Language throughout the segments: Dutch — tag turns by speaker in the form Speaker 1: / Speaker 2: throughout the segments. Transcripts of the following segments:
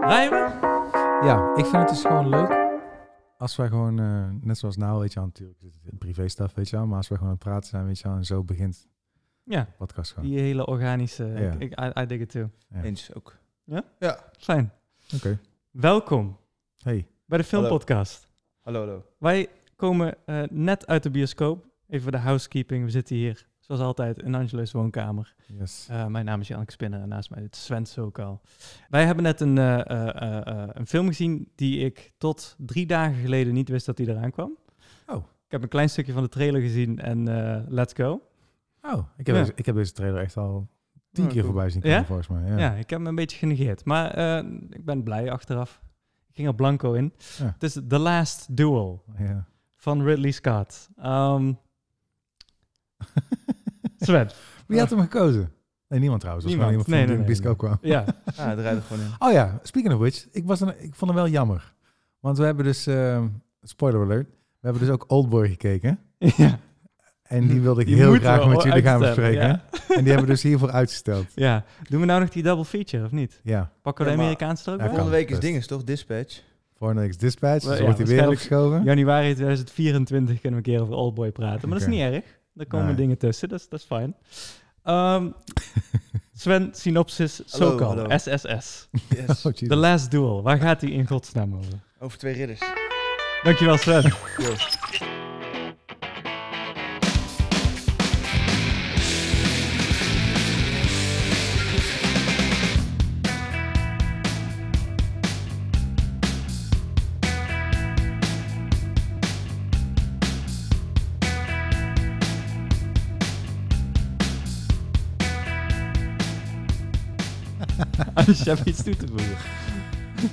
Speaker 1: blij om?
Speaker 2: Ja, ik vind het dus gewoon leuk. Als wij gewoon, eh, net zoals nou, weet je wel, natuurlijk is het privé-staf, weet je wel. Maar als wij gewoon aan het praten zijn, weet je wel, en zo begint
Speaker 1: Ja,
Speaker 2: de podcast gewoon.
Speaker 1: die hele organische.
Speaker 2: Ja.
Speaker 1: Ik, I, I dig it too.
Speaker 2: Ja.
Speaker 3: Eens ook.
Speaker 1: Fijn.
Speaker 2: Oké.
Speaker 1: Welkom
Speaker 2: Hey.
Speaker 1: bij de Filmpodcast.
Speaker 3: Hallo, hallo.
Speaker 1: Wij komen eh, net uit de bioscoop. Even voor de housekeeping. We zitten hier, zoals altijd, in Angelo's woonkamer.
Speaker 2: Yes.
Speaker 1: Eh, mijn naam is Janneke Spinnen en naast mij zit Sven Sokal. Wij hebben net een, eh, eh, eh, eh, een film gezien die ik tot drie dagen geleden niet wist dat die eraan kwam.
Speaker 2: Oh.
Speaker 1: Ik heb een klein stukje van de trailer gezien en eh, let's go.
Speaker 2: Oh, ik heb,
Speaker 1: Ja.
Speaker 2: deze, ik heb deze trailer echt al tien
Speaker 1: Oh,
Speaker 2: keer
Speaker 1: cool.
Speaker 2: voorbij zien komen,
Speaker 1: Ja?
Speaker 2: volgens mij.
Speaker 1: Ja.
Speaker 2: Ja.
Speaker 1: ik heb hem een beetje genegeerd, maar eh, ik ben blij achteraf. Ik ging er blanco in.
Speaker 2: Ja.
Speaker 1: Het is The Last Duel
Speaker 2: Ja.
Speaker 1: van Ridley Scott. Ehm, Sven,
Speaker 2: Wie had hem gekozen? Nee, niemand trouwens. Dat was
Speaker 1: Niemand. Nee,
Speaker 2: gewoon iemand van
Speaker 1: nee,
Speaker 2: die in de
Speaker 1: nee,
Speaker 2: bioscoop kwam.
Speaker 1: ja,
Speaker 3: Ah, het rijdt er gewoon in.
Speaker 2: Oh ja, speaking of which, ik, was een, ik vond hem wel jammer. Want we hebben dus, ehm, spoiler alert, we hebben dus ook Oldboy gekeken.
Speaker 1: ja,
Speaker 2: En die wilde ik
Speaker 1: Hm. Die
Speaker 2: heel
Speaker 1: moeten we
Speaker 2: graag met jullie gaan
Speaker 1: uitstellen,
Speaker 2: bespreken. En die hebben we dus hiervoor uitgesteld.
Speaker 1: ja. Doen we nou nog die double feature of niet?
Speaker 2: Ja,
Speaker 1: Pakken we
Speaker 3: Ja,
Speaker 1: de
Speaker 3: maar-
Speaker 1: Amerikaanse er ook
Speaker 2: Ja,
Speaker 1: bij?
Speaker 2: kan.
Speaker 3: Volgende week is
Speaker 2: best.
Speaker 3: dinges, toch? Dispatch.
Speaker 2: voor niks dispatch, dus
Speaker 1: Ja,
Speaker 2: wordt hij weer
Speaker 1: waarschijnlijk-
Speaker 2: opgeschoven.
Speaker 1: Januari 2024 kunnen we een keer over Oldboy praten. Maar dat is
Speaker 2: Oké.
Speaker 1: niet erg. Er komen
Speaker 2: Nee.
Speaker 1: dingen tussen, dat is, dat is fijn. Ehm, Sven, synopsis,
Speaker 3: Hallo,
Speaker 1: SoCal,
Speaker 3: hallo.
Speaker 1: SSS.
Speaker 3: Yes.
Speaker 2: Oh,
Speaker 1: The
Speaker 2: jeez.
Speaker 1: Last Duel, waar gaat die in godsnaam over?
Speaker 3: Over twee ridders.
Speaker 1: Dankjewel Sven.
Speaker 3: Yo.
Speaker 1: Als je hebt iets toe te voegen.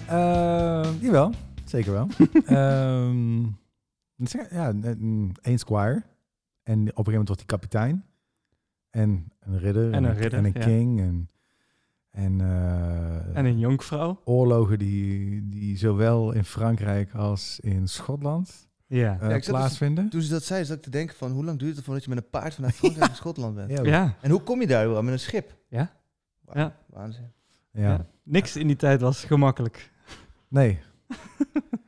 Speaker 2: Eh, jawel, zeker wel. Ehm, het is- ja, een één squire. En op een gegeven moment wordt hij kapitein. En een ridder.
Speaker 1: En een ridder,
Speaker 2: En een
Speaker 1: ja.
Speaker 2: king. En, en, eh,
Speaker 1: En een jonkvrouw?
Speaker 2: oorlogen die, die zowel in Frankrijk als in Schotland
Speaker 1: Ja.
Speaker 2: eh,
Speaker 3: Ja, ik zat dus-
Speaker 2: plaatsvinden.
Speaker 3: Toen ze dat zei, zat ik te denken van hoe lang duurt het voordat je met een paard vanuit Frankrijk naar Schotland bent?
Speaker 2: Ja,
Speaker 1: Ja.
Speaker 3: En hoe kom je daar überhaupt met een schip?
Speaker 1: Ja.
Speaker 3: Wa-
Speaker 1: Ja.
Speaker 3: Waanzin.
Speaker 2: ja.
Speaker 1: Ja. Niks in die tijd was gemakkelijk.
Speaker 2: Nee.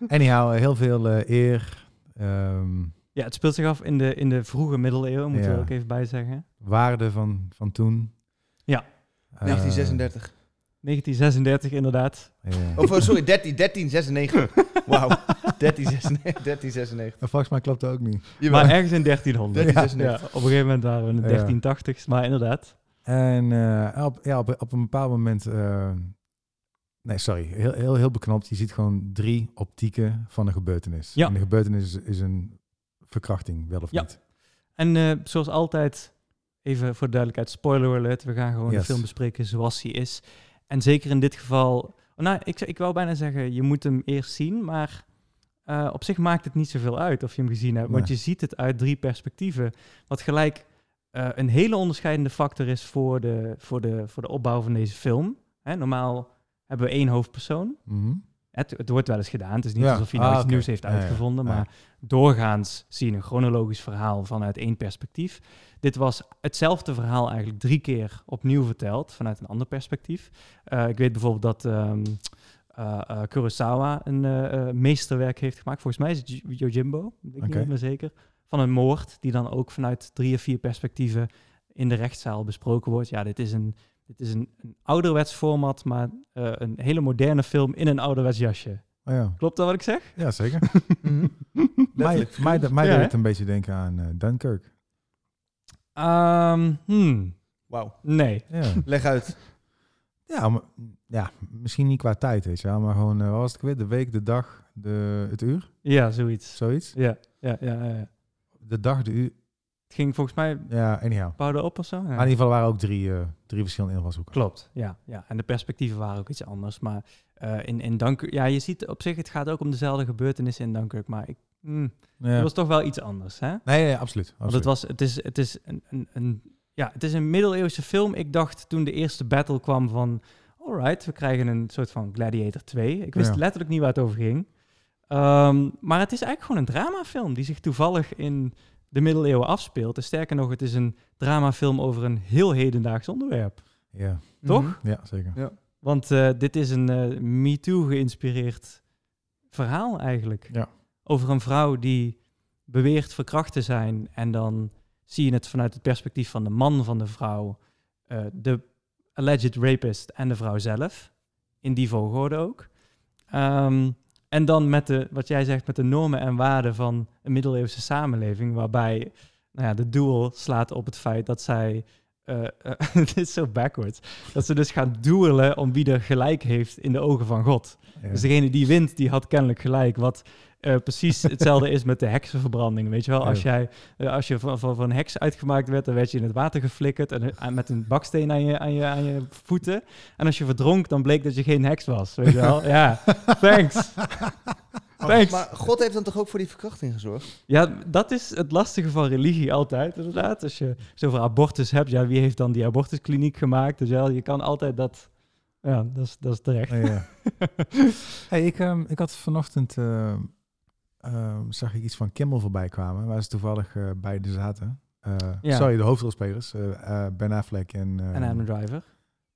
Speaker 2: Anyhow, eh, heel veel eh, eer. ehm,
Speaker 1: Ja, het speelt zich af in de, in de vroege middeleeuwen, moeten we
Speaker 2: Ja.
Speaker 1: ook even bijzeggen.
Speaker 2: waarde van, van toen.
Speaker 1: Ja.
Speaker 2: Eh,
Speaker 3: 1936.
Speaker 1: 1936 inderdaad.
Speaker 2: ja.
Speaker 3: Of oh, sorry, 13, 1396. Wauw. 1396. 1396.
Speaker 2: Eh, Volgens mij klopt dat ook niet.
Speaker 3: Jawel.
Speaker 1: Maar ergens in 1300.
Speaker 3: Ja.
Speaker 1: Ja, op een gegeven moment waren we in de
Speaker 2: Ja.
Speaker 1: 1380s, maar inderdaad.
Speaker 2: En eh, op, ja, op, op een bepaald moment... eh, nee, sorry. Heel, heel, heel beknopt. Je ziet gewoon drie optieken van een gebeurtenis.
Speaker 1: Ja.
Speaker 2: En de gebeurtenis is, is een verkrachting, wel of
Speaker 1: Ja.
Speaker 2: niet.
Speaker 1: En eh, zoals altijd, even voor de duidelijkheid, spoiler alert, we gaan gewoon de
Speaker 2: Yes.
Speaker 1: film bespreken zoals die is. En zeker in dit geval, nou, ik, zou- ik wou bijna zeggen, je moet hem eerst zien, maar eh, op zich maakt het niet zoveel uit of je hem gezien hebt, want
Speaker 2: Nee.
Speaker 1: je ziet het uit drie perspectieven, wat gelijk eh, een hele onderscheidende factor is voor de, voor de, voor de opbouw van deze film. Hè, normaal hebben we één hoofdpersoon.
Speaker 2: Mhm.
Speaker 1: Het, het wordt wel eens gedaan. Het is niet
Speaker 2: Ja.
Speaker 1: alsof hij nou
Speaker 2: Ah,
Speaker 1: iets
Speaker 2: oké.
Speaker 1: nieuws heeft
Speaker 2: Ja, ja.
Speaker 1: uitgevonden.
Speaker 2: Ja.
Speaker 1: Maar doorgaans zie je een chronologisch verhaal vanuit één perspectief. Dit was hetzelfde verhaal eigenlijk drie keer opnieuw verteld vanuit een ander perspectief. Eh, ik weet bijvoorbeeld dat ehm, eh, eh, Kurosawa een eh, eh, meesterwerk heeft gemaakt. Volgens mij is het Jo- Yojimbo, ik
Speaker 2: Oké.
Speaker 1: ben niet meer zeker. Van een moord die dan ook vanuit drie of vier perspectieven in de rechtszaal besproken wordt. Ja, dit is een, dit is een, een ouderwets format, maar eh, een hele moderne film in een ouderwets jasje.
Speaker 2: Oh, ja.
Speaker 1: Klopt dat wat ik zeg?
Speaker 2: ja, zeker.
Speaker 3: Mhm.
Speaker 2: mij
Speaker 3: Letterlijk.
Speaker 2: mij, mij
Speaker 1: Ja,
Speaker 2: deed
Speaker 1: hè?
Speaker 2: het een beetje denken aan eh, Dunkirk.
Speaker 1: Ehm, hmm,
Speaker 3: Wauw.
Speaker 1: nee.
Speaker 2: Ja.
Speaker 3: Leg uit.
Speaker 2: Ja, maar, ja, misschien niet qua tijd, weet je wel. Maar gewoon, eh, wat was het ook weer? De week, de dag, de, het uur,
Speaker 1: Ja, zoiets.
Speaker 2: zoiets.
Speaker 1: Ja, ja, ja, ja, ja.
Speaker 2: De dag, de uur,
Speaker 1: Het ging volgens mij
Speaker 2: ja, anyhow.
Speaker 1: bouwden op of zo. Ja.
Speaker 2: Maar in ieder geval waren ook drie, eh, drie verschillende invalshoeken.
Speaker 1: Klopt, ja, ja. En de perspectieven waren ook iets anders. Maar eh, in, in Dunkirk... Ja, je ziet op zich, het gaat ook om dezelfde gebeurtenissen in Dunkirk. Maar ik, hmm,
Speaker 2: Ja.
Speaker 1: het was toch wel iets anders, hè?
Speaker 2: Nee, nee, absoluut.
Speaker 1: Want
Speaker 2: absoluut.
Speaker 1: het, was, het, is, het, is een, een, een, ja, het is een middeleeuwse film. Ik dacht toen de eerste battle kwam van... Alright, we krijgen een soort van Gladiator 2. Ik wist
Speaker 2: Ja.
Speaker 1: letterlijk niet waar het over ging. Ehm, maar het is eigenlijk gewoon een dramafilm... die zich toevallig in de middeleeuwen afspeelt. En sterker nog, het is een dramafilm over een heel hedendaags onderwerp.
Speaker 2: Ja,
Speaker 1: Toch?
Speaker 3: Mhm.
Speaker 2: ja zeker.
Speaker 3: Ja.
Speaker 1: Want eh, dit is een eh MeToo-geïnspireerd verhaal eigenlijk.
Speaker 2: Ja.
Speaker 1: Over een vrouw die beweert verkracht te zijn. En dan zie je het vanuit het perspectief van de man van de vrouw, eh, de alleged rapist en de vrouw zelf. In die volgorde ook. Ehm, en dan met de, wat jij zegt, met de normen en waarden van een middeleeuwse samenleving, waarbij nou ja, de duel slaat op het feit dat zij. eh, eh, Het is zo backwards. Dat ze dus gaan duelen om wie er gelijk heeft in de ogen van God.
Speaker 2: Ja.
Speaker 1: Dus degene die wint, die had kennelijk gelijk. Wat eh, precies hetzelfde is met de heksenverbranding. Weet je wel, als,
Speaker 2: Ja.
Speaker 1: jij, eh, als je van, van, van heks uitgemaakt werd, dan werd je in het water geflikkerd en eh, met een baksteen aan je, aan, je, aan je voeten. En als je verdronk, dan bleek dat je geen heks was. Weet je wel, ja. Thanks. Thanks.
Speaker 3: Maar God heeft dan toch ook voor die verkrachting gezorgd?
Speaker 1: Ja, dat is het lastige van religie altijd, inderdaad. Als je zoveel abortus hebt, ja, wie heeft dan die abortuskliniek gemaakt? Dus ja, je kan altijd dat... Ja, dat is, dat is terecht.
Speaker 2: Ja, ja. hey, ik, ehm, ik had vanochtend, ehm, ehm, zag ik iets van Kimmel voorbij kwamen, waar ze toevallig eh, bij de zaten. Eh,
Speaker 1: Ja.
Speaker 2: Sorry, de hoofdrolspelers, eh, eh, Ben Affleck en... eh,
Speaker 1: En Adam Driver.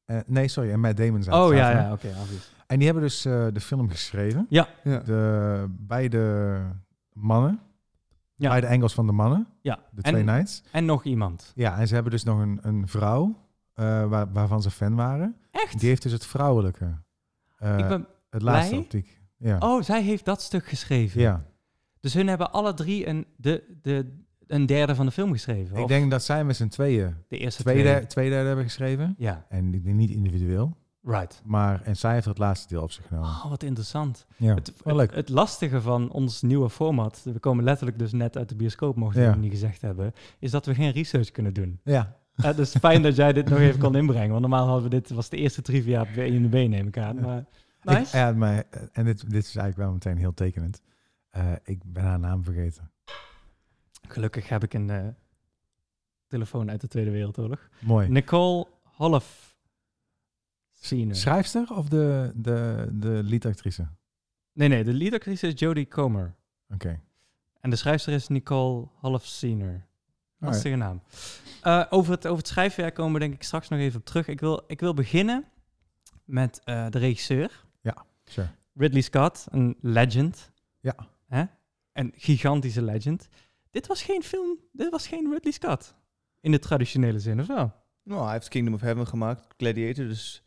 Speaker 2: eh, nee, sorry, en Matt Damon zaten.
Speaker 1: Oh ja,
Speaker 2: zaten.
Speaker 1: ja, oké, obvious.
Speaker 2: En die hebben dus eh, de film geschreven.
Speaker 3: Ja.
Speaker 2: De, bij de mannen.
Speaker 1: Ja.
Speaker 2: Bij de Engels van de mannen.
Speaker 1: Ja,
Speaker 2: De twee
Speaker 1: en,
Speaker 2: nights.
Speaker 1: en nog iemand.
Speaker 2: Ja, en ze hebben dus nog een, een vrouw eh, waar, waarvan ze fan waren.
Speaker 1: Echt?
Speaker 2: Die heeft dus het vrouwelijke. eh,
Speaker 1: ik ben,
Speaker 2: het laatste
Speaker 1: blij.
Speaker 2: optiek. Ja.
Speaker 1: oh, zij heeft dat stuk geschreven.
Speaker 2: eh, ja.
Speaker 1: Dus hun hebben alle drie een, de, de, een derde van de film geschreven.
Speaker 2: Ik
Speaker 1: of
Speaker 2: denk dat zij met z'n tweeën
Speaker 1: de eerste
Speaker 2: twee,
Speaker 1: twee.
Speaker 2: der- twee derde hebben geschreven.
Speaker 1: Ja,
Speaker 2: En ik denk niet individueel.
Speaker 1: right.
Speaker 2: Maar, en zij heeft het laatste deel op zich genomen.
Speaker 1: Oh, wat interessant.
Speaker 2: ja.
Speaker 1: Het,
Speaker 2: Wel
Speaker 1: het,
Speaker 2: leuk.
Speaker 1: het lastige van ons nieuwe format, we komen letterlijk dus net uit de bioscoop, mocht ik
Speaker 2: Ja.
Speaker 1: nog niet gezegd hebben, is dat we geen research kunnen doen.
Speaker 2: ja.
Speaker 1: Het dus fijn dat jij dit nog even kon inbrengen, want normaal hadden we dit, was de eerste trivia op 1 in de B, neem ik aan. Maar, nice.
Speaker 2: Ik, eh, ja, maar, en dit, dit is eigenlijk wel meteen heel tekenend. Eh, ik ben haar naam vergeten.
Speaker 1: Gelukkig heb ik een eh, telefoon uit de Tweede Wereldoorlog.
Speaker 2: Mooi.
Speaker 1: Nicole Holf. Scene.
Speaker 2: Schrijfster of de, de, de liedactrice? Oké.
Speaker 1: Nee, nee, de liedactrice is Jodie Comer. En de schrijfster is Nicole Halfsener. Lastige naam. Eh, over, het, over het schrijfwerk komen we denk ik straks nog even op terug. Ik wil, ik wil beginnen met eh, de regisseur.
Speaker 2: Sure.
Speaker 1: Ridley Scott, een legend.
Speaker 2: Ja.
Speaker 1: Hè? Een gigantische legend. Dit was geen film, dit was geen Ridley Scott. In de traditionele zin of wel?
Speaker 3: Nou, hij heeft Kingdom of Heaven gemaakt, Gladiator, dus...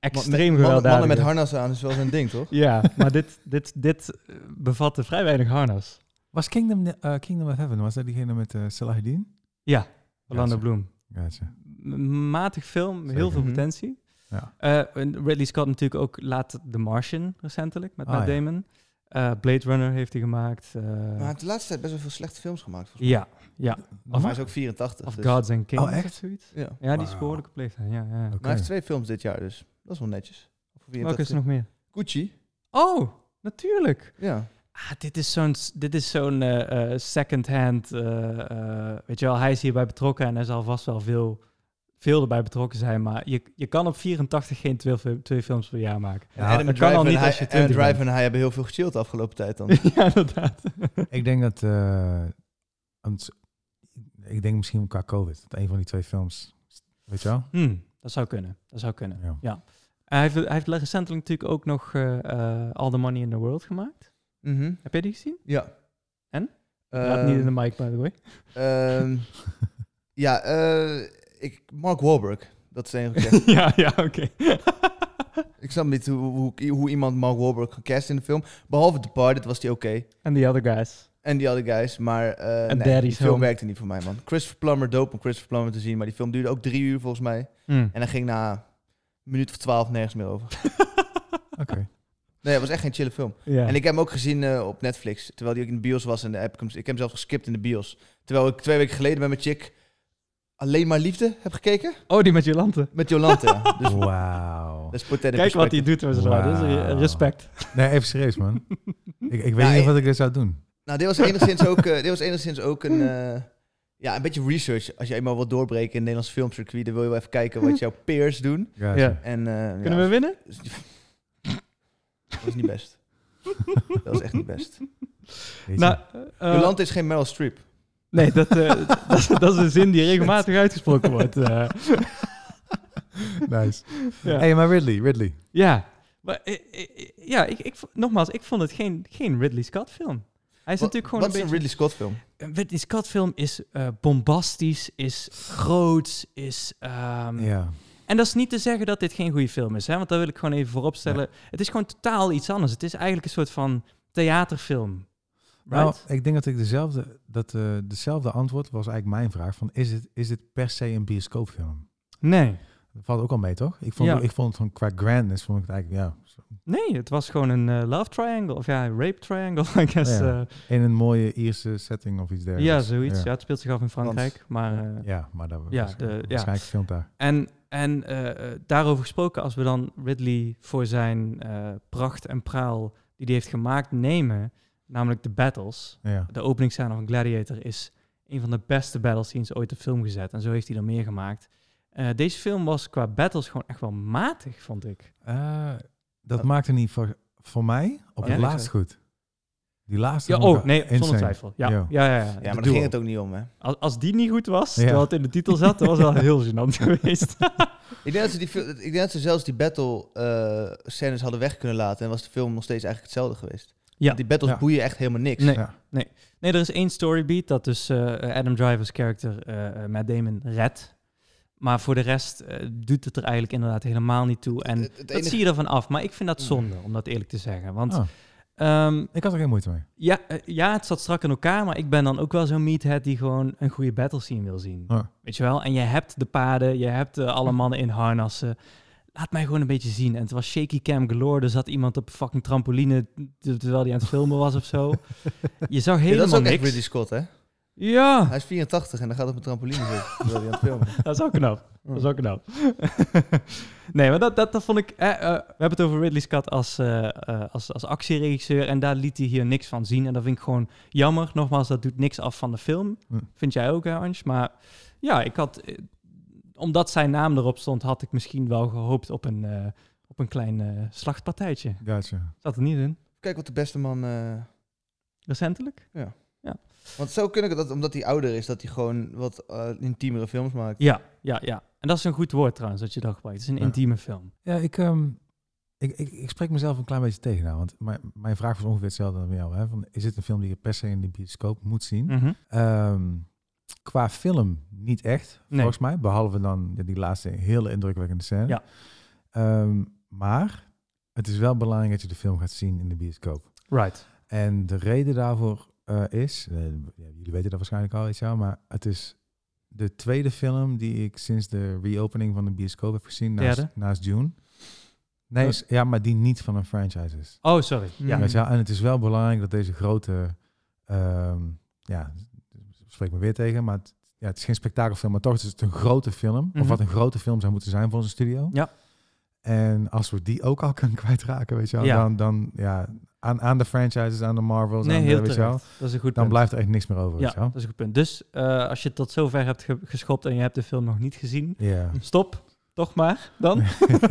Speaker 1: Extreem
Speaker 3: met- mannen,
Speaker 1: gewelddadig.
Speaker 3: mannen met harnas aan is wel zijn ding, toch?
Speaker 1: Ja, maar dit, dit, dit eh, bevatte vrij weinig harnas.
Speaker 2: Was Kingdom, eh, Kingdom of Heaven, was dat diegene met eh Salahidin?
Speaker 1: Ja, Orlando
Speaker 2: ze-
Speaker 1: Bloom.
Speaker 2: Gotcha.
Speaker 1: M- matig film, heel
Speaker 2: Zeker.
Speaker 1: veel
Speaker 3: Mhm.
Speaker 1: potentie.
Speaker 2: Ja.
Speaker 1: Eh, en Ridley Scott natuurlijk ook laat The Martian recentelijk met
Speaker 2: Ah,
Speaker 1: Matt
Speaker 2: ja.
Speaker 1: Damon. Eh, Blade Runner heeft hij gemaakt. eh,
Speaker 3: Maar hij heeft de laatste tijd best wel veel slechte films gemaakt, volgens
Speaker 1: ja,
Speaker 3: mij. Maar hij is ook 84,
Speaker 1: of
Speaker 3: dus-
Speaker 1: Gods and Kings
Speaker 2: Oh, echt?
Speaker 1: of zoiets.
Speaker 3: Ja. Maar
Speaker 1: Ja, die is
Speaker 2: Wauw.
Speaker 1: behoorlijk gepleegd. Ja, ja, ja.
Speaker 2: Oké.
Speaker 3: hij heeft twee films dit jaar, dus dat is wel netjes. Of
Speaker 1: Welke is
Speaker 3: 84.
Speaker 1: er nog meer?
Speaker 3: Gucci,
Speaker 1: Oh, natuurlijk.
Speaker 3: ja.
Speaker 1: Ah, dit is zo'n, s- dit is zo'n eh, eh, second-hand, eh, eh, weet je wel, hij is hierbij betrokken en hij zal vast wel veel, veel erbij betrokken zijn, maar je, je kan op 84 geen twee, fil- twee films per jaar maken.
Speaker 2: Ja,
Speaker 3: Adam
Speaker 1: dat kan al
Speaker 3: Driver en
Speaker 1: niet
Speaker 3: hij-
Speaker 1: als je
Speaker 3: Adam
Speaker 1: 20
Speaker 3: Driver en hij hebben heel veel gechilled de afgelopen tijd dan.
Speaker 1: ja, inderdaad.
Speaker 2: Ik denk dat... eh, want ik denk misschien qua COVID, dat een van die twee films... Weet je wel?
Speaker 1: Hm, dat zou kunnen, dat zou kunnen.
Speaker 2: Ja.
Speaker 1: Hij heeft, hij heeft recentelijk natuurlijk ook nog eh, eh, All the Money in the World gemaakt.
Speaker 3: Mhm,
Speaker 1: Heb jij die gezien?
Speaker 3: Ja.
Speaker 1: En?
Speaker 3: Ehm,
Speaker 1: Praat niet in de mic, by the way.
Speaker 3: ehm, ja, eh, ik, Mark Wahlberg. Dat is de enige. kerst.
Speaker 1: ja, ja, oké.
Speaker 3: ik snap niet hoe, hoe, hoe iemand Mark Wahlberg kan casten in de film. Behalve Departed was die oké.
Speaker 1: And the other guys.
Speaker 3: En die other guys, maar eh,
Speaker 1: En
Speaker 3: nee,
Speaker 1: Daddy's
Speaker 3: die film
Speaker 1: Home.
Speaker 3: werkte niet voor mij, man. Christopher Plummer, dope om Christopher Plummer te zien, maar die film duurde ook drie uur volgens mij.
Speaker 1: Hm.
Speaker 3: En hij ging na een minuut of twaalf nergens meer over.
Speaker 2: Oké.
Speaker 3: Nee, het was echt geen chille film.
Speaker 1: Ja.
Speaker 3: En ik heb hem ook gezien eh, op Netflix, terwijl die ook in de bios was. En heb ik, hem, ik heb hem zelfs geskipt in de bios. Terwijl ik twee weken geleden met mijn chick Alleen Maar Liefde heb gekeken.
Speaker 1: Oh, die met Jolante.
Speaker 3: Met Jolante, ja. Dus
Speaker 2: Wauw.
Speaker 3: dat is potato
Speaker 1: Kijk wat hij
Speaker 3: perspective.
Speaker 1: doet met zijn vrouw. Dus, eh,
Speaker 2: Wauw.
Speaker 1: respect.
Speaker 2: Nee, even serieus, man. ik, ik weet
Speaker 3: Ja,
Speaker 2: niet
Speaker 3: ik-
Speaker 2: of wat ik dit zou doen.
Speaker 3: Nou, dit was enigszins ook, eh, dit was enigszins ook een, eh, ja, een beetje research. Als je eenmaal wilt doorbreken in het Nederlands filmcircuit, dan wil je wel even kijken wat jouw peers doen.
Speaker 2: Ja.
Speaker 1: Ja.
Speaker 3: En, eh,
Speaker 1: Kunnen
Speaker 3: ja,
Speaker 1: we winnen?
Speaker 3: Dat was niet best. dat was echt niet best.
Speaker 2: weet
Speaker 1: Nou,
Speaker 2: je.
Speaker 1: eh,
Speaker 3: Jolante is geen Meryl Streep.
Speaker 1: nee, dat, eh, dat, is- dat is een zin die regelmatig uitgesproken wordt. eh.
Speaker 2: nice.
Speaker 1: Ja.
Speaker 2: hey, maar Ridley, Ridley.
Speaker 1: Ja, maar eh, eh, ja, ik, ik, vo- nogmaals, ik vond het geen, geen Ridley Scott film. Hij is
Speaker 3: Wa-
Speaker 1: natuurlijk gewoon
Speaker 3: Wat
Speaker 1: een
Speaker 3: is een
Speaker 1: beetje...
Speaker 3: Ridley Scott film?
Speaker 1: Een Ridley Scott film is eh, bombastisch, is groots, is...
Speaker 3: Hmm.
Speaker 1: ehm,
Speaker 2: Ja.
Speaker 1: En dat is niet te zeggen dat dit geen goede film is, hè? want dat wil ik gewoon even vooropstellen. Het is gewoon totaal iets anders. Het is eigenlijk een soort van theaterfilm.
Speaker 2: Nou,
Speaker 1: Right?
Speaker 2: ik denk dat ik dezelfde, dat, eh, dezelfde antwoord was eigenlijk mijn vraag. Van, is, het, is dit per se een bioscoopfilm?
Speaker 1: Nee.
Speaker 2: Dat valt ook al mee, toch? Ik vond,
Speaker 1: Ja.
Speaker 2: ik vond het van qua grandness, vond ik het eigenlijk, ja, zo-
Speaker 1: Nee, het was gewoon een eh, love triangle. Of ja, rape triangle, I guess.
Speaker 2: Oh Ja.
Speaker 1: eh.
Speaker 2: in een mooie Ierse setting of iets
Speaker 1: Ja,
Speaker 2: dergelijks.
Speaker 1: zoiets. Ja.
Speaker 2: Ja,
Speaker 1: het speelt zich af in Frankrijk. Maar, eh,
Speaker 2: Ja, maar dat
Speaker 1: Ja,
Speaker 2: was,
Speaker 1: de- ja.
Speaker 2: waarschijnlijk filmt daar.
Speaker 1: En, en eh, eh, daarover gesproken, als we dan Ridley voor zijn eh, pracht en praal die hij heeft gemaakt nemen, namelijk de battles.
Speaker 2: Ja.
Speaker 1: De openingsscène van Gladiator is een van de beste battle scenes ooit op film gezet. En zo heeft hij er meer gemaakt. Eh, deze film was qua battles gewoon echt wel matig, vond ik.
Speaker 2: Eh, dat
Speaker 3: Eh.
Speaker 2: maakte niet voor, voor mij op
Speaker 3: Ja?
Speaker 2: het laatst goed. Die laatste.
Speaker 1: Ja,
Speaker 2: vond
Speaker 1: oh,
Speaker 2: ik
Speaker 1: nee,
Speaker 2: insane.
Speaker 1: zonder twijfel. Ja,
Speaker 2: Ja.
Speaker 1: ja, ja. ja,
Speaker 3: Ja, maar
Speaker 1: dat
Speaker 3: daar ging
Speaker 1: duo.
Speaker 3: het ook niet om, hè?
Speaker 1: als, als die niet goed was,
Speaker 2: Ja.
Speaker 1: terwijl het in de titel zat, dat was wel heel gênant geweest.
Speaker 3: Ik denk dat ze, die, fil- ik denk dat ze zelfs die battle eh, scènes hadden weg kunnen laten. En was de film nog steeds eigenlijk hetzelfde geweest.
Speaker 1: Ja.
Speaker 3: Want Die battles
Speaker 2: Ja.
Speaker 3: boeien echt helemaal niks.
Speaker 1: Nee.
Speaker 2: Ja.
Speaker 1: Nee, er is één storybeat dat dus eh, Adam Driver's character eh eh, Matt Damon redt. Maar voor de rest eh, doet het er eigenlijk inderdaad helemaal niet toe. En
Speaker 3: Het- het enige- Mm.
Speaker 1: dat zie je ervan af. Maar ik vind dat zonde, om dat eerlijk te zeggen. Want
Speaker 2: Oh,
Speaker 1: ehm,
Speaker 2: ik had er geen moeite mee.
Speaker 1: ja, eh, ja, het zat strak in elkaar. Maar ik ben dan ook wel zo'n meathead die gewoon een goede battle scene wil zien.
Speaker 2: Oh.
Speaker 1: Weet je wel? En je hebt de paden, je hebt eh, alle mannen in harnassen. Laat mij gewoon een beetje zien. En het was shaky cam galore. Er zat iemand op een fucking trampoline ter- terwijl hij aan het filmen was of zo. Je zag
Speaker 3: Ja, dat is
Speaker 1: helemaal
Speaker 3: ook echt
Speaker 1: niks.
Speaker 3: Ridley Scott, hè?
Speaker 1: Ja,
Speaker 3: Hij is 84 en dan gaat op een trampoline zitten. terwijl hij aan het filmen. is.
Speaker 1: dat is ook knap. Dat is ook knap. nee, maar dat, dat, dat vond ik... eh, eh, we hebben het over Ridley Scott als, eh, eh, als, als actieregisseur. En daar liet hij hier niks van zien. En dat vind ik gewoon jammer. Nogmaals, dat doet niks af van de film.
Speaker 2: Hm.
Speaker 1: Vind jij ook, hè, Ange? Maar ja, ik had... eh, omdat zijn naam erop stond, had ik misschien wel gehoopt op een, eh, op een klein eh, slachtpartijtje.
Speaker 2: Gotcha.
Speaker 1: Zat er niet in,
Speaker 3: Kijk wat de beste man... eh,
Speaker 1: recentelijk.
Speaker 3: Want zo kunnen dat, omdat hij ouder is, dat hij gewoon wat eh, intiemere films maakt.
Speaker 1: Ja, ja, ja. En dat is een goed woord trouwens, dat je dat gebruikt. Het is een
Speaker 2: Ja.
Speaker 1: intieme film.
Speaker 2: Ja, ik, ehm, ik, ik, ik spreek mezelf een klein beetje tegen. Nou, want mijn, mijn vraag was ongeveer hetzelfde dan bij jou. Hè? Van, is dit een film die je per se in de bioscoop moet zien?
Speaker 1: Mhm.
Speaker 2: Ehm, qua film niet echt,
Speaker 1: Nee.
Speaker 2: volgens mij. Behalve dan ja, die laatste hele indrukwekkende scène.
Speaker 1: Ja.
Speaker 2: Ehm, maar het is wel belangrijk dat je de film gaat zien in de bioscoop.
Speaker 1: Right.
Speaker 2: En de reden daarvoor eh, is, eh, ja, jullie weten dat waarschijnlijk al, weet je wel, maar het is de tweede film die ik sinds de reopening van de bioscoop heb gezien naast,
Speaker 1: Derde?
Speaker 2: naast June. Nee,
Speaker 1: Oh.
Speaker 2: is- ja, maar die niet van een franchise is.
Speaker 1: Oh, sorry. Ja.
Speaker 3: Mhm.
Speaker 2: Weet je wel, En het is wel belangrijk dat deze grote, ehm, ja, spreek me weer tegen, maar het, ja, het is geen spektakelfilm, maar toch is het een grote film. Of
Speaker 1: Mhm.
Speaker 2: wat een grote film zou moeten zijn voor onze studio.
Speaker 1: Ja.
Speaker 2: En als we die ook al kunnen kwijtraken, weet je wel,
Speaker 1: Ja.
Speaker 2: dan, dan ja, aan, aan de franchises, aan de Marvels, aan de, weet je wel,
Speaker 1: terecht. Dat is een goed
Speaker 2: dan
Speaker 1: punt.
Speaker 2: blijft er echt niks meer over,
Speaker 1: ja,
Speaker 2: weet je wel.
Speaker 1: dat is een goed punt. Dus eh, als je het tot zover hebt ge- geschopt en je hebt de film nog niet gezien,
Speaker 2: Ja.
Speaker 1: stop, toch maar, dan.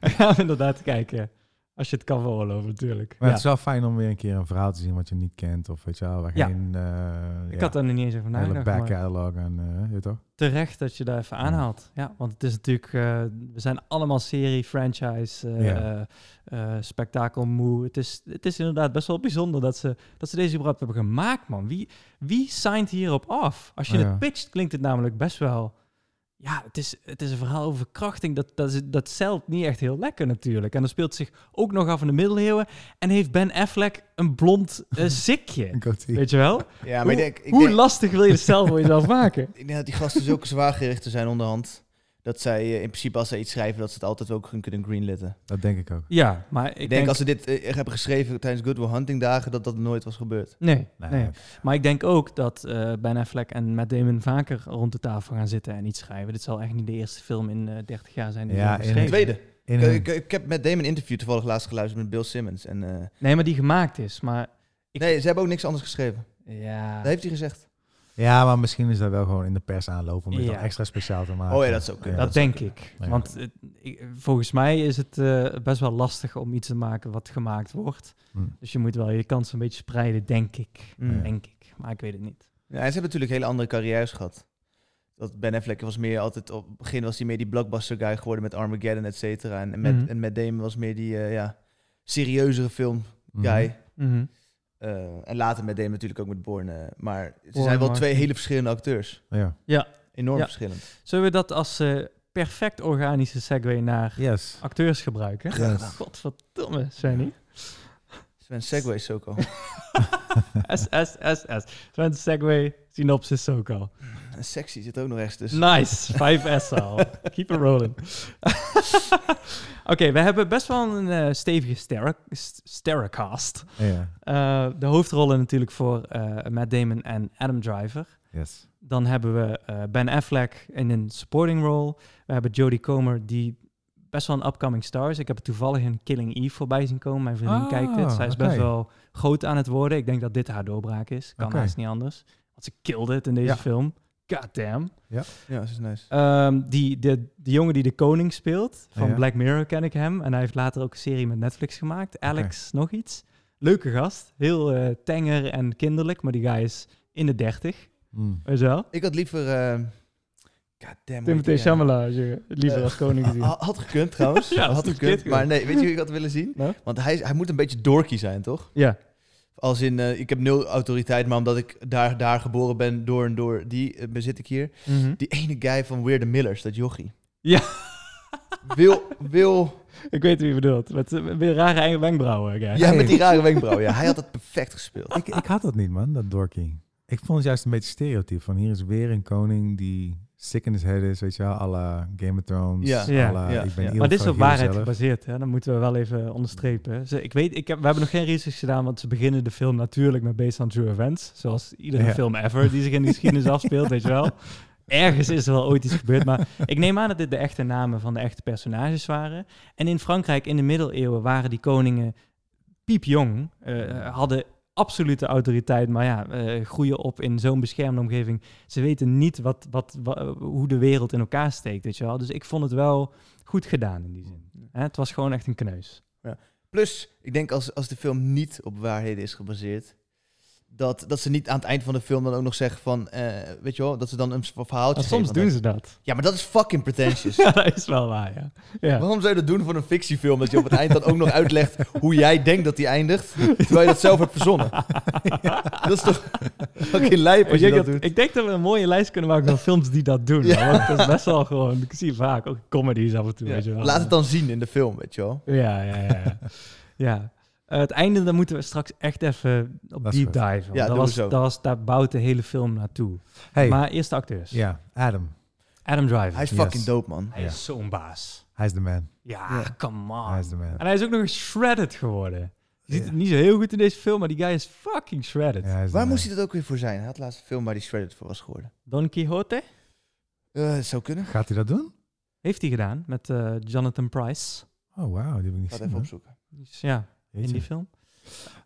Speaker 1: en gaan we inderdaad kijken. Als je het kan veroorloven, natuurlijk. Ja.
Speaker 2: Maar het is wel fijn om weer een keer een verhaal te zien wat je niet kent, of weet je wel, waar
Speaker 1: Ja.
Speaker 2: geen... eh,
Speaker 1: Ik
Speaker 2: ja,
Speaker 1: had er niet eens over
Speaker 2: hele
Speaker 1: nagedacht.
Speaker 2: back
Speaker 1: maar
Speaker 2: catalog en, eh, weet je toch?
Speaker 1: Terecht dat je daar even
Speaker 2: Ja.
Speaker 1: aanhaalt. Ja, want het is natuurlijk... eh, we zijn allemaal serie, franchise, eh
Speaker 2: Ja.
Speaker 1: eh, eh, spektakel, moe. Het is, het is inderdaad best wel bijzonder dat ze, dat ze deze überhaupt hebben gemaakt, man. Wie, wie signed hierop af? Als je
Speaker 2: Ja.
Speaker 1: het pitcht, klinkt het namelijk best wel... Ja, het is, het is een verhaal over verkrachting. Dat, dat, is, dat zelt niet echt heel lekker natuurlijk. En dat speelt zich ook nog af in de middeleeuwen. En heeft Ben Affleck een blond eh, zikje.
Speaker 2: Een goatee.
Speaker 1: Weet je wel?
Speaker 3: Ja, maar
Speaker 1: hoe
Speaker 3: ik denk, ik,
Speaker 1: hoe
Speaker 3: denk,
Speaker 1: lastig wil je het zelf voor jezelf maken?
Speaker 3: ik denk dat die gasten zulke zwaargerichten zijn onderhand. Dat zij eh, in principe als zij iets schrijven, dat ze het altijd ook hun kunnen greenlitten. Ik,
Speaker 2: Dat denk ik ook.
Speaker 1: Ja, maar ik,
Speaker 3: denk, als ze dit eh, hebben geschreven tijdens Good Will Hunting dagen, dat dat nooit was gebeurd.
Speaker 1: Nee,
Speaker 2: Nee,
Speaker 1: nee. Maar ik denk ook dat eh, Ben Affleck en Matt Damon vaker rond de tafel gaan zitten en iets schrijven. Dit zal echt niet de eerste film in eh 30 jaar zijn die
Speaker 2: Ja,
Speaker 1: ze
Speaker 2: in
Speaker 1: hebben
Speaker 2: het
Speaker 1: geschreven.
Speaker 3: Tweede,
Speaker 2: In
Speaker 3: ik,
Speaker 2: hun-
Speaker 3: ik, ik heb met Damon een interview toevallig laatst geluisterd met Bill Simmons. En, eh,
Speaker 1: Nee, maar die gemaakt is. Maar Ik-
Speaker 3: nee, ze hebben ook niks anders geschreven.
Speaker 1: ja,
Speaker 3: Dat heeft hij gezegd.
Speaker 2: Ja, maar misschien is dat wel gewoon in de pers aanlopen om het
Speaker 1: Ja.
Speaker 2: dan extra speciaal te maken.
Speaker 3: Oh ja, dat zou kunnen.
Speaker 1: dat,
Speaker 2: Ja.
Speaker 3: is
Speaker 1: denk
Speaker 3: ook-
Speaker 1: ik.
Speaker 2: Ja.
Speaker 1: Want het- ik- volgens mij is het eh, best wel lastig om iets te maken wat gemaakt wordt.
Speaker 2: Hm.
Speaker 1: Dus je moet wel je kans een beetje spreiden, denk ik.
Speaker 3: Mm.
Speaker 2: Ja.
Speaker 1: Denk ik. Maar ik weet het niet.
Speaker 3: Ja, en ze hebben natuurlijk hele andere carrières gehad. Dat Ben Affleck was meer altijd... Op het begin was hij meer die blockbuster guy geworden met Armageddon, et cetera. En, en, met,
Speaker 1: Mhm.
Speaker 3: en met Damon was meer die eh, ja, serieuzere film
Speaker 2: Mhm.
Speaker 3: guy.
Speaker 1: Mhm.
Speaker 3: Eh, en later met Damon natuurlijk ook met Bourne. eh, maar ze
Speaker 1: Bourne,
Speaker 3: zijn wel twee
Speaker 1: Martin.
Speaker 3: hele verschillende acteurs.
Speaker 2: Ja.
Speaker 3: Enorm
Speaker 1: Ja.
Speaker 3: verschillend.
Speaker 1: Zullen we dat als eh, perfect organische segue naar
Speaker 2: Yes.
Speaker 1: acteurs gebruiken?
Speaker 2: Graag gedaan.
Speaker 1: Godverdomme, Sunny.
Speaker 3: Sven Segways ook al.
Speaker 1: S, S, S, S. Sven segue, synopsis ook al.
Speaker 3: en sexy zit ook nog rechts tussen.
Speaker 1: Nice, 5S al. Dus- Keep it rolling. Oké, we hebben best wel een eh, stevige sterre- st- sterrecast.
Speaker 2: Ja.
Speaker 1: Eh, de hoofdrollen natuurlijk voor eh, Matt Damon en Adam Driver.
Speaker 2: Yes.
Speaker 1: Dan hebben we eh, Ben Affleck in een supporting role. We hebben Jodie Comer, die best wel een upcoming star is. Ik heb toevallig een Killing Eve voorbij zien komen. Mijn vriendin
Speaker 2: Ah,
Speaker 1: kijkt dit. Zij is best
Speaker 2: oké.
Speaker 1: wel groot aan het worden. Ik denk dat dit haar doorbraak is. Kan
Speaker 2: Oké.
Speaker 1: haast niet anders. Want ze killde het in deze
Speaker 2: Ja.
Speaker 1: film. God damn. Nou-
Speaker 3: Ja, dat is nice.
Speaker 1: Ehm, die, de, de jongen die de koning speelt van
Speaker 2: Ah, ja.
Speaker 1: Black Mirror ken ik hem. En hij heeft later ook een serie met Netflix gemaakt. Alex nog iets. Leuke gast. Heel eh, tenger en kinderlijk. Maar die guy is in de dertig.
Speaker 2: Mm.
Speaker 1: Weet je wel?
Speaker 3: Ik had liever... eh God damn, hoe
Speaker 1: Timothée
Speaker 3: heet die, ja?
Speaker 1: Shamala als je liever
Speaker 3: Eh,
Speaker 1: als koning gezien.
Speaker 3: Ha- Had gekund trouwens.
Speaker 1: Ja,
Speaker 3: had
Speaker 1: had
Speaker 3: gekund.
Speaker 1: gekund, ja.
Speaker 3: Maar nee, weet je wie ik had willen zien?
Speaker 1: Nou?
Speaker 3: Want hij, is- hij moet een beetje dorky zijn, toch?
Speaker 1: Ja.
Speaker 3: Als in, eh, ik heb nul autoriteit, maar omdat ik daar, daar geboren ben, door en door, die eh, bezit ik hier.
Speaker 1: Mhm.
Speaker 3: Die ene guy van Weird the Millers, dat jochie.
Speaker 1: Ja.
Speaker 3: Wil, wil...
Speaker 1: Ik weet wie je bedoelt. Met, eh, weer rare eigen wenkbrauwen. guy.
Speaker 3: Ja, met die rare wenkbrauw. Ja, hij had dat perfect gespeeld.
Speaker 2: Ik, ik had dat niet, man, dat dorky. Ik vond het juist een beetje stereotyp. Van hier is weer een koning die sick in his head is, weet je wel, à la Game of Thrones.
Speaker 3: Ja.
Speaker 1: Ja.
Speaker 2: à la
Speaker 3: Ja.
Speaker 2: Ik ben
Speaker 3: Ja.
Speaker 2: heel
Speaker 1: Maar dit is
Speaker 2: veel
Speaker 1: op
Speaker 2: hier
Speaker 1: waarheid
Speaker 2: zelf.
Speaker 1: gebaseerd. Hè? Dat moeten we wel even onderstrepen. Ze, ik weet, ik heb, we hebben nog geen research gedaan, want ze beginnen de film natuurlijk met Based on True Events. Zoals iedere
Speaker 2: Ja.
Speaker 1: film ever die zich in de geschiedenis afspeelt, weet je wel. Ergens is er wel ooit iets gebeurd. Maar ik neem aan dat dit de echte namen van de echte personages waren. En in Frankrijk in de middeleeuwen waren die koningen piepjong. eh, hadden absolute autoriteit, maar ja, eh, groeien op in zo'n beschermde omgeving. Ze weten niet wat, wat, wa- hoe de wereld in elkaar steekt, weet je wel. Dus ik vond het wel goed gedaan in die zin. Hè, het was gewoon echt een kneus.
Speaker 3: Plus, ik denk als, als de film niet op waarheden is gebaseerd, dat, dat ze niet aan het eind van de film dan ook nog zeggen van, eh, weet je wel, dat ze dan een verhaaltje
Speaker 1: Maar soms
Speaker 3: geven.
Speaker 1: doen ze dat.
Speaker 3: Ja, maar dat is fucking pretentious.
Speaker 1: Ja, dat is wel waar, ja. ja.
Speaker 3: Waarom zou je dat doen voor een fictiefilm? Dat je op het eind dan ook nog uitlegt hoe jij denkt dat die eindigt. Terwijl je dat zelf hebt verzonnen. Dat is toch fucking lijp als
Speaker 1: Ik
Speaker 3: je
Speaker 1: denk,
Speaker 3: dat
Speaker 1: dat,
Speaker 3: doet.
Speaker 1: ik denk dat we een mooie lijst kunnen maken van films die dat doen.
Speaker 3: Ja.
Speaker 1: hoor. Want dat is best wel gewoon, ik zie vaak ook comedies af en toe. Weet je wel.
Speaker 3: Laat het dan zien in de film, weet je wel.
Speaker 1: Ja, ja, ja. ja. ja. Eh, het einde, daar moeten we straks echt even op
Speaker 2: Dat is
Speaker 1: deep
Speaker 2: goed.
Speaker 1: dive.
Speaker 3: Ja,
Speaker 1: dat
Speaker 3: doen we
Speaker 1: was,
Speaker 3: zo.
Speaker 1: dat was, daar bouwt de hele film naartoe.
Speaker 2: Hey,
Speaker 1: Maar eerst de acteurs.
Speaker 2: ja, Adam,
Speaker 1: Adam Driver.
Speaker 3: Hij
Speaker 1: Hij
Speaker 3: is
Speaker 1: is,
Speaker 3: fucking
Speaker 2: Yes.
Speaker 3: dope, man.
Speaker 2: Ja.
Speaker 1: zo'n baas.
Speaker 2: hij is de man.
Speaker 1: Ja,
Speaker 3: Ja.
Speaker 1: come on.
Speaker 2: Hij is de man.
Speaker 1: En hij is ook nog eens shredded geworden. Je ziet
Speaker 2: Ja.
Speaker 1: het niet zo heel goed in deze film, maar die guy is fucking shredded.
Speaker 2: Ja, hij is de
Speaker 3: Waar
Speaker 2: man.
Speaker 3: moest hij dat ook weer voor zijn? Hij had laatst een film waar hij shredded voor was geworden.
Speaker 1: Don Quixote
Speaker 3: Eh, zou kunnen.
Speaker 2: Gaat hij dat doen?
Speaker 1: heeft hij gedaan met eh, Jonathan Price.
Speaker 2: Oh, wauw, die heb ik niet
Speaker 3: Ik ga het
Speaker 2: gezien.
Speaker 3: even
Speaker 2: man.
Speaker 3: opzoeken.
Speaker 1: Dus ja, in
Speaker 2: Jeetje.
Speaker 1: die film.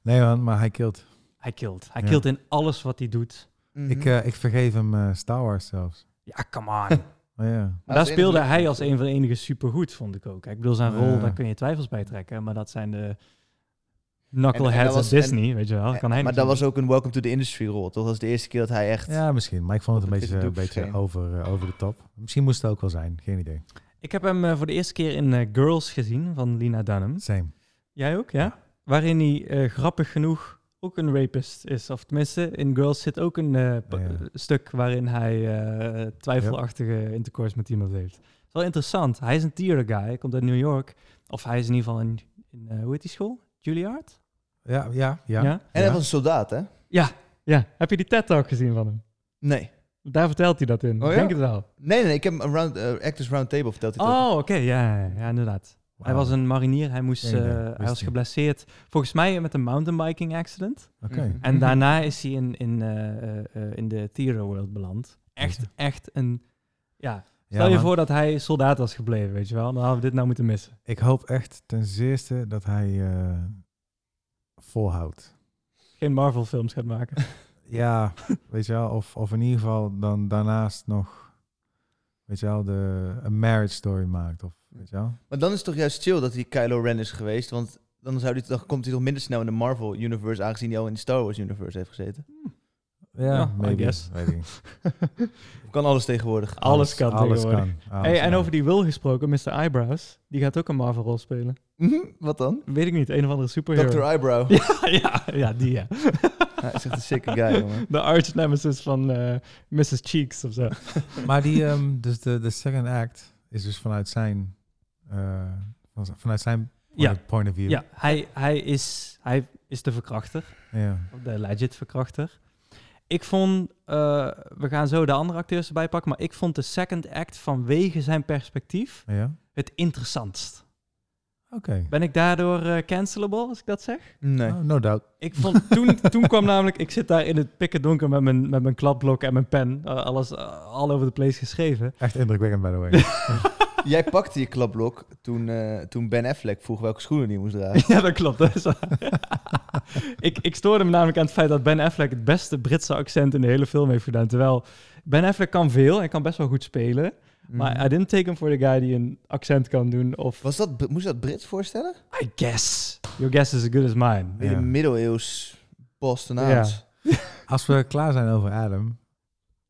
Speaker 2: Nee, man, maar hij kilt.
Speaker 1: Hij kilt. Hij
Speaker 2: Ja.
Speaker 1: kilt in alles wat hij doet.
Speaker 3: Mhm.
Speaker 2: Ik, eh, ik vergeef hem eh, Star Wars zelfs.
Speaker 1: Ja, come on.
Speaker 2: Maar ja.
Speaker 1: Maar daar
Speaker 3: Als enige-
Speaker 1: speelde hij als een van de enige supergoed, vond ik ook. Ik bedoel, zijn rol,
Speaker 2: Ja.
Speaker 1: daar kun je twijfels bij trekken. Maar dat zijn de
Speaker 3: En- en
Speaker 1: knuckleheads en,
Speaker 3: dat was-
Speaker 1: Disney, weet je wel. Dat kan hij
Speaker 3: maar
Speaker 1: niet
Speaker 3: dat
Speaker 1: doen.
Speaker 3: was ook een Welcome to the Industry rol. Toch? Dat was de eerste keer dat hij echt...
Speaker 2: ja, misschien. Maar ik vond het
Speaker 3: Op
Speaker 2: een
Speaker 3: een
Speaker 2: beetje, een
Speaker 3: witte doek
Speaker 2: beetje
Speaker 3: verscheen.
Speaker 2: over, eh, over de top. Misschien moest het ook wel zijn. Geen idee.
Speaker 1: Ik heb hem eh, voor de eerste keer in eh, Girls gezien, van Lina Dunham.
Speaker 2: Same.
Speaker 1: Jij ook, ja? Waarin hij eh, grappig genoeg ook een rapist is. Of tenminste, in Girls zit ook een eh, pa-
Speaker 2: Ja.
Speaker 1: stuk waarin hij eh, twijfelachtige intercourse met iemand heeft. Het is wel interessant. Hij is een theater guy, hij komt uit New York. Of hij is in ieder geval in, in eh, hoe heet die school? Juilliard?
Speaker 2: Ja, ja, ja.
Speaker 1: Ja?
Speaker 3: En hij
Speaker 2: Ja.
Speaker 3: was een soldaat, hè?
Speaker 1: Ja. Heb je die TED-talk gezien van hem?
Speaker 3: Nee.
Speaker 1: Daar vertelt hij dat in.
Speaker 3: Oh, ja?
Speaker 1: Denk het wel.
Speaker 3: Nee, nee, nee, ik heb hem een round, eh, Actors Roundtable verteld. dit ook.
Speaker 1: Oh, oké. Ja, ja, ja, inderdaad. Hij
Speaker 2: Wauw.
Speaker 1: was een marinier. Hij, moest,
Speaker 2: Geen idee,
Speaker 1: eh,
Speaker 2: wist
Speaker 1: hij was
Speaker 2: niet.
Speaker 1: geblesseerd. Volgens mij met een mountainbiking accident.
Speaker 2: Oké.
Speaker 3: Mhm.
Speaker 1: En daarna is hij in, in, eh, eh, eh, in de theater world beland. Echt,
Speaker 2: Jeetje.
Speaker 1: echt een... Ja,
Speaker 2: Ja,
Speaker 1: stel je
Speaker 2: man.
Speaker 1: voor dat hij soldaat was gebleven, weet je wel. Dan hadden we dit nou moeten missen.
Speaker 2: Ik hoop echt ten zeerste dat hij eh, volhoudt.
Speaker 1: Geen Marvel films gaat maken.
Speaker 2: Ja, weet je wel. Of, of in ieder geval dan daarnaast nog, weet je wel, de, een marriage story maakt. Of, weet je wel.
Speaker 3: Maar dan is het toch juist chill dat hij Kylo Ren is geweest. Want dan, zou die, dan komt hij toch minder snel in de Marvel Universe, aangezien hij al in de Star Wars Universe heeft gezeten.
Speaker 1: Ja,
Speaker 2: Ja,
Speaker 1: I
Speaker 2: maybe.
Speaker 1: guess.
Speaker 2: Weet ik niet.
Speaker 3: Kan alles tegenwoordig.
Speaker 1: Alles kan
Speaker 2: Alles
Speaker 1: tegenwoordig.
Speaker 2: kan. Alles
Speaker 1: Hey, en
Speaker 2: kan.
Speaker 1: over die wil gesproken, Mr. Eyebrows, die gaat ook een Marvel-rol spelen.
Speaker 3: Mhm, Wat dan?
Speaker 1: Weet ik niet, een of andere superhero.
Speaker 3: Dr. Eyebrow.
Speaker 1: Ja, ja, ja, die ja.
Speaker 3: Hij is echt een sick guy, jongen.
Speaker 1: De arch nemesis van eh, Mrs. Cheeks of zo.
Speaker 2: Maar die, ehm, dus de, de second act is dus vanuit zijn, eh, van z- vanuit zijn
Speaker 1: Ja.
Speaker 2: point- point of view.
Speaker 1: Ja, hij, hij, is, hij is de verkrachter,
Speaker 2: Ja.
Speaker 1: of de legit verkrachter. Ik vond, eh, we gaan zo de andere acteurs erbij pakken, maar ik vond de second act vanwege zijn perspectief
Speaker 2: Ja?
Speaker 1: het interessantst.
Speaker 2: Oké.
Speaker 1: Ben ik daardoor eh, cancelable, als ik dat zeg?
Speaker 3: Nee.
Speaker 2: Oh, no doubt.
Speaker 1: Ik vond toen, toen kwam namelijk, ik zit daar in het pikken donker met mijn, met mijn kladblok en mijn pen, eh, alles eh, all over the place geschreven.
Speaker 2: Echt indrukwekkend, by the way.
Speaker 3: Jij pakte je klapblok toen, eh, toen Ben Affleck vroeg welke schoenen hij moest dragen.
Speaker 1: Ja, dat klopt. Dat is waar. ik, ik stoorde me namelijk aan het feit dat Ben Affleck het beste Britse accent in de hele film heeft gedaan. Terwijl Ben Affleck kan veel en kan best wel goed spelen. Maar ah, I didn't take him for the guy die een accent kan doen. Of
Speaker 3: Mhm. Was dat, moest je dat Brits voorstellen?
Speaker 1: I guess. Your guess is as good as mine.
Speaker 3: Weer
Speaker 2: Ja.
Speaker 3: de middeleeuws Bostonaans.
Speaker 1: Ja.
Speaker 2: Als we klaar zijn over Adam,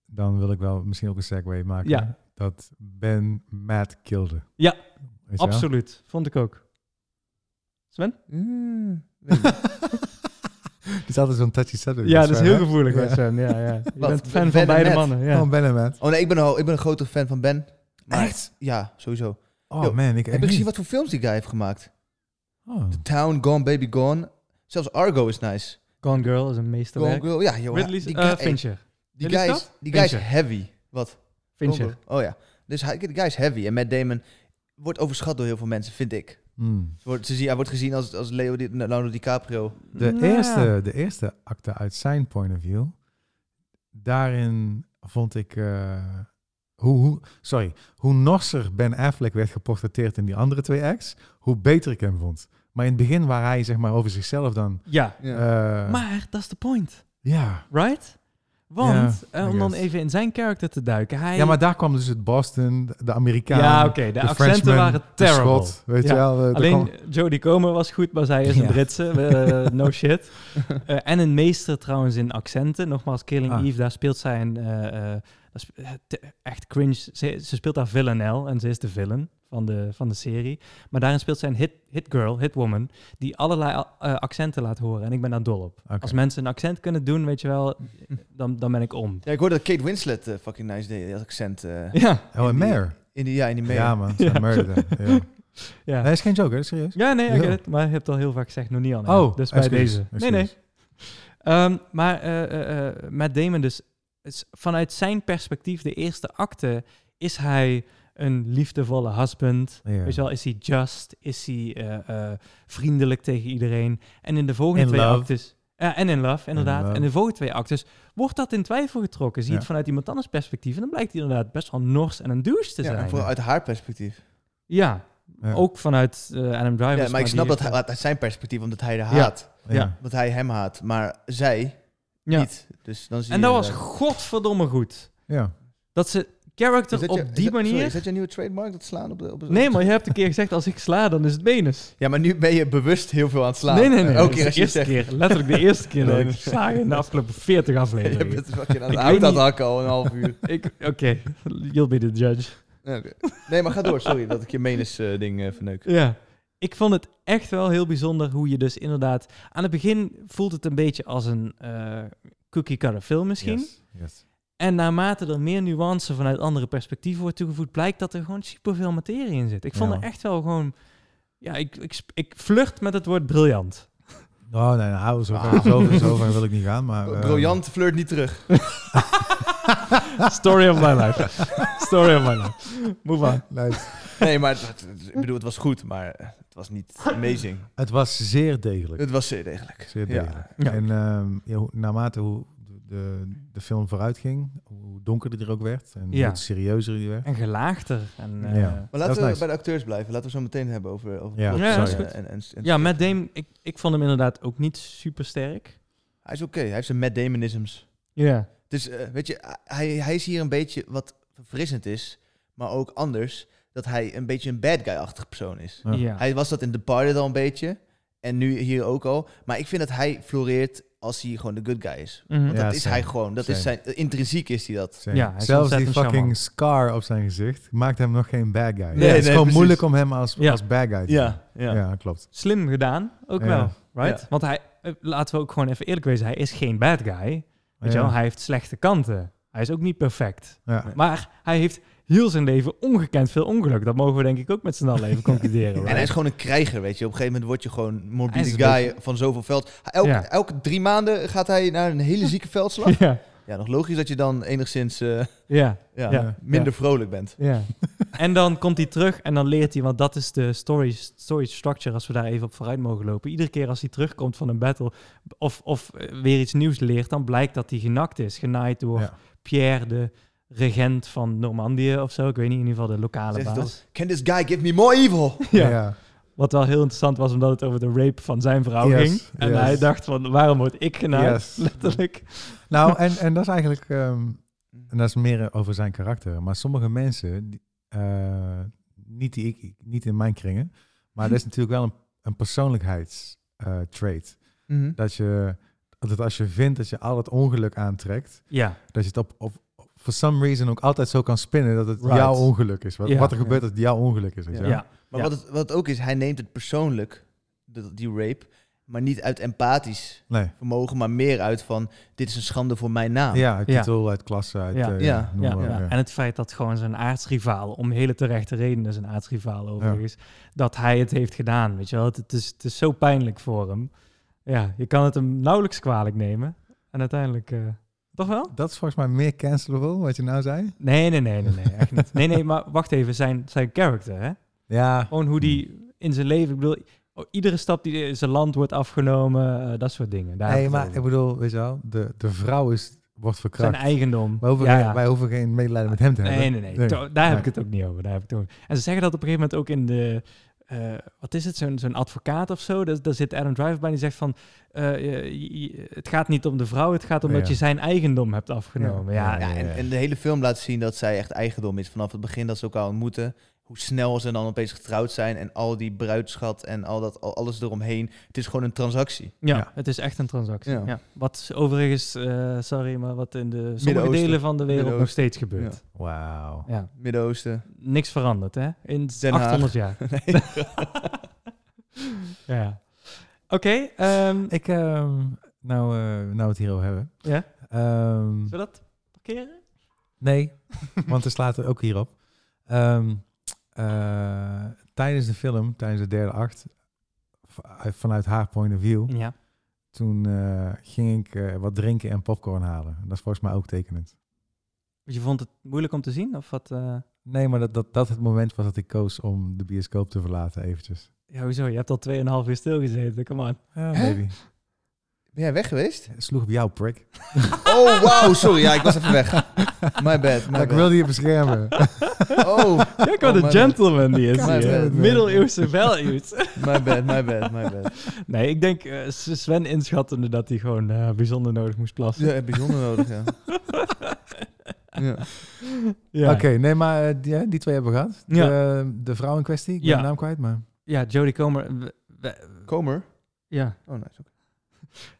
Speaker 2: dan wil ik wel misschien ook een segue maken.
Speaker 1: Ja.
Speaker 2: Dat Ben Matt kilde.
Speaker 1: Ja,
Speaker 2: Weet je wel?
Speaker 1: Absoluut. Vond ik ook. Sven?
Speaker 3: Mm, weet ik niet.
Speaker 2: Het is altijd zo'n touchy subject.
Speaker 1: Ja,
Speaker 2: met
Speaker 1: dat is
Speaker 2: Sven,
Speaker 1: heel
Speaker 2: hè?
Speaker 1: gevoelig
Speaker 2: Ja.
Speaker 1: met Sven. Ja, ja. Je
Speaker 3: Wat?
Speaker 1: bent fan
Speaker 3: Ben
Speaker 1: van
Speaker 3: en
Speaker 1: beide
Speaker 3: Matt.
Speaker 1: mannen. Ja.
Speaker 2: Gewoon Ben en Matt.
Speaker 3: Oh nee, ik ben, al, ik ben een grote fan van Ben. Maar- Ja, sowieso.
Speaker 2: Oh
Speaker 3: Yo,
Speaker 2: man, ik
Speaker 3: Heb je gezien
Speaker 2: niet.
Speaker 3: wat voor films die guy heeft gemaakt?
Speaker 2: Oh.
Speaker 3: The Town, Gone Baby Gone. Zelfs Argo is nice.
Speaker 1: Gone Girl is een meesterwerk.
Speaker 3: Gone Girl, ja jongen.
Speaker 1: Ridley's,
Speaker 3: die
Speaker 1: eh,
Speaker 3: guy,
Speaker 1: Fincher.
Speaker 3: die
Speaker 1: Ridley
Speaker 3: guy is,
Speaker 1: Scott?
Speaker 3: die guy is
Speaker 1: Fincher.
Speaker 3: heavy. Wat?
Speaker 1: Fincher.
Speaker 3: Gone Girl. Oh ja. Dus hij, die guy is heavy. En Matt Damon wordt overschat door heel veel mensen, vind ik.
Speaker 2: Hmm.
Speaker 3: Ze wordt- ze zien- hij wordt gezien als, als Leo Di, Leonardo DiCaprio.
Speaker 2: De,
Speaker 1: Nou.
Speaker 2: eerste, de eerste acte uit zijn point of view, daarin vond ik... eh, hoe, hoe, sorry, hoe norser Ben Affleck werd geportretteerd in die andere twee acts, hoe beter ik hem vond. Maar in het begin waar hij zeg maar over zichzelf dan...
Speaker 1: Ja.
Speaker 2: eh,
Speaker 1: Maar dat is de point.
Speaker 2: ja.
Speaker 1: Right? Want,
Speaker 2: Ja,
Speaker 1: eh,
Speaker 2: I
Speaker 1: om dan
Speaker 2: guess.
Speaker 1: even in zijn karakter te duiken. Hij...
Speaker 2: ja, maar daar kwam dus het Boston, de Amerikaan,
Speaker 1: Ja, oké. de,
Speaker 2: de
Speaker 1: accenten
Speaker 2: Frenchman,
Speaker 1: waren
Speaker 2: de
Speaker 1: terrible.
Speaker 2: Schot, weet
Speaker 1: Ja.
Speaker 2: je wel. eh, daar kwam-
Speaker 1: Alleen Jodie Comer was goed, maar zij is een
Speaker 2: Ja.
Speaker 1: Britse. eh, no shit. Eh, en een meester trouwens in accenten. Nogmaals, Killing
Speaker 2: Ah.
Speaker 1: Eve, daar speelt zij een... eh, eh, dat is, eh, te- echt cringe. Ze, ze speelt daar villanelle en ze is de villain van de, van de serie. Maar daarin speelt zij een hit, hit girl, hit woman, die allerlei eh, accenten laat horen. En ik ben daar dol op.
Speaker 2: Oké.
Speaker 1: Als mensen een accent kunnen doen, weet je wel, dan, dan ben ik om.
Speaker 3: Ja, ik hoorde dat Kate Winslet eh, fucking nice deed. Dat accent. eh,
Speaker 1: Ja,
Speaker 2: Oh, en Mare.
Speaker 3: in die, ja, in die mee.
Speaker 2: Ja man, ja.
Speaker 1: Ja.
Speaker 2: murder. Ja. Nee,
Speaker 1: ja.
Speaker 2: dat is geen joke, hè? serieus.
Speaker 1: Ja, nee, ik
Speaker 2: Ja.
Speaker 1: weet het. Maar je hebt het al heel vaak gezegd, nog niet aan.
Speaker 2: Oh,
Speaker 1: dus bij
Speaker 2: excuus,
Speaker 1: deze. Nee, nee.
Speaker 2: excuus.
Speaker 1: Ehm, maar eh eh, eh, Matt Damon dus, is vanuit zijn perspectief, de eerste acte, is hij een liefdevolle husband.
Speaker 2: Ja.
Speaker 1: Weet je wel, is hij just? Is hij eh, eh, vriendelijk tegen iedereen? En in de volgende
Speaker 2: In
Speaker 1: twee
Speaker 2: love.
Speaker 1: actes... Ja, en in love, inderdaad.
Speaker 2: love.
Speaker 1: En in de volgende twee actes wordt dat in twijfel getrokken. Zie je
Speaker 2: Ja.
Speaker 1: het vanuit iemand anders perspectief. En dan blijkt hij inderdaad best wel nors en een douche te
Speaker 3: Ja, en
Speaker 1: zijn.
Speaker 3: vooral uit haar perspectief.
Speaker 1: Ja,
Speaker 2: Ja.
Speaker 1: ook vanuit eh, Adam Driver.
Speaker 3: Ja, maar ik
Speaker 1: die
Speaker 3: snap dat
Speaker 1: heeft-
Speaker 3: hij, uit zijn perspectief, omdat hij haar
Speaker 1: Ja.
Speaker 3: haat. Dat hij hem haat, maar zij
Speaker 1: Ja.
Speaker 3: niet. Dus dan zie
Speaker 1: En
Speaker 3: je
Speaker 1: dat was
Speaker 3: inderdaad-
Speaker 1: godverdomme goed.
Speaker 2: Ja.
Speaker 1: Dat ze character
Speaker 3: Is dat
Speaker 1: op
Speaker 3: je- is
Speaker 1: die
Speaker 3: dat-
Speaker 1: manier...
Speaker 3: sorry, is dat je nieuwe trademark, dat slaan op de... Op de-
Speaker 1: Nee, maar je hebt een keer gezegd, als ik sla, dan is het benus.
Speaker 3: Ja, maar nu ben je bewust heel veel aan het slaan.
Speaker 1: Nee, nee, nee.
Speaker 3: Elke
Speaker 1: dat is
Speaker 3: keer als
Speaker 1: de
Speaker 3: je het
Speaker 1: eerste
Speaker 3: zegt,
Speaker 1: keer. Letterlijk de eerste keer dat
Speaker 3: Nee,
Speaker 1: ik
Speaker 3: nee.
Speaker 1: sla in de afgelopen 40
Speaker 3: je
Speaker 1: afleveringen.
Speaker 3: bent fucking aan
Speaker 1: Ik
Speaker 3: het
Speaker 1: weet
Speaker 3: uit aan het
Speaker 1: niet.
Speaker 3: hakken al een half uur.
Speaker 1: Ik- Oké, you'll be the judge.
Speaker 3: Nee, oké. Nee, maar ga door. Sorry dat ik je menus eh, ding eh, verneuk.
Speaker 1: Ja. Ik vond het echt wel heel bijzonder hoe je dus inderdaad... Aan het begin voelt het een beetje als een eh, cookie-cutter film misschien.
Speaker 2: Yes. Yes.
Speaker 1: En naarmate er meer nuance vanuit andere perspectieven wordt toegevoegd, blijkt dat er gewoon superveel materie in zit. Ik vond
Speaker 2: Ja.
Speaker 1: er echt wel gewoon. Ja, ik, ik, sp- ik flirt met het woord briljant.
Speaker 2: Oh nee, nou, zo ver,
Speaker 3: Ah.
Speaker 2: zo, ver- zo ver wil ik niet gaan. Maar, eh,
Speaker 3: Briljant flirt niet terug.
Speaker 1: Story of my life. Story of my life. Move on.
Speaker 2: luister,
Speaker 3: Nee, maar het- het- ik bedoel, het was goed, maar eh, het was niet amazing.
Speaker 2: het was zeer degelijk.
Speaker 3: Het was zeer degelijk.
Speaker 2: Zeer
Speaker 3: Ja.
Speaker 2: degelijk.
Speaker 1: Ja.
Speaker 2: En ehm, ja, hoe- naarmate hoe de- de, de film vooruit ging, hoe donkerder die er ook werd en
Speaker 1: Ja.
Speaker 2: hoe serieuzer die werd.
Speaker 1: En gelaagter. En, eh,
Speaker 2: Ja.
Speaker 1: ja.
Speaker 3: Maar
Speaker 2: Dat is
Speaker 3: laten we
Speaker 2: nice.
Speaker 3: bij de acteurs blijven. Laten we zo meteen hebben over... over
Speaker 2: Ja,
Speaker 3: plot
Speaker 1: Ja, dat is
Speaker 3: en-
Speaker 1: goed.
Speaker 3: en- en- en-
Speaker 1: Matt Damon, ik, ik vond hem inderdaad ook niet super sterk.
Speaker 3: Hij is oké. Hij heeft zijn Matt Damonisms.
Speaker 1: Ja.
Speaker 3: Dus eh, weet je, hij, hij is hier een beetje wat verfrissend is, maar ook anders, dat hij een beetje een bad guy-achtig persoon is.
Speaker 2: Ja.
Speaker 1: Ja.
Speaker 3: Hij was dat in Departed al een beetje, en nu hier ook al. Maar ik vind dat hij floreert als hij gewoon de good guy is.
Speaker 1: Mhm.
Speaker 3: Want
Speaker 2: Ja,
Speaker 3: dat is
Speaker 2: same.
Speaker 3: hij gewoon. Dat is
Speaker 2: Same.
Speaker 3: zijn, eh, intrinsiek is hij dat.
Speaker 2: Same.
Speaker 1: Ja, hij is
Speaker 2: Zelfs die
Speaker 1: ontzettend
Speaker 2: fucking scar op zijn gezicht maakt hem nog geen bad guy. het
Speaker 3: nee,
Speaker 2: is gewoon
Speaker 3: precies.
Speaker 2: moeilijk om hem als,
Speaker 1: Ja.
Speaker 2: als bad guy te
Speaker 1: Ja,
Speaker 2: doen.
Speaker 1: ja.
Speaker 2: ja, klopt.
Speaker 1: Slim gedaan, ook
Speaker 2: Ja.
Speaker 1: wel. Right?
Speaker 3: Ja.
Speaker 1: Want hij, eh, laten we ook gewoon even eerlijk wezen, hij is geen bad guy. Weet je
Speaker 2: Ja.
Speaker 1: wel? Hij heeft slechte kanten. Hij is ook niet perfect.
Speaker 2: Ja.
Speaker 1: Maar hij heeft heel zijn leven ongekend veel ongeluk. Dat mogen we denk ik ook met z'n allen even concluderen. right?
Speaker 3: En hij is gewoon een krijger, weet je. Op een gegeven moment word je gewoon morbide
Speaker 1: Hij is
Speaker 3: guy
Speaker 1: een
Speaker 3: van zoveel veld. Elke,
Speaker 1: Ja.
Speaker 3: elke drie maanden gaat hij naar een hele zieke veldslag.
Speaker 1: Ja,
Speaker 3: Ja, nog logisch dat je dan enigszins eh,
Speaker 1: ja,
Speaker 3: ja,
Speaker 1: Ja.
Speaker 3: minder vrolijk bent.
Speaker 1: ja. en dan komt hij terug en dan leert hij, want dat is de story, story structure als we daar even op vooruit mogen lopen. Iedere keer als hij terugkomt van een battle of, of eh, weer iets nieuws leert, dan blijkt dat hij genakt is. Genaaid door
Speaker 2: Ja.
Speaker 1: Pierre, de regent van Normandië of zo. Ik weet niet, in ieder geval de lokale
Speaker 3: Zegt hij
Speaker 1: baas.
Speaker 3: toch, Can this guy give me more evil?
Speaker 1: Ja.
Speaker 2: ja.
Speaker 1: Wat wel heel interessant was, omdat het over de rape van zijn vrouw
Speaker 2: Yes,
Speaker 1: ging. En
Speaker 2: yes.
Speaker 1: hij dacht van, waarom word ik genaaid?
Speaker 2: Yes.
Speaker 1: Letterlijk.
Speaker 2: Nou, en, en dat is eigenlijk, ehm, en dat is meer eh, over zijn karakter. Maar sommige mensen, die, eh, niet, die ik, niet in mijn kringen, maar dat is natuurlijk wel een, een persoonlijkheidstrait.
Speaker 3: Mhm.
Speaker 2: dat je, dat als je vindt dat je al het ongeluk aantrekt,
Speaker 1: Ja,
Speaker 2: dat je het op, op, op- for some reason ook altijd zo kan spinnen dat het
Speaker 1: Right.
Speaker 2: jouw ongeluk is. Wat,
Speaker 1: Ja.
Speaker 2: wat er gebeurt als het jouw ongeluk is. Weet je
Speaker 1: ja.
Speaker 2: wel?
Speaker 1: Ja.
Speaker 3: Maar wat, het, wat het ook is, hij neemt het persoonlijk, de- die rape, maar niet uit empathisch
Speaker 2: Nee.
Speaker 3: vermogen, maar meer uit van, dit is een schande voor mijn naam.
Speaker 2: Ja, uit
Speaker 1: Ja.
Speaker 2: titel, uit klasse, uit...
Speaker 1: Ja.
Speaker 2: eh,
Speaker 3: Ja.
Speaker 2: noem
Speaker 1: Ja,
Speaker 2: maar op,
Speaker 3: ja.
Speaker 2: ja.
Speaker 1: En het feit dat gewoon zijn aardsrivaal, om hele terechte redenen zijn aardsrivaal overigens, dat hij het heeft gedaan. Weet je wel, het, het is, het is zo pijnlijk voor hem. Ja, je kan het hem nauwelijks kwalijk nemen. En uiteindelijk, eh, toch wel?
Speaker 2: Dat is volgens mij meer cancelable, wat je nou zei.
Speaker 1: Nee, nee, nee, nee, nee, echt niet. Nee, nee, maar wacht even, zijn, zijn character, hè?
Speaker 2: Ja,
Speaker 1: Gewoon hoe
Speaker 2: Hmm.
Speaker 1: die in zijn leven, ik bedoel, oh, iedere stap die zijn land wordt afgenomen, eh, dat soort dingen. Daar
Speaker 2: nee,
Speaker 1: heb ik
Speaker 2: maar
Speaker 1: het
Speaker 2: ik
Speaker 1: over.
Speaker 2: bedoel, weet je wel, de, de vrouw is, wordt
Speaker 1: zijn
Speaker 2: verkracht.
Speaker 1: eigendom.
Speaker 2: Wij hoeven,
Speaker 1: Ja,
Speaker 2: geen,
Speaker 1: ja.
Speaker 2: wij hoeven geen medelijden met hem te
Speaker 1: Nee,
Speaker 2: hebben.
Speaker 1: nee, nee.
Speaker 2: Nee.
Speaker 1: To- daar heb
Speaker 2: Nee.
Speaker 1: ik het ook niet over. Daar heb ik het over. En ze zeggen dat op een gegeven moment ook in de. eh, wat is het? Zo'n zo'n advocaat of zo. Daar, daar zit Adam Driver bij. Die zegt van. eh, je- je- het gaat niet om de vrouw. Het gaat om
Speaker 2: Ja.
Speaker 1: dat je zijn eigendom hebt afgenomen. Ja,
Speaker 2: Ja,
Speaker 1: ja,
Speaker 3: Ja, en, en de hele film laat zien dat zij echt eigendom is vanaf het begin dat ze elkaar ontmoeten. Hoe snel ze dan opeens getrouwd zijn en al die bruidschat en al dat, al- alles eromheen. Het is gewoon een transactie.
Speaker 2: Ja.
Speaker 1: het is echt een transactie.
Speaker 3: Ja.
Speaker 1: Ja. Wat is overigens, eh, sorry, maar wat in de sommige
Speaker 3: Midden-Oosten.
Speaker 1: delen van de wereld nog
Speaker 3: Midden-Oosten.
Speaker 1: steeds gebeurt.
Speaker 2: Wauw.
Speaker 1: Ja.
Speaker 3: Midden-Oosten.
Speaker 1: Niks veranderd, hè? In
Speaker 3: Den Haag.
Speaker 1: 800 jaar.
Speaker 3: Nee.
Speaker 1: ja. Oké, ehm,
Speaker 2: Ik, ehm, nou, eh, nou we het hierover hebben.
Speaker 1: Ja.
Speaker 2: Ehm,
Speaker 1: zullen we dat parkeren?
Speaker 2: nee, want het slaat er ook hierop. Ehm eh, tijdens de film, tijdens de derde act, v- uit- vanuit haar point of view,
Speaker 1: Ja.
Speaker 2: toen eh, ging ik eh, wat drinken en popcorn halen. Dat is volgens mij ook tekenend.
Speaker 1: Je vond het moeilijk om te zien? Of wat? eh?
Speaker 2: Nee, maar dat, dat, dat het moment was dat ik koos om de bioscoop te verlaten eventjes.
Speaker 1: Ja, hoezo? Je hebt al 2,5 uur stilgezeten. Come on.
Speaker 2: Ja, baby.
Speaker 3: Ben jij weg geweest?
Speaker 2: Het Sloeg op jou, prik.
Speaker 3: Oh, wauw. Sorry, ja, ik was even weg. My bad,
Speaker 2: Maar
Speaker 3: my
Speaker 2: ik
Speaker 3: bad.
Speaker 2: wilde je beschermen.
Speaker 3: Oh,
Speaker 1: Kijk wat
Speaker 3: Oh,
Speaker 1: een
Speaker 3: my
Speaker 1: gentleman die is
Speaker 2: God
Speaker 1: hier.
Speaker 3: damn it, man.
Speaker 1: Middeleeuwse values.
Speaker 3: my bad, my bad, my bad.
Speaker 1: nee, ik denk eh, S- Sven inschattende dat hij gewoon eh, bijzonder nodig moest plassen.
Speaker 3: Ja, heb bijzonder nodig, ja. ja.
Speaker 1: Ja.
Speaker 2: Oké, nee, maar eh, die, hè, die twee hebben we gehad.
Speaker 1: Ja.
Speaker 2: De, de vrouw in kwestie, ik ben
Speaker 1: Ja.
Speaker 2: de naam kwijt, maar...
Speaker 1: Ja, Jodie Comer. we- we-
Speaker 3: Komer.
Speaker 1: ja.
Speaker 3: Oh, nice. oké.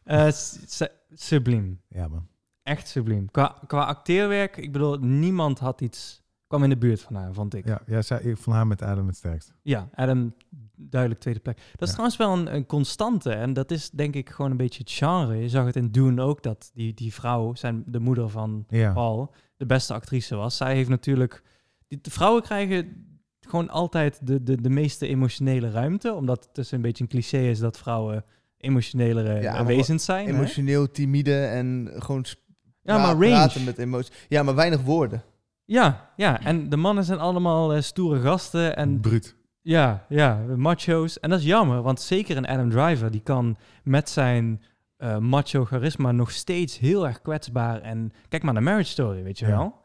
Speaker 1: Eh, s- s- subliem.
Speaker 2: Ja, man.
Speaker 1: Echt subliem. Qua, qua acteerwerk, ik bedoel, niemand had iets... kwam in de buurt van haar, vond ik.
Speaker 2: Ja, ja zij, ik vond haar met Adam het sterkst.
Speaker 1: Ja, Adam, duidelijk tweede plek. Dat is
Speaker 2: Ja.
Speaker 1: trouwens wel een, een constante. En dat is denk ik gewoon een beetje het genre. Je zag het in Dune ook, dat die, die vrouw, zijn, de moeder van
Speaker 2: Ja.
Speaker 1: Paul, de beste actrice was. Zij heeft natuurlijk... Die, de vrouwen krijgen gewoon altijd de, de, de meeste emotionele ruimte. Omdat het dus een beetje een cliché is dat vrouwen emotionelere
Speaker 3: Ja,
Speaker 1: eh,
Speaker 3: maar
Speaker 1: wezens zijn. hè?
Speaker 3: Emotioneel, timide en gewoon sp-
Speaker 1: ja, maar
Speaker 3: pra-
Speaker 1: range.
Speaker 3: praten met emoties. Ja, maar weinig woorden.
Speaker 1: Ja, ja, en de mannen zijn allemaal eh, stoere gasten. En
Speaker 2: Bruut.
Speaker 1: Ja, ja, macho's. En dat is jammer, want zeker een Adam Driver, die kan met zijn eh, macho charisma nog steeds heel erg kwetsbaar. En kijk maar naar Marriage Story, weet je
Speaker 2: Ja.
Speaker 1: wel.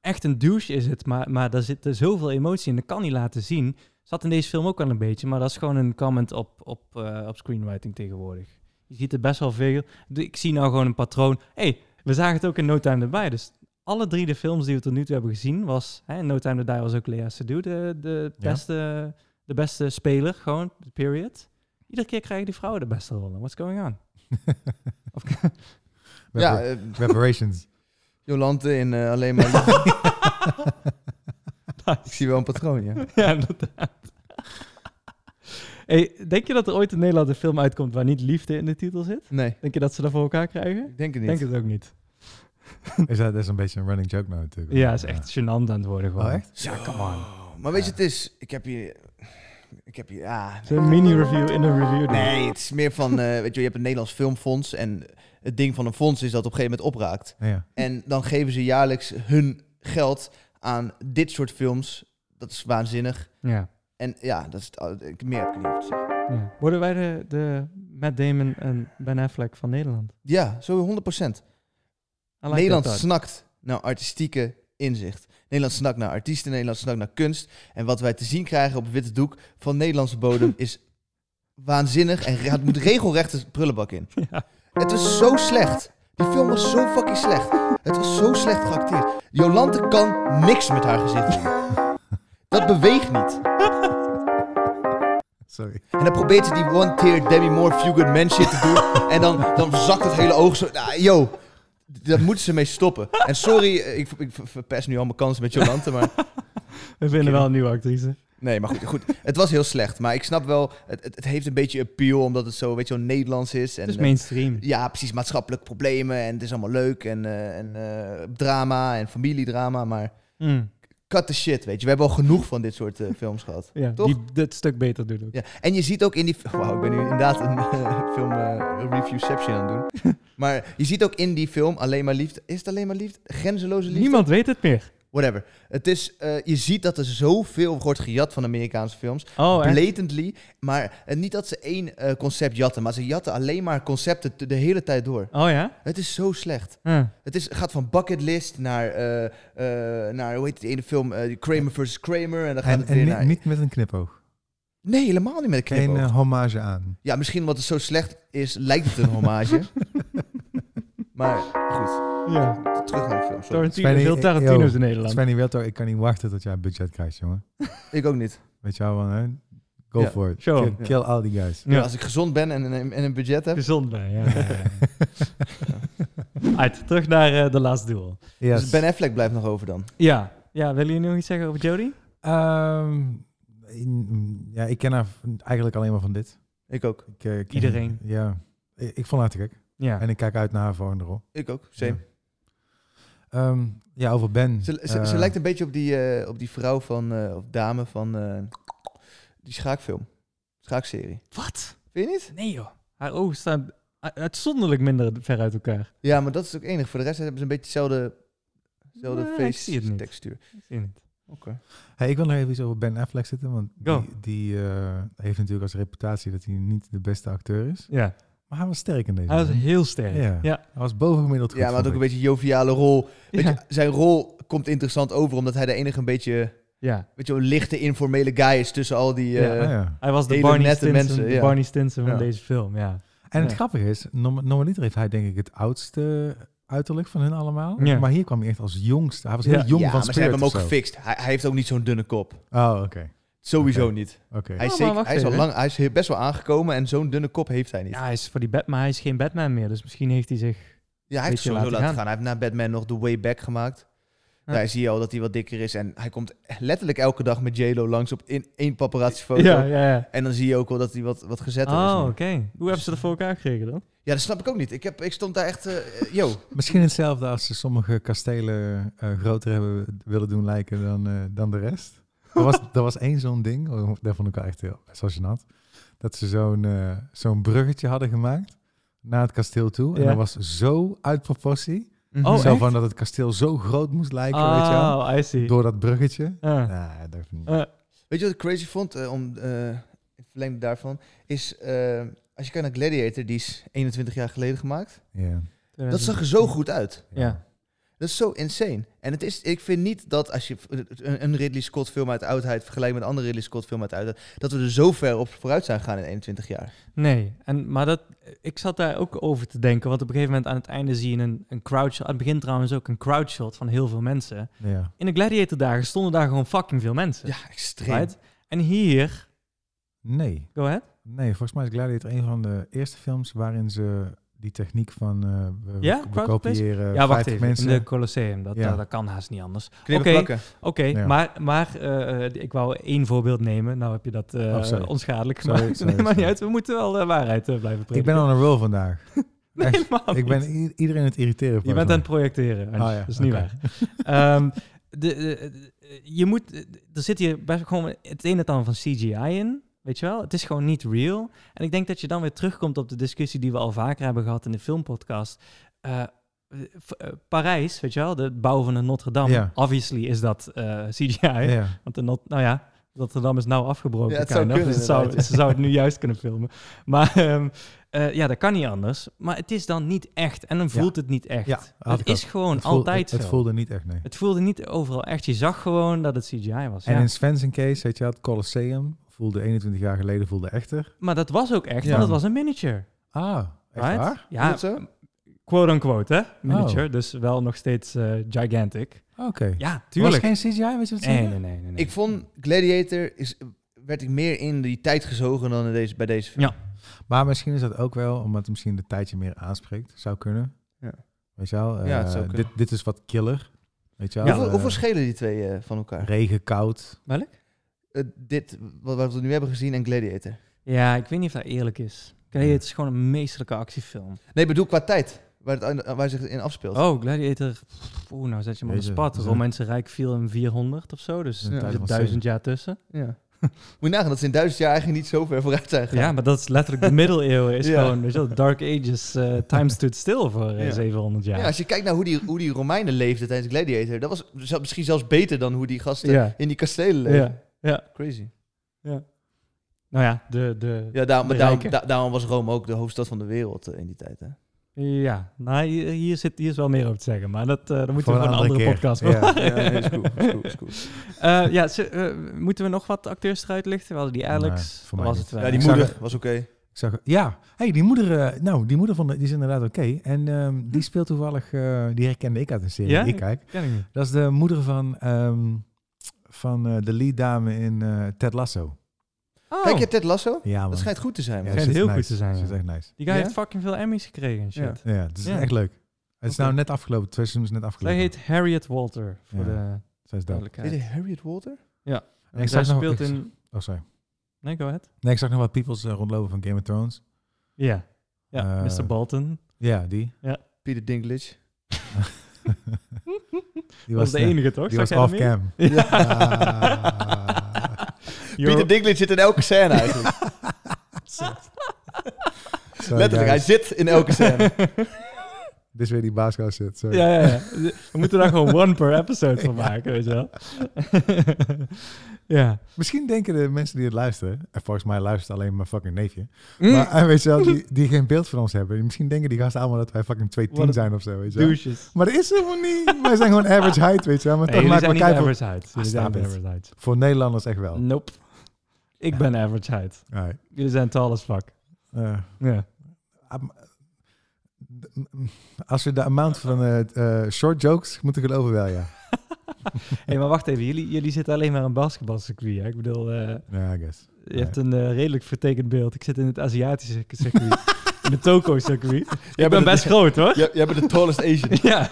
Speaker 1: Echt een douche is het, maar, maar daar zit er zoveel emotie in. Dat kan hij laten zien. Zat in deze film ook wel een beetje, maar dat is gewoon een comment op, op, eh, op screenwriting tegenwoordig. Je ziet er best wel veel. De- Ik zie nou gewoon een patroon. hey, we zagen het ook in No Time to Die. Dus alle drie de films die we tot nu toe hebben gezien was... Hè, in no Time to Die was ook Lea Seydoux de, de,
Speaker 2: Ja.
Speaker 1: beste, de beste speler, gewoon, period. Iedere keer krijgen die vrouwen de beste rollen. What's going on?
Speaker 3: ja,
Speaker 2: Repar-
Speaker 3: eh,
Speaker 2: reparations.
Speaker 3: Jolante in eh, alleen maar... Ik zie wel een patroon, ja.
Speaker 1: ja, inderdaad. Hey, denk je dat er ooit in Nederland een film uitkomt waar niet liefde in de titel zit?
Speaker 3: Nee,
Speaker 1: Denk je dat ze dat voor elkaar krijgen?
Speaker 3: ik denk het
Speaker 1: Ik
Speaker 3: niet.
Speaker 1: denk het ook niet.
Speaker 2: Is dat, dat is een beetje een running joke nou natuurlijk.
Speaker 1: Ja, is echt gênant aan het worden gewoon.
Speaker 2: Oh, echt?
Speaker 1: Ja, come on.
Speaker 3: Maar weet je, het is... Ik heb hier... Ik heb hier... Ah,
Speaker 1: Zullen we een mini-review in een review doen?
Speaker 3: nee, het is meer van... eh, weet je, je hebt een Nederlands filmfonds en het ding van een fonds is dat op een gegeven moment opraakt.
Speaker 2: Ja.
Speaker 3: En dan geven ze jaarlijks hun geld aan dit soort films. Dat is waanzinnig.
Speaker 1: Ja.
Speaker 3: En ja, dat is het, al- ik- meer heb ik niet over te zeggen.
Speaker 1: ja. Worden wij de, de Matt Damon en Ben Affleck van Nederland? I
Speaker 3: Ja, zo 100%.
Speaker 1: like
Speaker 3: Nederland
Speaker 1: that thought.
Speaker 3: snakt naar artistieke inzicht. Nederland snakt naar artiesten, Nederland snakt naar kunst. En wat wij te zien krijgen op het witte doek van Nederlandse bodem is waanzinnig. En het moet regelrecht de prullenbak in.
Speaker 1: Ja.
Speaker 3: Het was zo slecht. Die film was zo fucking slecht. Het was zo slecht geacteerd. Jolante kan niks met haar gezicht doen. Dat beweegt niet.
Speaker 2: Sorry.
Speaker 3: En dan probeert ze die One Tear Demi Moore Few Good Men shit te doen. en dan, dan zakt het hele oog zo. Nou, yo, d- daar moeten ze mee stoppen. En sorry, eh, ik, ik ver- verpest nu al mijn kansen met Jolante, maar...
Speaker 1: We vinden wel een nieuwe actrice.
Speaker 3: Nee, maar goed, goed. Het was heel slecht, maar ik snap wel... Het, het, het heeft een beetje appeal, omdat het zo, weet je wel, Nederlands is. En,
Speaker 1: Het is
Speaker 3: eh,
Speaker 1: mainstream.
Speaker 3: ja, precies, maatschappelijke problemen en het is allemaal leuk en, eh, en eh, drama en familiedrama, maar...
Speaker 1: Mm.
Speaker 3: Cut the shit, weet je. We hebben al genoeg van dit soort eh, films gehad.
Speaker 1: Ja,
Speaker 3: Toch?
Speaker 1: die dit stuk beter doen ook.
Speaker 3: Ja, en je ziet ook in die... Wauw, ik ben nu inderdaad een eh, film eh, reviewception aan het doen. maar je ziet ook in die film alleen maar liefde... Is het alleen maar liefde? Grenzeloze liefde?
Speaker 1: Niemand weet het meer.
Speaker 3: Whatever. Het is... eh, je ziet dat er zoveel wordt gejat van Amerikaanse films.
Speaker 1: Oh, echt?
Speaker 3: Blatantly. Maar eh, niet dat ze één eh, concept jatten. Maar ze jatten alleen maar concepten te- de hele tijd door.
Speaker 1: Oh ja?
Speaker 3: Het is zo slecht.
Speaker 1: Huh.
Speaker 3: Het is, gaat van bucketlist naar... eh, eh, naar hoe heet die ene film? eh, Kramer versus Kramer. En dan gaat
Speaker 2: En,
Speaker 3: het
Speaker 2: en
Speaker 3: weer
Speaker 2: niet,
Speaker 3: naar...
Speaker 2: niet met een knipoog.
Speaker 3: Nee, helemaal niet met een
Speaker 2: Geen
Speaker 3: knipoog.
Speaker 2: eh, hommage aan.
Speaker 3: Ja, misschien omdat het zo slecht is, lijkt het een hommage. maar goed,
Speaker 1: Ja.
Speaker 3: terug naar de film. sorry.
Speaker 1: Tarantino,
Speaker 2: Svenny,
Speaker 1: veel
Speaker 2: eh,
Speaker 1: Tarantino's
Speaker 2: yo.
Speaker 1: in Nederland.
Speaker 2: Svenny Wilto, ik kan niet wachten tot jij een budget krijgt, jongen.
Speaker 3: Ik ook niet.
Speaker 2: Weet je wel, man, hè? Go
Speaker 3: Ja,
Speaker 2: for it.
Speaker 1: show
Speaker 2: Kill,
Speaker 1: hem.
Speaker 2: kill all the guys.
Speaker 1: Ja. Dus,
Speaker 3: Als ik gezond ben en een, en een budget heb.
Speaker 1: Gezond bij, ja. Uit, terug naar eh, de laatste duel.
Speaker 2: Yes.
Speaker 3: Dus Ben Affleck blijft nog over dan.
Speaker 1: Ja. Ja, willen jullie nog iets zeggen over Jodie?
Speaker 2: Ehm, in- ja, ik ken haar v- eigenlijk alleen maar van dit.
Speaker 3: Ik ook.
Speaker 2: Ik, eh, ken-
Speaker 1: Iedereen.
Speaker 2: Ja. Ik, ik vond haar te gek.
Speaker 1: Ja.
Speaker 2: En ik kijk uit naar haar volgende rol.
Speaker 3: Ik ook, same.
Speaker 2: Ja, Ehm, ja over Ben.
Speaker 3: Ze, ze, ze
Speaker 2: Eh,
Speaker 3: lijkt een beetje op die, eh, op die vrouw van, eh, of dame van eh, die schaakfilm. Schaakserie.
Speaker 1: Wat?
Speaker 3: Vind je niet?
Speaker 1: Nee joh. Haar ogen staan u- uitzonderlijk minder ver uit elkaar.
Speaker 3: Ja, maar dat is ook enig. Voor de rest hebben ze een beetje hetzelfde, hetzelfde
Speaker 1: Nee, ik zie het
Speaker 3: face
Speaker 1: niet.
Speaker 3: textuur.
Speaker 1: Ik zie het niet.
Speaker 2: Hey, ik wil nog even iets over Ben Affleck zitten, want
Speaker 1: Go.
Speaker 2: die, die eh, heeft natuurlijk als reputatie dat hij niet de beste acteur is.
Speaker 1: Ja.
Speaker 2: Maar hij was sterk in deze.
Speaker 1: Hij was
Speaker 2: film.
Speaker 1: heel sterk.
Speaker 2: Ja.
Speaker 1: Ja.
Speaker 2: hij was bovengemiddeld goed.
Speaker 3: Ja, maar had
Speaker 2: vond
Speaker 3: ook een
Speaker 2: ik.
Speaker 3: beetje joviale rol. Weet
Speaker 1: Ja.
Speaker 3: je, zijn rol komt interessant over, omdat hij de enige een beetje...
Speaker 1: Ja.
Speaker 3: weet je, wel, een lichte informele guy is tussen al die. eh,
Speaker 2: Ah, ja.
Speaker 1: Hij was de
Speaker 3: Hele
Speaker 1: Barney
Speaker 3: nette
Speaker 1: Stinson,
Speaker 3: mensen,
Speaker 1: de
Speaker 3: ja.
Speaker 1: Barney Stinson van
Speaker 2: Ja.
Speaker 1: deze film. Ja.
Speaker 2: En het
Speaker 1: Ja.
Speaker 2: grappige is, norm- normaliter heeft hij denk ik het oudste uiterlijk van hun allemaal.
Speaker 1: Ja.
Speaker 2: Maar hier kwam hij echt als jongste. Hij was
Speaker 1: Ja.
Speaker 2: heel jong
Speaker 3: ja,
Speaker 2: van
Speaker 3: maar ze
Speaker 2: spirit
Speaker 3: hebben hem ook
Speaker 2: of zo.
Speaker 3: gefixt. Hij, hij heeft ook niet zo'n dunne kop.
Speaker 2: Oh, oké.
Speaker 3: Sowieso
Speaker 2: Oké.
Speaker 3: niet.
Speaker 2: oké.
Speaker 3: Hij is,
Speaker 1: Oh, maar
Speaker 3: zeker,
Speaker 1: wacht
Speaker 3: hij is al
Speaker 1: even.
Speaker 3: lang, hij is he- best wel aangekomen en zo'n dunne kop heeft hij niet.
Speaker 1: ja,
Speaker 3: Ja,
Speaker 1: hij is voor die Batman, hij is geen Batman meer. Dus misschien heeft hij zich...
Speaker 3: hij heeft
Speaker 1: beetje
Speaker 3: het sowieso
Speaker 1: laten
Speaker 3: laten gaan. Hij heeft na Batman nog The Way Back gemaakt.
Speaker 1: Ja.
Speaker 3: Daar zie je al dat hij wat dikker is. En hij komt letterlijk elke dag met J-Lo langs op in, één paparazzi-foto.
Speaker 1: Ja, ja, ja.
Speaker 3: En dan zie je ook wel dat hij wat, wat gezetter is.
Speaker 1: Oh,
Speaker 3: nu.
Speaker 1: oké. Hoe hebben ze dat voor elkaar gekregen dan?
Speaker 3: Ja, dat snap ik ook niet. Ik, heb, ik stond daar echt... eh, eh, yo,
Speaker 2: Misschien hetzelfde als ze sommige kastelen eh, groter hebben willen doen lijken dan, eh, dan de rest. Er was, er was één zo'n ding, oh, dat vond ik wel echt heel best wel gênant. Dat ze zo'n eh, zo'n bruggetje hadden gemaakt naar het kasteel toe. En
Speaker 1: Ja.
Speaker 2: dat was zo uit proportie.
Speaker 1: Oh,
Speaker 2: zo
Speaker 1: echt?
Speaker 2: van dat het kasteel zo groot moest lijken, weet je wel.
Speaker 1: Oh, I see.
Speaker 2: Door dat bruggetje.
Speaker 1: Ah.
Speaker 2: Nou, dat dacht ik niet.
Speaker 1: Eh,
Speaker 3: Weet je wat ik crazy vond, eh, om, eh, in het verlengde daarvan, is eh, als je kijkt naar Gladiator, die is 21 jaar geleden gemaakt.
Speaker 2: Ja.
Speaker 3: Dat zag er zo goed uit.
Speaker 1: Ja.
Speaker 3: Dat is zo insane. En het is, ik vind niet dat als je v- eh, een, een Ridley Scott film uit de oudheid vergelijkt met een andere Ridley Scott film uit de oudheid, dat we er zo ver op vooruit zijn gegaan in 21 jaar.
Speaker 1: Nee, en, maar dat, ik zat daar ook over te denken. Want op een gegeven moment aan het einde zie je een, een crowdshot. Aan het begin trouwens ook een crowdshot van heel veel mensen.
Speaker 2: ja.
Speaker 1: In de Gladiator dagen stonden daar gewoon fucking veel mensen.
Speaker 3: Ja, extreem.
Speaker 1: right? En hier,
Speaker 2: Nee.
Speaker 1: go ahead.
Speaker 2: Nee, volgens mij is Gladiator een van de eerste films waarin ze die techniek van eh, we,
Speaker 1: Ja,
Speaker 2: we
Speaker 1: crowdfunding?
Speaker 3: Eh,
Speaker 2: kopiëren
Speaker 1: Ja, wacht
Speaker 2: 50
Speaker 1: even.
Speaker 2: mensen.
Speaker 1: In de Colosseum, dat,
Speaker 2: Ja.
Speaker 1: dat, dat kan haast niet anders. Oké,
Speaker 3: Knippen plakken.
Speaker 1: oké,
Speaker 2: Ja.
Speaker 1: maar, maar eh, eh, ik wou één voorbeeld nemen. Nou heb je dat eh,
Speaker 2: Oh, sorry.
Speaker 1: onschadelijk
Speaker 2: Sorry,
Speaker 1: gemaakt.
Speaker 2: sorry,
Speaker 1: nee, maar niet
Speaker 2: sorry.
Speaker 1: uit. We moeten wel de waarheid eh, blijven
Speaker 2: Ik
Speaker 1: prediken.
Speaker 2: ben on een roll vandaag.
Speaker 1: Nee,
Speaker 2: echt-
Speaker 1: helemaal
Speaker 2: Ik
Speaker 1: Oh, niet.
Speaker 2: ben i- iedereen het irriteren.
Speaker 1: Je bent aan het projecteren. Ernst.
Speaker 2: Ah, ja,
Speaker 1: Dat is niet
Speaker 2: oké.
Speaker 1: waar. Ehm, de, de- de- je moet, er zit hier best gewoon het een en het ander van CGI in. Weet je wel? Het is gewoon niet real. En ik denk dat je dan weer terugkomt op de discussie die we al vaker hebben gehad in de filmpodcast. Eh, v- eh, Parijs, weet je wel? De bouw van de Notre Dame.
Speaker 2: Ja.
Speaker 1: Obviously is dat eh, CGI.
Speaker 2: Ja.
Speaker 1: Want de Not- nou ja, Rotterdam is nou afgebroken.
Speaker 3: Ja, het zou
Speaker 1: kind of,
Speaker 3: kunnen,
Speaker 1: dus het zou,
Speaker 3: inderdaad, ja.
Speaker 1: ze zou het nu juist kunnen filmen. Maar ehm, eh, ja, dat kan niet anders. Maar het is dan niet echt. En dan voelt het niet echt.
Speaker 2: Ja, had
Speaker 1: het
Speaker 2: ik
Speaker 1: is gewoon
Speaker 2: Het voel-
Speaker 1: altijd
Speaker 2: het, het
Speaker 1: zo.
Speaker 2: voelde niet echt, nee.
Speaker 1: Het voelde niet overal echt. Je zag gewoon dat het CGI was.
Speaker 2: En
Speaker 1: ja.
Speaker 2: in Sven's case, weet je wel, het Colosseum voelde 21 jaar geleden voelde echter.
Speaker 1: Maar dat was ook echt,
Speaker 2: Ja.
Speaker 1: want het was een miniature.
Speaker 2: Ah, echt
Speaker 1: Right?
Speaker 2: waar?
Speaker 3: Is
Speaker 1: Ja,
Speaker 3: dat zo?
Speaker 1: quote-unquote, hè? Miniature,
Speaker 2: Oh.
Speaker 1: dus wel nog steeds eh, gigantic.
Speaker 2: Ah, Oké.
Speaker 1: Ja,
Speaker 2: was
Speaker 1: tuurlijk.
Speaker 2: geen CGI, weet je wat ik
Speaker 1: Nee,
Speaker 2: zeg?
Speaker 1: nee, nee. nee, nee.
Speaker 3: Ik vond Gladiator is, werd ik meer in die tijd gezogen dan in deze, bij deze film.
Speaker 1: Ja.
Speaker 2: Maar misschien is dat ook wel, omdat het misschien de tijdje meer aanspreekt, zou kunnen.
Speaker 3: Ja.
Speaker 2: Weet je wel?
Speaker 3: Ja, het
Speaker 2: eh,
Speaker 3: zou kunnen.
Speaker 2: Dit, dit is wat killer. Weet je wel?
Speaker 3: hoeveel,
Speaker 2: eh,
Speaker 3: hoeveel schelen die twee eh, van elkaar?
Speaker 2: Regen, koud.
Speaker 1: Welk?
Speaker 3: Eh, dit, wat, wat we nu hebben gezien, en Gladiator.
Speaker 1: Ja, ik weet niet of dat eerlijk is. Kijk,
Speaker 2: Ja.
Speaker 1: het is gewoon een meesterlijke actiefilm.
Speaker 3: Nee, bedoel qua tijd. Waar, het, waar zich in afspeelt.
Speaker 1: Oh, Gladiator. Pff, Oeh, nou zet je hem op de
Speaker 2: Deze,
Speaker 1: spat.
Speaker 2: we
Speaker 1: Het
Speaker 2: zijn-
Speaker 1: Romeinse Rijk viel in 400 of zo. Dus er
Speaker 2: Ja, duizend
Speaker 1: zit
Speaker 2: van
Speaker 1: duizend jaar tussen.
Speaker 3: Ja. Moet je nagaan dat ze in duizend jaar eigenlijk niet zo ver vooruit zijn gegaan.
Speaker 1: Ja, maar dat is letterlijk de middeleeuwen. Is
Speaker 3: Ja.
Speaker 1: gewoon, weet je wel, Dark Ages. eh, time stood still voor eh,
Speaker 3: Ja.
Speaker 1: 700
Speaker 3: Ja,
Speaker 1: jaar.
Speaker 3: als je kijkt naar hoe die, hoe die Romeinen leefden tijdens Gladiator, dat was zelf- misschien zelfs beter dan hoe die gasten
Speaker 1: Ja.
Speaker 3: in die kastelen
Speaker 1: Ja,
Speaker 3: leefden.
Speaker 1: ja.
Speaker 3: Crazy.
Speaker 1: Nou ja, de, de, ja.
Speaker 3: Ja, daarom,
Speaker 1: De
Speaker 3: daarom,
Speaker 1: rijken.
Speaker 3: da- daarom was Rome ook de hoofdstad van de wereld eh, in die tijd. Hè?
Speaker 1: nou hier, hier zit, hier is wel meer over te zeggen. Maar dat, eh dan moeten
Speaker 2: Voor
Speaker 1: we voor een andere
Speaker 2: keer.
Speaker 1: podcast
Speaker 2: Ja.
Speaker 3: Ja, nee, is cool. Is cool, is cool.
Speaker 1: Eh, ja, ze- eh, moeten we nog wat acteurs eruit lichten? We hadden die Alex.
Speaker 2: Nee, voor
Speaker 1: dat
Speaker 2: mij
Speaker 1: was
Speaker 2: niet.
Speaker 1: het wel.
Speaker 3: Ja, die
Speaker 2: Ik zag
Speaker 3: moeder was oké.
Speaker 2: Ik zag, ja, hey, die moeder, eh, nou, die moeder van de, die is inderdaad oké. En ehm, die speelt toevallig, eh, die herkende ik uit een serie
Speaker 1: Hm. Ja?
Speaker 2: die ik kijk.
Speaker 1: ken ik niet.
Speaker 2: Dat is de moeder van, ehm, van eh, de lead dame in eh, Ted Lasso.
Speaker 1: Oh,
Speaker 3: Kijk je Ted Lasso?
Speaker 2: Ja, man.
Speaker 3: Dat schijnt goed te zijn.
Speaker 2: Ja,
Speaker 3: man.
Speaker 1: schijnt
Speaker 2: ze is
Speaker 1: heel
Speaker 2: nice.
Speaker 1: goed te zijn,
Speaker 2: Ze is
Speaker 1: ja.
Speaker 2: echt nice.
Speaker 1: Die guy
Speaker 3: Ja?
Speaker 1: heeft fucking veel Emmys gekregen en shit.
Speaker 3: Ja.
Speaker 2: Ja, het is
Speaker 1: Ja.
Speaker 2: echt leuk. Het is
Speaker 1: Oké.
Speaker 2: nou net afgelopen, het seizoen is net
Speaker 1: Zij
Speaker 2: afgelopen.
Speaker 1: heet Harriet Walter, voor de
Speaker 2: Ja. Zij is dood.
Speaker 3: Weet
Speaker 1: duidelijkheid.
Speaker 3: je Harriet Walter?
Speaker 1: En
Speaker 2: Ik
Speaker 1: zij
Speaker 2: zag nog-
Speaker 1: speelt
Speaker 2: ik-
Speaker 1: in...
Speaker 2: Oh, sorry.
Speaker 1: Nee, go ahead.
Speaker 2: Nee, ik zag nog wat peoples eh, rondlopen van Game of Thrones.
Speaker 1: Ja. Ja,
Speaker 2: Eh,
Speaker 1: Mr. Bolton.
Speaker 2: Ja, die.
Speaker 3: Peter Dinklage.
Speaker 2: Die
Speaker 1: Dat was de
Speaker 2: eh,
Speaker 1: enige, toch?
Speaker 2: Die
Speaker 1: Zag
Speaker 2: was
Speaker 1: jij hem niet?
Speaker 2: off-cam.
Speaker 1: Ja.
Speaker 2: Ah.
Speaker 1: You're-
Speaker 3: Peter Dinklage zit in elke scène eigenlijk.
Speaker 2: Sorry,
Speaker 3: Letterlijk, hij
Speaker 2: guys.
Speaker 3: zit in elke scène.
Speaker 2: Dit is weer die basketball shit. Sorry.
Speaker 1: ja, ja, ja. We moeten daar gewoon one per episode van maken, weet je wel. ja.
Speaker 2: Misschien denken de mensen die het luisteren... En volgens mij luistert alleen mijn fucking neefje.
Speaker 1: Mm.
Speaker 2: Maar eh, weet je wel, die, die geen beeld van ons hebben. Misschien denken die gasten allemaal dat wij fucking 210
Speaker 1: Wat
Speaker 2: zijn of zo, weet je wel.
Speaker 1: Douches.
Speaker 2: Maar dat is helemaal niet. Wij zijn gewoon average height, weet je wel. Maar
Speaker 1: Nee,
Speaker 2: toch
Speaker 1: jullie
Speaker 2: maakt
Speaker 1: zijn niet
Speaker 2: elkaar voor,
Speaker 1: average height. Jullie
Speaker 2: stop
Speaker 1: zijn niet
Speaker 2: it.
Speaker 1: average Mm. height.
Speaker 2: voor Nederlanders echt wel.
Speaker 1: Nope. Ik ben average height.
Speaker 2: Alright.
Speaker 1: Jullie zijn tall as fuck.
Speaker 2: Eh,
Speaker 1: Ja.
Speaker 2: am- d- m- als we de amount van eh, eh, short jokes moeten geloven, wel ja.
Speaker 1: Hé, maar wacht even. Jullie, jullie zitten alleen maar in basketbalcircuit, hè? Ik bedoel... eh,
Speaker 2: Ja, I guess.
Speaker 1: Je hebt een eh, redelijk vertekend beeld. Ik zit in het Aziatische circuit. in het Toko-circuit. Ik ben
Speaker 3: bent
Speaker 1: best groot, hoor.
Speaker 3: Jij, jij bent de tallest Asian.
Speaker 1: Ja.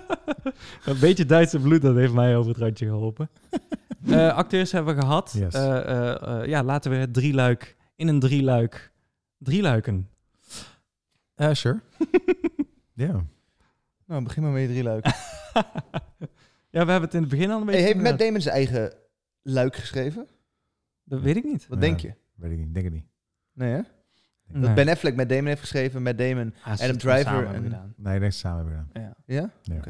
Speaker 1: een beetje Duitse bloed, dat heeft mij over het randje geholpen. Eh, acteurs hebben we gehad.
Speaker 2: Yes.
Speaker 1: Eh, eh, eh, ja, laten we het drieluik in een drieluik. Drieluiken.
Speaker 2: Eh, sure. Ja.
Speaker 3: Nou, begin maar met je drie luiken.
Speaker 1: ja, we hebben het in het begin al een beetje...
Speaker 3: Hey, heeft Matt
Speaker 1: inderdaad-
Speaker 3: Damon zijn eigen luik geschreven?
Speaker 1: Dat weet ik niet.
Speaker 3: Wat
Speaker 2: Ja.
Speaker 3: denk je?
Speaker 2: Weet ik niet, denk ik niet.
Speaker 3: Nee, hè?
Speaker 1: Nee.
Speaker 3: Dat Ben Affleck Matt Damon heeft geschreven, Matt Damon.
Speaker 1: Ah, ze
Speaker 3: Adam
Speaker 1: zitten
Speaker 3: Driver
Speaker 1: samen hebben
Speaker 3: en-
Speaker 1: gedaan.
Speaker 2: Nee, ik denk samen hebben we gedaan.
Speaker 3: Ja? Ja?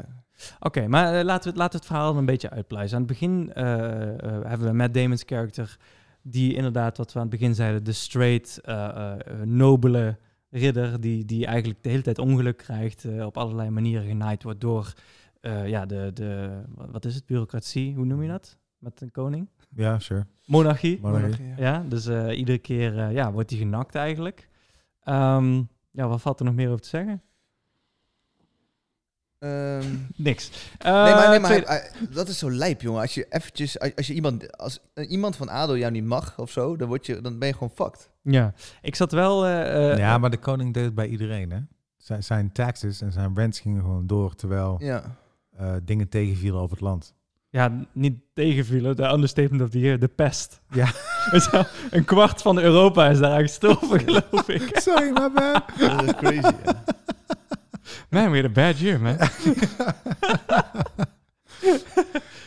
Speaker 1: Oké, maar eh, laten, we, het- laten we het verhaal een beetje uitpluizen. Aan het begin eh, eh, hebben we Matt Damon's character, die inderdaad, wat we aan het begin zeiden, de straight, eh, eh, nobele ridder, die, die eigenlijk de hele tijd ongeluk krijgt, eh, op allerlei manieren genaaid wordt door, eh, ja, de, de, wa- wat is het, bureaucratie, hoe noem je dat? Met een koning?
Speaker 2: Ja, sure.
Speaker 1: Monarchie.
Speaker 2: Maar dan-
Speaker 3: Ja.
Speaker 1: Ja, dus eh, iedere keer eh, ja, wordt hij genakt eigenlijk. Ehm, ja, wat valt er nog meer over te zeggen?
Speaker 3: Ehm,
Speaker 1: Niks.
Speaker 3: nee, maar, nee,
Speaker 1: Eh,
Speaker 3: maar
Speaker 1: tweede-
Speaker 3: hij- hij- dat is zo lijp, jongen. Als je eventjes, als, als je iemand, als eh, iemand van ADO jou niet mag of zo, dan, word je, dan ben je gewoon fucked.
Speaker 1: Ja, ik zat wel... eh, eh,
Speaker 2: ja, maar de koning deed het bij iedereen, hè? Zijn, zijn taxes en zijn rents gingen gewoon door, terwijl
Speaker 3: Ja.
Speaker 2: eh, dingen tegenvielen over het land.
Speaker 1: ja, niet tegenvielen. De understatement of the year, de pest.
Speaker 2: Ja.
Speaker 1: Weet je wel, een kwart van Europa is daaraan gestorven, geloof ik.
Speaker 2: Sorry, maar
Speaker 3: Dat is crazy. ja.
Speaker 1: Man, we had a bad year, man.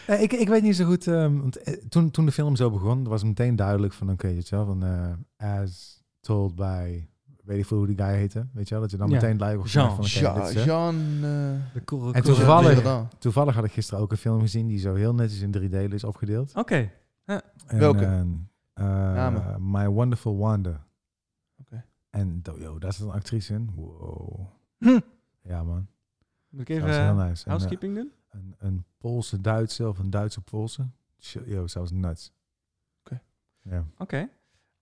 Speaker 2: Eh, ik, ik weet niet zo goed, ehm, want eh, toen, toen de film zo begon, was het meteen duidelijk van, oké, weet je wel, van eh, as told by, weet ik veel hoe die guy heette, weet je wel, dat je dan
Speaker 1: Ja.
Speaker 2: meteen duidelijk was
Speaker 1: Jean.
Speaker 2: van, oké,
Speaker 3: Ja,
Speaker 2: dit is, eh,
Speaker 3: Jean. eh,
Speaker 2: En
Speaker 3: Jean
Speaker 2: toevallig-
Speaker 3: Girardin.
Speaker 2: Toevallig had ik gisteren ook een film gezien die zo heel netjes in drie delen is opgedeeld.
Speaker 1: Oké.
Speaker 2: En,
Speaker 3: Welke?
Speaker 2: eh, eh,
Speaker 3: Namen.
Speaker 2: My Wonderful Wanda.
Speaker 3: Oké.
Speaker 2: En do- yo, daar zit een actrice in. Wow.
Speaker 1: Hm.
Speaker 2: Ja man,
Speaker 1: Moet ik
Speaker 2: dat
Speaker 1: even
Speaker 2: was heel
Speaker 1: eh,
Speaker 2: nice. En, eh,
Speaker 1: housekeeping doen?
Speaker 2: een, een Poolse Duitse of een Duitse Poolse. Shit, Yo, ze was nuts.
Speaker 3: Oké.
Speaker 2: Ja.
Speaker 1: Oké.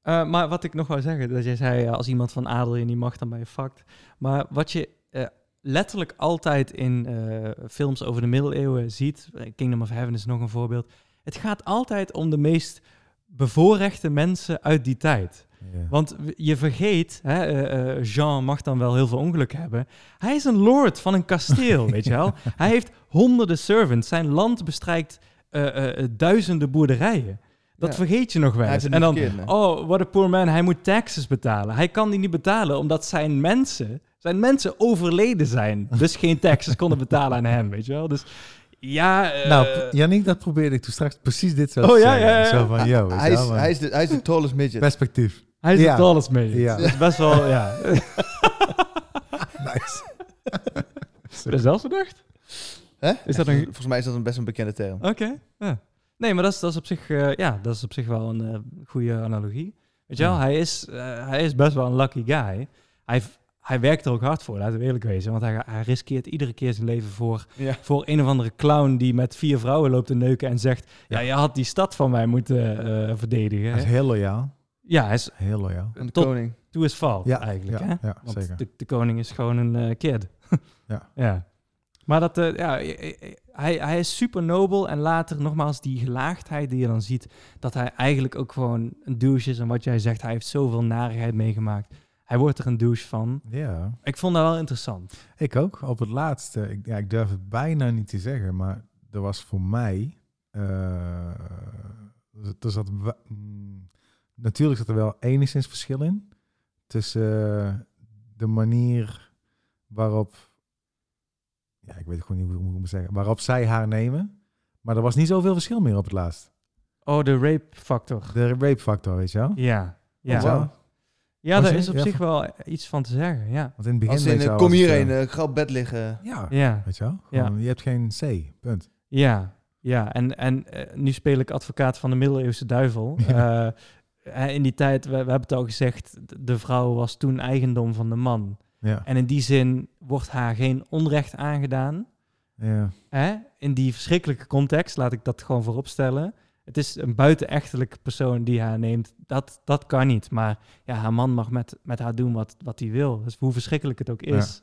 Speaker 1: Eh, maar wat ik nog wou zeggen, dat jij zei, eh, als iemand van adel je niet mag, dan ben je fucked. Maar wat je eh, letterlijk altijd in eh, films over de middeleeuwen ziet, eh, Kingdom of Heaven is nog een voorbeeld, het gaat altijd om de meest bevoorrechte mensen uit die tijd.
Speaker 2: Ja.
Speaker 1: Want w- je vergeet, hè, eh, eh, Jean mag dan wel heel veel ongeluk hebben, hij is een lord van een kasteel, weet je wel. Hij heeft honderden servants, zijn land bestrijkt eh, eh, eh, duizenden boerderijen. Dat
Speaker 3: Ja.
Speaker 1: vergeet je nog wel
Speaker 3: Hij
Speaker 1: eens.
Speaker 3: heeft het
Speaker 1: En dan,
Speaker 3: niet verkeerd, nee.
Speaker 1: Oh, what a poor man. Hij moet taxes betalen. Hij kan die niet betalen omdat zijn mensen, zijn mensen overleden zijn. Dus geen taxes konden betalen aan hem, weet je wel. Dus ja, eh,
Speaker 2: nou, Janik, dat probeerde ik toen straks precies dit zo
Speaker 1: Oh,
Speaker 2: te
Speaker 1: ja,
Speaker 2: zeggen.
Speaker 1: ja, ja.
Speaker 2: Zo van, yo, weet
Speaker 3: hij,
Speaker 2: je
Speaker 3: is,
Speaker 2: wel, van,
Speaker 3: hij, is de, hij is de tallest midget.
Speaker 2: perspectief.
Speaker 1: hij is
Speaker 2: ja.
Speaker 1: het alles mee.
Speaker 2: Ja.
Speaker 1: Ja. Dat is best wel, ja.
Speaker 2: nice.
Speaker 1: Heb je dat zelf bedacht?
Speaker 3: Hè?
Speaker 1: Is dat
Speaker 3: Ja,
Speaker 1: een- Eh,
Speaker 3: Volgens mij is dat een best een bekende term.
Speaker 1: Oké. ja. Nee, maar dat is, dat is op zich, eh, ja, dat is op zich wel een eh, goede analogie. Weet je wel,
Speaker 2: Ja.
Speaker 1: hij, is, eh, hij is best wel een lucky guy. Hij, v- hij werkt er ook hard voor, laten we eerlijk wezen. Want hij, hij riskeert iedere keer zijn leven voor
Speaker 3: Ja.
Speaker 1: voor een of andere clown die met vier vrouwen loopt te neuken en zegt: Ja, je had die stad van mij moeten eh, verdedigen.
Speaker 2: Hij is
Speaker 1: hè?
Speaker 2: heel loyaal.
Speaker 1: Ja, hij is
Speaker 2: Heel loyaal.
Speaker 3: Een
Speaker 1: tot
Speaker 3: koning.
Speaker 1: toe is fout
Speaker 2: Ja,
Speaker 1: eigenlijk.
Speaker 2: ja,
Speaker 1: hè?
Speaker 2: ja,
Speaker 1: Want
Speaker 2: zeker.
Speaker 1: De, de koning is gewoon een eh, kid.
Speaker 2: Ja.
Speaker 1: ja. Maar dat, eh, ja, eh, eh, hij, hij is super nobel en later nogmaals die gelaagdheid die je dan ziet, dat hij eigenlijk ook gewoon een douche is. En wat jij zegt, hij heeft zoveel narigheid meegemaakt. Hij wordt er een douche van.
Speaker 2: Ja.
Speaker 1: Ik vond dat wel interessant.
Speaker 2: Ik ook. Op het laatste, ik, ja, ik durf het bijna niet te zeggen, maar er was voor mij. eh, er- er zat, wa- mm, natuurlijk zat er wel enigszins verschil in tussen eh, de manier waarop. Ja, ik weet gewoon niet hoe hoe ik het moet zeggen. Waarop zij haar nemen. Maar er was niet zoveel verschil meer op het laatst.
Speaker 1: Oh, de rape factor.
Speaker 2: De rape factor, weet je wel?
Speaker 1: Ja.
Speaker 2: Weet je wel?
Speaker 1: Ja, ja
Speaker 2: Was
Speaker 1: daar
Speaker 2: je-
Speaker 1: is op
Speaker 2: ja,
Speaker 1: zich wel iets van te zeggen. Ja.
Speaker 2: Want in het begin.
Speaker 3: Als in,
Speaker 2: weet je
Speaker 3: eh,
Speaker 2: wel,
Speaker 3: kom
Speaker 2: was het,
Speaker 3: hierheen,
Speaker 2: eh,
Speaker 3: eh, ik ga op bed liggen.
Speaker 2: ja.
Speaker 1: Ja,
Speaker 2: Weet je wel?
Speaker 1: Ja.
Speaker 2: Gewoon, Je hebt geen C, punt.
Speaker 1: ja, ja. En, en eh, nu speel ik advocaat van de middeleeuwse duivel. Eh, eh, in die tijd, we, we hebben het al gezegd, d- de vrouw was toen eigendom van de man.
Speaker 2: Ja.
Speaker 1: En in die zin wordt haar geen onrecht aangedaan.
Speaker 2: ja.
Speaker 1: Hè? In die verschrikkelijke context, laat ik dat gewoon vooropstellen. Het is een buitenechtelijke persoon die haar neemt. Dat, dat kan niet. Maar ja, haar man mag met, met haar doen wat, wat hij wil. Dus hoe verschrikkelijk het ook is.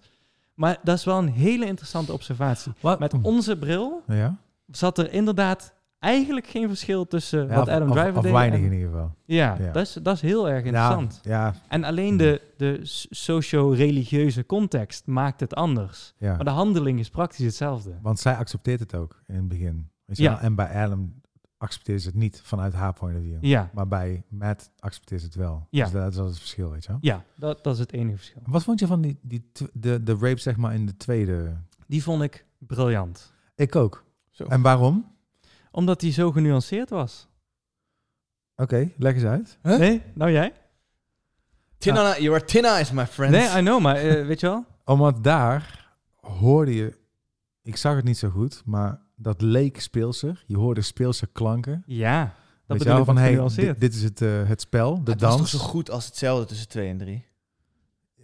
Speaker 1: Maar dat is wel een hele interessante observatie.
Speaker 2: Oh.
Speaker 1: Met onze bril
Speaker 2: Ja?
Speaker 1: zat er inderdaad eigenlijk geen verschil tussen
Speaker 2: Ja,
Speaker 1: wat
Speaker 2: of-
Speaker 1: Adam
Speaker 2: of-
Speaker 1: Driver
Speaker 2: of
Speaker 1: deed.
Speaker 2: weinig
Speaker 1: en-
Speaker 2: in ieder geval.
Speaker 1: ja,
Speaker 2: Ja. Mm.
Speaker 1: Dat, is, dat is heel erg interessant.
Speaker 2: Ja,
Speaker 1: En alleen de, de s- socio-religieuze context maakt het anders.
Speaker 2: ja,
Speaker 1: Maar
Speaker 2: ja.
Speaker 1: de handeling is praktisch hetzelfde.
Speaker 2: Want zij accepteert het ook in het begin. Weet je
Speaker 1: Ja.
Speaker 2: wel? En bij Adam accepteert ze het niet vanuit haar point of view.
Speaker 1: Ja,
Speaker 2: Maar bij Matt accepteert ze het wel.
Speaker 1: Ja.
Speaker 2: Dus dat is wel het verschil, weet je wel.
Speaker 1: ja dat, dat is het enige verschil.
Speaker 2: Wat vond je van die, die tw- de, de rape, zeg maar, in de tweede?
Speaker 1: Die vond ik briljant.
Speaker 2: Ik ook.
Speaker 3: Zo.
Speaker 2: En waarom?
Speaker 1: Omdat die zo genuanceerd was.
Speaker 2: Oké, leg eens uit.
Speaker 3: Huh?
Speaker 1: Nee, nou jij?
Speaker 3: Tin on- you are tin eyes, my friend.
Speaker 1: Ah. Nee, I know, maar eh, weet je wel?
Speaker 2: Omdat daar hoorde je... Ik zag het niet zo goed, maar dat leek speelser. Je hoorde speelse klanken.
Speaker 1: Ja, dat
Speaker 2: Weet je
Speaker 1: bedoel
Speaker 2: wel,
Speaker 1: ik
Speaker 2: van,
Speaker 1: van
Speaker 2: hey,
Speaker 1: genuanceerd.
Speaker 2: dit, dit is het, eh, het spel, de
Speaker 3: het was
Speaker 2: dans.
Speaker 3: toch zo goed als hetzelfde tussen 2 en 3?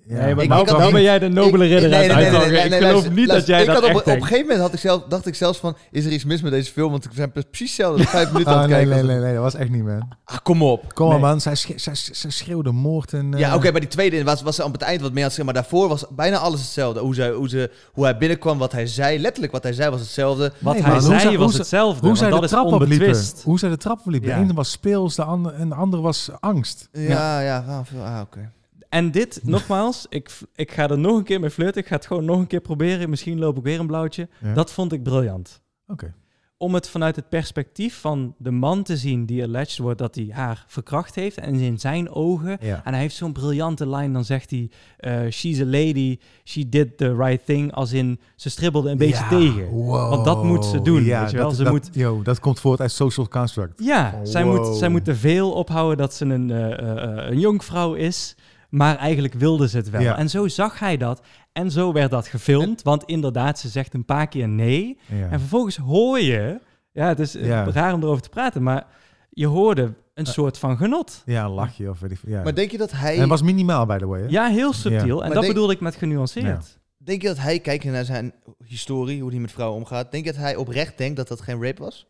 Speaker 2: Ja.
Speaker 1: Nee, maar
Speaker 3: Ik-
Speaker 1: nou,
Speaker 3: ik had
Speaker 1: nou
Speaker 3: één-
Speaker 1: ben jij de nobele
Speaker 3: Ik-
Speaker 1: ridder
Speaker 3: nee, nee,
Speaker 1: uit
Speaker 3: nee,
Speaker 1: Uithanger.
Speaker 3: nee, nee,
Speaker 1: Ik
Speaker 3: nee,
Speaker 1: geloof
Speaker 3: luister,
Speaker 1: niet dat
Speaker 3: luister,
Speaker 1: jij
Speaker 3: ik
Speaker 1: dat
Speaker 3: had op,
Speaker 1: echt
Speaker 3: op een
Speaker 1: denkt.
Speaker 3: gegeven moment had ik zelf, dacht ik zelfs van... is er iets mis met deze film? Want ik ben precies hetzelfde als vijf minuten
Speaker 2: Ah,
Speaker 3: aan het
Speaker 2: nee,
Speaker 3: kijken.
Speaker 2: nee,
Speaker 3: was.
Speaker 2: nee, nee, dat was echt niet, man.
Speaker 3: Ah, kom op.
Speaker 2: Kom maar,
Speaker 1: Nee.
Speaker 2: man. Zij, schre- zij, zij schreeuwde moord en... eh,
Speaker 3: Ja, oké, bij die tweede was, was ze aan het eind wat meer aan het zeggen. Maar daarvoor was bijna alles hetzelfde. Hoe, zij, hoe, ze, hoe hij binnenkwam, wat hij zei. Letterlijk wat hij zei was hetzelfde.
Speaker 1: Wat
Speaker 2: Nee,
Speaker 1: hij
Speaker 2: man, hoe zij-
Speaker 1: zei
Speaker 2: hoe
Speaker 1: was
Speaker 2: zij-
Speaker 1: hetzelfde.
Speaker 2: Hoe
Speaker 1: want
Speaker 2: zij de
Speaker 1: dat is
Speaker 2: trap opliepen.
Speaker 1: onbetwist.
Speaker 2: Hoe zij de trap opliepen.
Speaker 1: Ja.
Speaker 2: De ene was speels, de ander, en de andere was angst.
Speaker 3: Ja, ja, waarom veel- ah, oké.
Speaker 1: En dit, nogmaals, ik, ik ga er nog een keer mee flirten. Ik ga het gewoon nog een keer proberen. Misschien loop ik weer een blauwtje.
Speaker 2: Ja.
Speaker 1: Dat vond ik briljant.
Speaker 2: Oké.
Speaker 1: Om het vanuit het perspectief van de man te zien die alleged wordt dat hij haar verkracht heeft. En in zijn ogen.
Speaker 2: Ja.
Speaker 1: En hij heeft zo'n briljante line. Dan zegt hij, eh, she's a lady. She did the right thing. Als in, ze stribbelde een beetje
Speaker 2: Ja,
Speaker 1: tegen.
Speaker 2: wow.
Speaker 1: Want dat moet ze doen, weet je wel.
Speaker 2: dat,
Speaker 1: Ze
Speaker 2: dat,
Speaker 1: moet-
Speaker 2: yo, dat komt voort uit social construct.
Speaker 1: Ja,
Speaker 2: Van,
Speaker 1: zij,
Speaker 2: wow.
Speaker 1: moet, zij moet te veel ophouden dat ze een, eh, eh, eh, een jonkvrouw is. Maar eigenlijk wilde ze het wel.
Speaker 2: Ja.
Speaker 1: En zo zag hij dat. En zo werd dat gefilmd. Want inderdaad, ze zegt een paar keer nee.
Speaker 2: Ja.
Speaker 1: En vervolgens hoor je... Ja, het is eh,
Speaker 2: Ja. Eh.
Speaker 1: raar om erover te praten. Maar je hoorde een soort van genot.
Speaker 2: ja, lach je of weet ik veel. Ja.
Speaker 3: Maar denk je dat hij...
Speaker 2: En het was minimaal, by the way. hè?
Speaker 1: Ja, heel subtiel. En
Speaker 3: Maar
Speaker 1: dat
Speaker 3: denk-
Speaker 1: bedoelde ik met genuanceerd.
Speaker 3: Denk je dat hij, kijkt naar zijn historie, hoe hij met vrouwen omgaat... Denk je dat hij oprecht denkt dat dat geen rape was?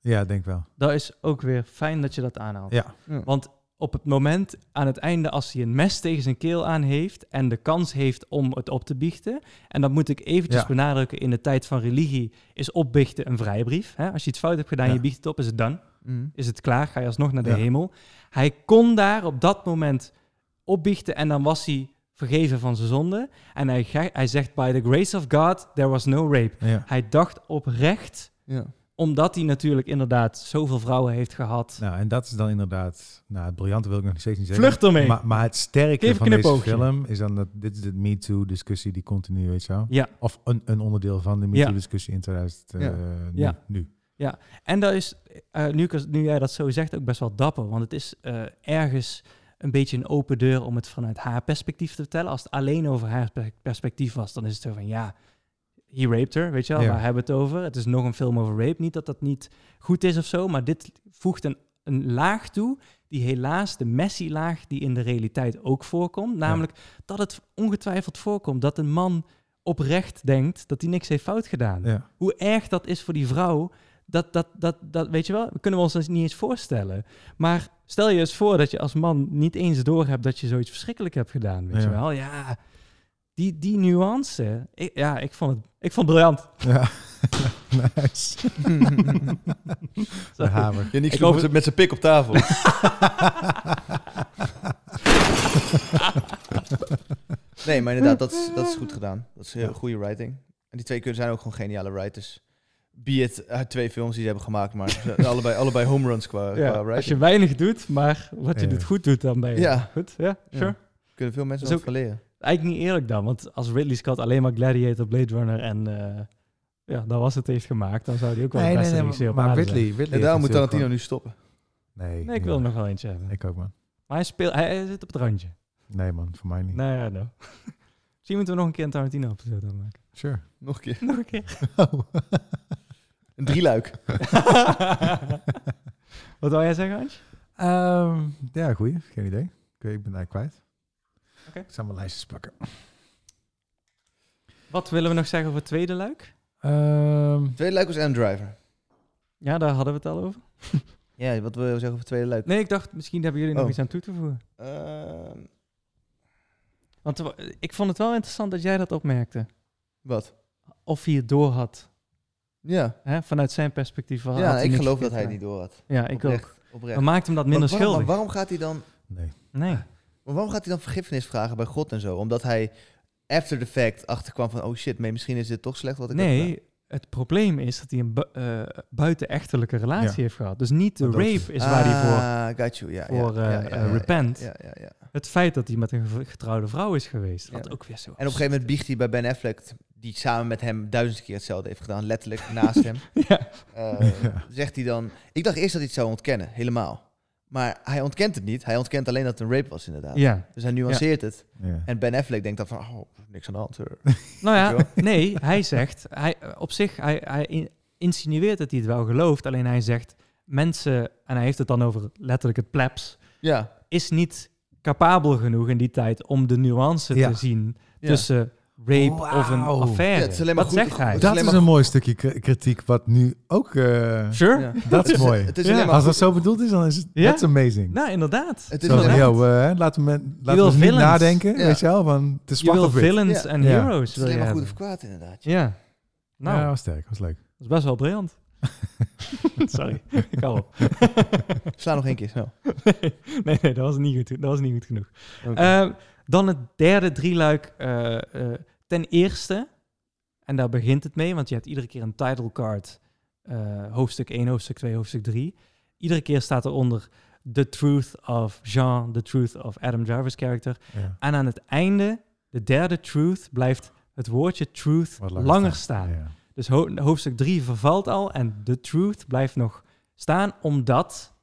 Speaker 2: ja, denk wel.
Speaker 1: Dat is ook weer fijn dat je dat aanhaalt.
Speaker 2: Ja.
Speaker 1: Want op het moment aan het einde, als hij een mes tegen zijn keel aan heeft en de kans heeft om het op te biechten, en dat moet ik eventjes
Speaker 2: Ja.
Speaker 1: benadrukken, in de tijd van religie is opbiechten een vrijbrief. Hè? Als je iets fout hebt gedaan,
Speaker 2: Ja.
Speaker 1: je biecht het op, is het dan,
Speaker 3: Mm.
Speaker 1: is het klaar, ga je alsnog naar de
Speaker 2: Ja.
Speaker 1: hemel. Hij kon daar op dat moment opbiechten en dan was hij vergeven van zijn zonde. En hij, ge- hij zegt, by the grace of God, there was no rape.
Speaker 2: ja.
Speaker 1: Hij dacht oprecht,
Speaker 3: Ja.
Speaker 1: omdat hij natuurlijk inderdaad zoveel vrouwen heeft gehad.
Speaker 2: Nou, en dat is dan inderdaad... Nou, het briljante wil ik nog steeds niet zeggen.
Speaker 1: Vlucht ermee!
Speaker 2: Maar, maar het sterke
Speaker 1: Geef een
Speaker 2: van deze
Speaker 1: knipoogje.
Speaker 2: film is dan dat dit is de Me Too discussie die continu, weet je wel.
Speaker 1: Ja.
Speaker 2: Of een, een onderdeel van de Me
Speaker 1: Ja.
Speaker 2: Too discussie in 2000 eh,
Speaker 3: Ja.
Speaker 2: nu,
Speaker 1: Ja.
Speaker 2: nu.
Speaker 1: En dat is, eh, nu, ik als- nu jij dat zo zegt, ook best wel dapper. Want het is eh, ergens een beetje een open deur om het vanuit haar perspectief te vertellen. Als het alleen over haar per- perspectief was, dan is het zo van ja, he raped her, weet je wel,
Speaker 2: Ja.
Speaker 1: waar hebben we het over? Het is nog een film over rape. Niet dat dat niet goed is of zo, maar dit voegt een, een laag toe die helaas de Messi-laag die in de realiteit ook voorkomt. Namelijk dat het ongetwijfeld voorkomt dat een man oprecht denkt dat hij niks heeft fout gedaan
Speaker 2: Ja.
Speaker 1: hoe erg dat is voor die vrouw, dat, dat, dat, dat weet je wel, kunnen we ons dat niet eens voorstellen. Maar stel je eens voor dat je als man niet eens doorhebt dat je zoiets verschrikkelijk hebt gedaan, weet
Speaker 2: Ja.
Speaker 1: je wel. Ja, die, die nuance, ik, ja, ik vond het, ik vond het briljant.
Speaker 2: ja. nice. De
Speaker 3: Mm-hmm.
Speaker 1: Sorry.
Speaker 2: hamer.
Speaker 3: Ja, niks
Speaker 1: Ik over-
Speaker 3: met z'n- met zijn pik op tafel. nee, maar inderdaad, dat is, dat is goed gedaan. Dat is heel
Speaker 2: Ja.
Speaker 3: goede writing. En die twee kunnen zijn ook gewoon geniale writers. Be it uit twee films die ze hebben gemaakt, maar ze zijn allebei, allebei home runs qua,
Speaker 1: Ja,
Speaker 3: qua
Speaker 1: als je
Speaker 3: writing.
Speaker 1: weinig doet, maar wat je
Speaker 2: Ja.
Speaker 1: doet goed doet, dan ben je
Speaker 3: Ja.
Speaker 1: goed. Ja,
Speaker 3: Ja.
Speaker 1: sure.
Speaker 3: Kunnen veel mensen
Speaker 1: Dat
Speaker 3: ook
Speaker 1: is
Speaker 3: van leren.
Speaker 1: Eigenlijk niet eerlijk dan, want als Ridley Scott alleen maar Gladiator, Blade Runner en eh, ja, dat was het heeft gemaakt, dan zou hij ook wel
Speaker 2: Nee,
Speaker 1: best
Speaker 2: nee,
Speaker 1: een
Speaker 2: nee,
Speaker 1: regisseur
Speaker 2: maar,
Speaker 1: op
Speaker 2: maar
Speaker 1: aarde zijn.
Speaker 2: Ridley, Ridley
Speaker 3: En daarom
Speaker 2: heeft
Speaker 3: moet
Speaker 2: natuurlijk
Speaker 3: Tarantino nu stoppen.
Speaker 2: gewoon- Nee,
Speaker 1: Nee, ik wil er
Speaker 2: niet.
Speaker 1: nog wel eentje hebben.
Speaker 2: Ik ook, man.
Speaker 1: Maar hij, speelt, hij, hij zit op het randje.
Speaker 2: Nee, man, voor mij niet.
Speaker 1: Nou ja, nou. Misschien moeten we nog een keer een Tarantino episode aan maken.
Speaker 2: Sure. Oh.
Speaker 3: Nog een keer.
Speaker 1: Nog een keer.
Speaker 3: Een drieluik.
Speaker 1: Wat wil jij zeggen, Antje?
Speaker 2: Ehm, ja, goeie. Geen idee. Oké, ik ben eigenlijk kwijt.
Speaker 1: Oké.
Speaker 2: Ik zal mijn lijstjes pakken.
Speaker 1: Wat willen we nog zeggen over het tweede luik?
Speaker 2: Ehm,
Speaker 3: Tweede luik was Adam Driver.
Speaker 1: Ja, daar hadden we het al over.
Speaker 3: Ja, wat wil je zeggen over tweede luik?
Speaker 1: Nee, ik dacht, misschien hebben jullie
Speaker 3: Oh.
Speaker 1: nog iets aan toe te voegen.
Speaker 3: Ehm,
Speaker 1: Want er wa- ik vond het wel interessant dat jij dat opmerkte.
Speaker 3: wat?
Speaker 1: Of hij het door had.
Speaker 3: Ja,
Speaker 1: Hè? Vanuit zijn perspectief. had
Speaker 3: ja
Speaker 1: hij
Speaker 3: ik
Speaker 1: niks
Speaker 3: geloof dat hij het
Speaker 1: verkeerd
Speaker 3: niet door had.
Speaker 1: gedaan. Ja, ik ook.
Speaker 3: Oprecht, Oprecht.
Speaker 1: Dat maakt hem dat minder
Speaker 3: maar, waarom-
Speaker 1: schuldig.
Speaker 3: maar waarom gaat hij dan
Speaker 2: nee.
Speaker 1: Nee.
Speaker 3: Maar waarom gaat hij dan vergiffenis vragen bij God en zo? Omdat hij after the fact achterkwam van... oh shit, maar misschien is dit toch slecht wat ik heb gedaan.
Speaker 1: Nee, het probleem is dat hij een bu- eh, buitenechtelijke relatie
Speaker 2: Ja.
Speaker 1: heeft gehad. Dus niet de
Speaker 2: Dat is-
Speaker 1: rape is waar hij voor
Speaker 3: Ah, got you. Ja, ja,
Speaker 1: voor eh,
Speaker 3: ja, ja,
Speaker 1: eh,
Speaker 3: ja, ja,
Speaker 1: Repent.
Speaker 3: Ja, ja, ja.
Speaker 1: Het feit dat hij met een gev- getrouwde vrouw is geweest. Wat
Speaker 3: Ja.
Speaker 1: ook weer zo.
Speaker 3: En op een gegeven moment biecht hij bij Ben Affleck... die samen met hem duizend keer hetzelfde heeft gedaan. Letterlijk naast hem.
Speaker 1: Ja.
Speaker 3: Eh, Zegt hij dan... Ik dacht eerst dat hij het zou ontkennen, helemaal. Maar hij ontkent het niet. Hij ontkent alleen dat het een rape was, inderdaad.
Speaker 1: ja.
Speaker 3: Dus hij nuanceert het.
Speaker 2: Ja.
Speaker 3: En Ben Affleck denkt dan van... oh, niks aan de hand. hoor.
Speaker 1: Nou
Speaker 3: Weet
Speaker 1: ja, nee, hij zegt. Hij, eh, op zich, hij, hij in- insinueert dat hij het wel gelooft. Alleen hij zegt. Mensen, en hij heeft het dan over letterlijk het plebs.
Speaker 3: Ja,
Speaker 1: Is niet capabel genoeg in die tijd om de nuance
Speaker 2: Ja.
Speaker 1: te zien
Speaker 3: Ja.
Speaker 1: tussen rape of een
Speaker 2: Wauw.
Speaker 3: Ja,
Speaker 1: affaire.
Speaker 3: het is alleen maar
Speaker 1: Wat
Speaker 3: goed-
Speaker 1: zegt hij?
Speaker 3: Het is
Speaker 2: Dat
Speaker 3: alleen
Speaker 2: is
Speaker 3: maar
Speaker 2: een mooi stukje kri- kritiek, wat nu ook... eh,
Speaker 1: Sure.
Speaker 3: Ja.
Speaker 2: dat is mooi.
Speaker 3: Het is
Speaker 1: Ja.
Speaker 3: alleen maar
Speaker 2: Als
Speaker 3: goed-
Speaker 2: dat zo bedoeld is, dan is het...
Speaker 1: Ja.
Speaker 2: That's amazing.
Speaker 1: Nou, inderdaad.
Speaker 3: Het is
Speaker 2: Zo van,
Speaker 3: inderdaad.
Speaker 2: yo, eh, laten we, men-
Speaker 1: wil
Speaker 2: laten we eens niet
Speaker 1: villains.
Speaker 2: nadenken,
Speaker 3: Ja.
Speaker 2: weet je wel? Van, het is
Speaker 1: Je
Speaker 2: zwart
Speaker 1: wil
Speaker 2: of wit.
Speaker 1: villains
Speaker 3: Ja.
Speaker 1: en
Speaker 2: Ja.
Speaker 1: heroes.
Speaker 3: het is
Speaker 1: wil
Speaker 3: alleen
Speaker 1: je
Speaker 3: maar goed of
Speaker 1: hebben.
Speaker 3: kwaad, inderdaad.
Speaker 1: Ja. Nou,
Speaker 2: Ja, was sterk, was leuk.
Speaker 1: dat is best wel briljant. Sorry, ik hou op.
Speaker 3: Sla nog één keer snel.
Speaker 1: nee, nee, dat was niet goed, dat was niet goed genoeg.
Speaker 3: Oké.
Speaker 1: Eh, dan het derde drieluik. eh, eh, ten eerste, en daar begint het mee, want je hebt iedere keer een title card. eh, hoofdstuk 1, hoofdstuk 2, hoofdstuk 3. Iedere keer staat eronder The Truth of Jean, The Truth of Adam Jarvis character.
Speaker 2: Ja,
Speaker 1: En aan het einde, de derde truth, blijft het woordje truth
Speaker 2: wat
Speaker 1: langer, staan.
Speaker 2: Ja.
Speaker 1: Dus ho- hoofdstuk 3 vervalt al en The Truth blijft nog staan, omdat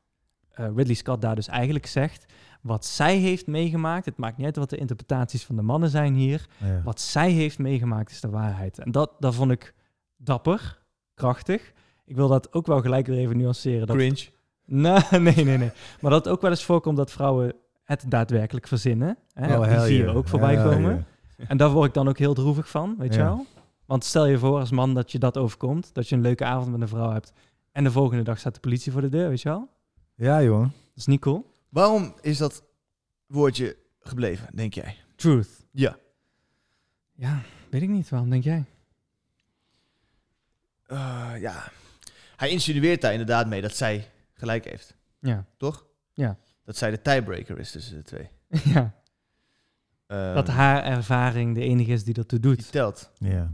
Speaker 1: eh, Ridley Scott daar dus eigenlijk zegt wat zij heeft meegemaakt. Het maakt niet uit wat de interpretaties van de mannen zijn hier.
Speaker 2: Ja.
Speaker 1: Wat zij heeft meegemaakt is de waarheid. En dat, dat vond ik dapper, krachtig. Ik wil dat ook wel gelijk weer even nuanceren. Dat,
Speaker 3: Cringe.
Speaker 1: nou, nee, nee, nee. Maar dat het ook wel eens voorkomt dat vrouwen het daadwerkelijk verzinnen. Hè?
Speaker 2: Oh,
Speaker 1: Die
Speaker 2: hell
Speaker 1: zie je
Speaker 2: yeah.
Speaker 1: ook voorbij
Speaker 2: Hell
Speaker 1: komen.
Speaker 2: yeah.
Speaker 1: En daar word ik dan ook heel droevig van, weet je
Speaker 2: Ja.
Speaker 1: wel? Want stel je voor als man dat je dat overkomt, dat je een leuke avond met een vrouw hebt en de volgende dag staat de politie voor de deur, weet je wel?
Speaker 2: Ja, joh.
Speaker 1: Dat is niet cool.
Speaker 3: Waarom is dat woordje gebleven, denk jij?
Speaker 1: Truth.
Speaker 3: Ja.
Speaker 1: Ja, weet ik niet. Waarom denk jij?
Speaker 3: Eh, ja. Hij insinueert daar inderdaad mee dat zij gelijk heeft.
Speaker 1: Ja.
Speaker 3: Toch?
Speaker 1: Ja.
Speaker 3: Dat zij de tiebreaker is tussen de twee.
Speaker 1: ja.
Speaker 2: Eh.
Speaker 3: Ehm,
Speaker 1: Dat haar ervaring de enige is die ertoe
Speaker 3: Die
Speaker 1: doet.
Speaker 3: telt.
Speaker 2: Ja.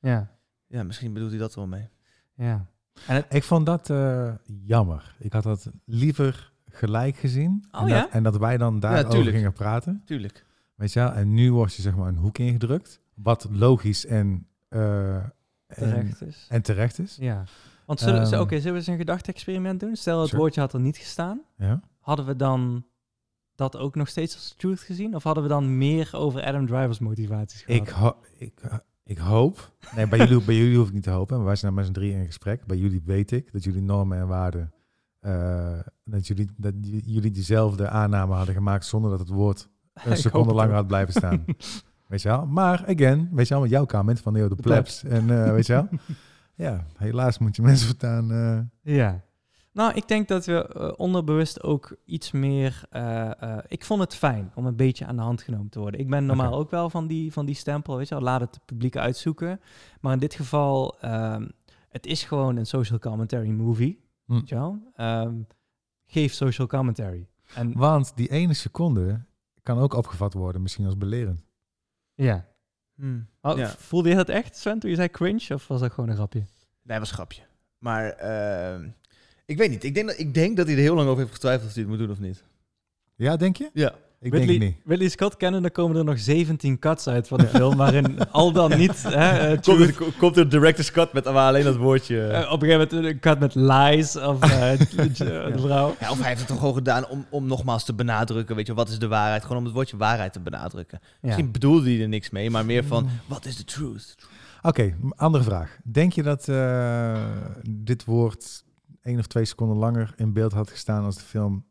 Speaker 1: Ja.
Speaker 3: Ja, misschien bedoelt hij dat wel mee.
Speaker 1: Ja.
Speaker 2: Ik vond dat eh, jammer. Ik had dat liever gelijk gezien.
Speaker 1: Oh,
Speaker 2: en, dat,
Speaker 1: ja?
Speaker 2: en dat wij dan daarover
Speaker 3: tuurlijk.
Speaker 2: gingen praten.
Speaker 3: Tuurlijk.
Speaker 2: Weet je wel? En nu word je zeg maar een hoek ingedrukt. Wat logisch en, eh, en,
Speaker 1: Terecht is.
Speaker 2: en terecht is.
Speaker 1: Ja. Want zullen, we-
Speaker 2: Ehm.
Speaker 1: oké, zullen we eens een gedachte-experiment doen? Stel, het
Speaker 2: Sure.
Speaker 1: woordje had er niet gestaan.
Speaker 2: Ja.
Speaker 1: Hadden we dan dat ook nog steeds als truth gezien? Of hadden we dan meer over Adam Drivers motivaties gehad?
Speaker 2: Ik, ho- ik, eh, ik hoop. Nee, bij jullie, bij jullie hoef ik niet te hopen. Maar wij zijn met z'n drieën in gesprek. Bij jullie weet ik dat jullie normen en waarden. eh, dat, jullie, dat j- jullie diezelfde aanname hadden gemaakt zonder dat het woord een seconde langer had blijven staan. weet je wel? Maar again, weet je wel, met jouw comment van yo, de
Speaker 1: De plebs.
Speaker 2: plebs. En eh, weet je wel? Ja, helaas moet je mensen voortaan... eh,
Speaker 1: Ja. Nou, ik denk dat we eh, onderbewust ook iets meer. eh, eh, ik vond het fijn om een beetje aan de hand genomen te worden. Ik ben normaal
Speaker 2: Oké.
Speaker 1: ook wel van die, van die stempel, weet je wel, laat het publiek uitzoeken. Maar in dit geval, ehm, het is gewoon een social commentary movie.
Speaker 2: Hm.
Speaker 1: Weet je wel? Ehm, geef social commentary. En
Speaker 2: want die ene seconde kan ook opgevat worden misschien als belerend.
Speaker 1: ja.
Speaker 3: Hmm.
Speaker 1: Oh,
Speaker 3: Ja.
Speaker 1: Voelde je dat echt, Sven, toen je zei cringe? Of was dat gewoon een grapje?
Speaker 3: Nee, was een grapje. Maar ehm, ik weet niet. Ik denk, dat, ik denk dat hij er heel lang over heeft getwijfeld of hij het moet doen of niet.
Speaker 2: Ja, denk je?
Speaker 3: Ja.
Speaker 2: Ik
Speaker 1: Ridley,
Speaker 2: denk het niet.
Speaker 1: Ridley Scott kennen, dan komen er nog 17 cuts uit van de film, waarin al dan niet hè, eh,
Speaker 3: Komt
Speaker 1: truth
Speaker 3: er, ko- komt er een director's cut met waar alleen dat woordje...
Speaker 1: Eh, op een gegeven moment ik had met lies of eh, de de vrouw.
Speaker 3: Ja, of hij heeft het toch gewoon gedaan om, om nogmaals te benadrukken, weet je, wat is de waarheid? Gewoon om het woordje waarheid te benadrukken. Misschien bedoelde hij er niks mee, maar meer van, wat is de truth?
Speaker 2: Oké, m- andere vraag. Denk je dat eh, dit woord één of twee seconden langer in beeld had gestaan als de film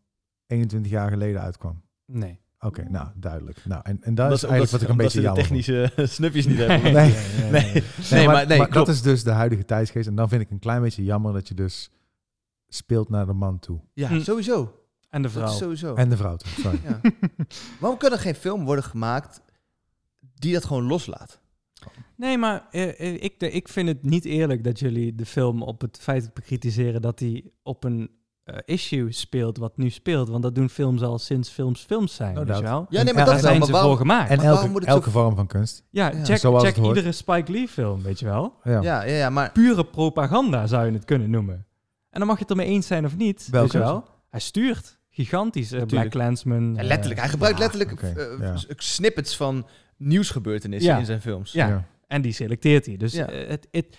Speaker 2: 21 jaar geleden uitkwam?
Speaker 1: Nee.
Speaker 2: Oké, nou duidelijk. Nou, en, en dat is eigenlijk wat ik een
Speaker 3: Mm. omdat
Speaker 2: beetje
Speaker 3: ze de
Speaker 2: jammer vond.
Speaker 3: technische snufjes niet hebben.
Speaker 2: Nee.
Speaker 1: nee,
Speaker 3: Nee, nee, maar, nee,
Speaker 2: dat
Speaker 3: klopt.
Speaker 2: is dus de huidige tijdsgeest. En dan vind ik een klein beetje jammer dat je dus speelt naar de man toe.
Speaker 3: Ja,
Speaker 1: Hm.
Speaker 3: sowieso.
Speaker 1: En de
Speaker 3: Dat is
Speaker 1: vrouw.
Speaker 3: sowieso.
Speaker 2: En de vrouw toe, sorry.
Speaker 3: Ja. Waarom kan er geen film worden gemaakt die dat gewoon loslaat?
Speaker 1: Nee, maar eh, eh, ik, de- ik vind het niet eerlijk dat jullie de film op het feit bekritiseren dat hij op een eh, issue speelt wat nu speelt. Want dat doen films al sinds films films zijn,
Speaker 2: No
Speaker 1: weet je
Speaker 2: doubt.
Speaker 1: wel?
Speaker 3: Ja, nee, maar
Speaker 1: Daar
Speaker 2: En-
Speaker 3: Nou,
Speaker 2: en-
Speaker 3: dat wel.
Speaker 1: zijn
Speaker 3: Maar
Speaker 1: ze voor
Speaker 3: waarom?
Speaker 1: gemaakt.
Speaker 2: En
Speaker 3: Maar waarom moet
Speaker 2: elke,
Speaker 3: het
Speaker 2: elke
Speaker 3: zo-
Speaker 2: vorm van kunst.
Speaker 1: ja,
Speaker 3: Ja,
Speaker 1: check,
Speaker 2: zoals
Speaker 1: check
Speaker 2: het hoort.
Speaker 1: iedere Spike Lee film, weet je wel?
Speaker 2: Ja.
Speaker 3: Ja, ja, ja, maar
Speaker 1: Pure propaganda zou je het kunnen noemen. En dan mag je het ermee eens zijn of niet, weet
Speaker 2: Welke?
Speaker 1: je wel? Hij stuurt gigantisch. eh, Black
Speaker 3: Natuurlijk.
Speaker 1: Klansman.
Speaker 3: Ja,
Speaker 1: eh,
Speaker 3: letterlijk. Hij gebruikt
Speaker 2: ja,
Speaker 3: letterlijk
Speaker 2: oké,
Speaker 3: eh,
Speaker 2: ja.
Speaker 3: s- snippets van nieuwsgebeurtenissen
Speaker 1: Ja.
Speaker 3: in zijn films.
Speaker 1: Ja. En die selecteert hij. Dus
Speaker 3: Ja.
Speaker 1: eh, het, het,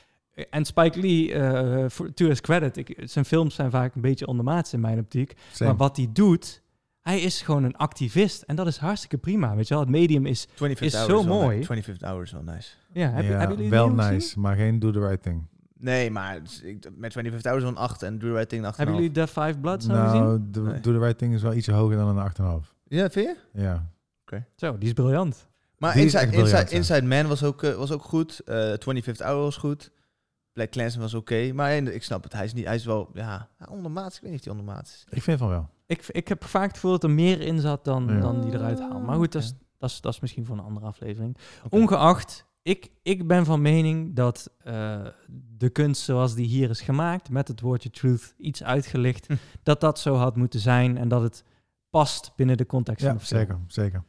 Speaker 1: en Spike Lee, eh, voor to his credit, ik, zijn films zijn vaak een beetje ondermaats in mijn optiek.
Speaker 2: same.
Speaker 1: Maar wat hij doet, hij is gewoon een activist. En dat is harstikke prima, weet je wel. Het medium is...
Speaker 3: 25
Speaker 1: Is
Speaker 3: hours
Speaker 1: zo
Speaker 3: is wel
Speaker 1: mooi.
Speaker 3: nice. 25 hours is wel nice.
Speaker 1: Ja, heb,
Speaker 2: Ja,
Speaker 1: hebben jullie
Speaker 2: wel
Speaker 1: die film
Speaker 2: nice,
Speaker 1: gezien?
Speaker 2: maar geen do the right thing.
Speaker 3: Nee, maar het- ik- met 25 hours wel een 8 en Do the Right Thing een 8.
Speaker 1: Hebben jullie The Five Bloods nou gezien?
Speaker 2: nou, do,
Speaker 3: Nee.
Speaker 2: do the right thing is wel iets hoger dan een 8,5.
Speaker 3: Ja, vind je?
Speaker 2: Ja.
Speaker 1: Zo, die is briljant.
Speaker 3: Maar
Speaker 2: Die is
Speaker 3: Inside,
Speaker 2: echt
Speaker 3: Inside,
Speaker 2: briljant, ja.
Speaker 3: Inside Man was ook, eh, was ook goed. Eh 25th Hour was goed. Black Clansman was oké. Maar en- ik snap het. Hij is, niet, hij is wel ja, ja, ondermaats. Ik weet niet of hij ondermaats is.
Speaker 2: Ik vind van wel.
Speaker 1: Ik, ik heb vaak het gevoel dat er meer in zat dan,
Speaker 2: Ja.
Speaker 1: dan die eruit haal. Maar goed, dat is,
Speaker 3: Oké.
Speaker 1: dat is, dat is misschien voor een andere aflevering. Ongeacht, ik, ik ben van mening dat eh, de kunst zoals die hier is gemaakt, met het woordje truth iets uitgelicht,
Speaker 3: Hm.
Speaker 1: dat dat zo had moeten zijn en dat het past binnen de context van
Speaker 2: Ja,
Speaker 1: de film.
Speaker 2: zeker, zeker.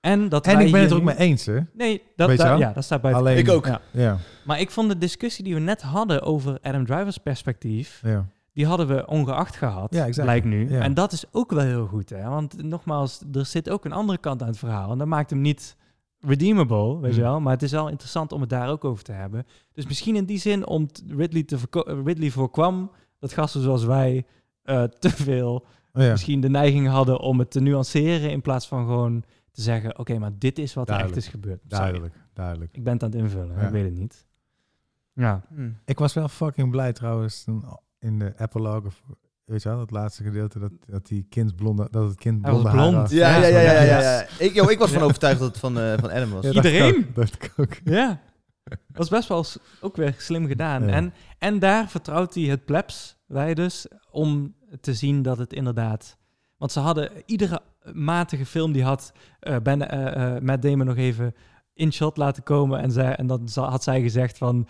Speaker 1: En, dat
Speaker 2: En
Speaker 1: wij
Speaker 2: ik ben
Speaker 1: hier
Speaker 2: het er ook
Speaker 1: nu-
Speaker 2: mee eens, hè?
Speaker 1: Nee, dat,
Speaker 2: Weet je
Speaker 1: dat-
Speaker 2: wel?
Speaker 1: ja, dat staat buiten.
Speaker 2: Alleen,
Speaker 3: Ik ook.
Speaker 1: Ja.
Speaker 2: Ja,
Speaker 1: Maar ik vond de discussie die we net hadden over Adam Drivers perspectief,
Speaker 2: ja. Oh,
Speaker 1: die hadden we ongeacht gehad,
Speaker 2: Ja, exact.
Speaker 1: blijkt nu.
Speaker 2: Ja.
Speaker 1: En dat is ook wel heel goed, hè? Want nogmaals, er zit ook een andere kant aan het verhaal. En dat maakt hem niet redeemable, weet je
Speaker 2: Hmm.
Speaker 1: wel. Maar het is wel interessant om het daar ook over te hebben. Dus misschien in die zin, om t- Ridley, te verko- eh, Ridley voorkwam dat gasten zoals wij eh, te veel
Speaker 2: ja.
Speaker 1: misschien de neiging hadden om het te nuanceren in plaats van gewoon te zeggen, oké, maar dit is wat er echt
Speaker 2: Duidelijk.
Speaker 1: is gebeurd. Sorry.
Speaker 2: Duidelijk, duidelijk.
Speaker 1: Ik ben het aan het invullen,
Speaker 2: Ja.
Speaker 1: ik weet het niet. Ja,
Speaker 3: Hm.
Speaker 2: Ik was wel fucking blij trouwens toen in de epilogue of weet je wel, dat laatste gedeelte dat, dat die kind blonde, dat het kind
Speaker 1: Hij was
Speaker 2: blonde haar
Speaker 1: blond.
Speaker 2: had.
Speaker 3: Ja, ja, ja. ja, ja,
Speaker 1: Ja,
Speaker 3: ja. Ik, joh, ik was van overtuigd dat het van, eh, van Adam was.
Speaker 2: Ja, dacht ik
Speaker 1: Iedereen?
Speaker 2: ook, dacht ik ook.
Speaker 1: Ja. Dat is best wel s- ook weer slim gedaan.
Speaker 2: Ja.
Speaker 1: En, en daar vertrouwt hij het plebs, wij dus, om te zien dat het inderdaad... Want ze hadden iedere matige film die had eh ben, eh, eh, Matt Damon nog even in shot laten komen. En, zij, en dan za- had zij gezegd van...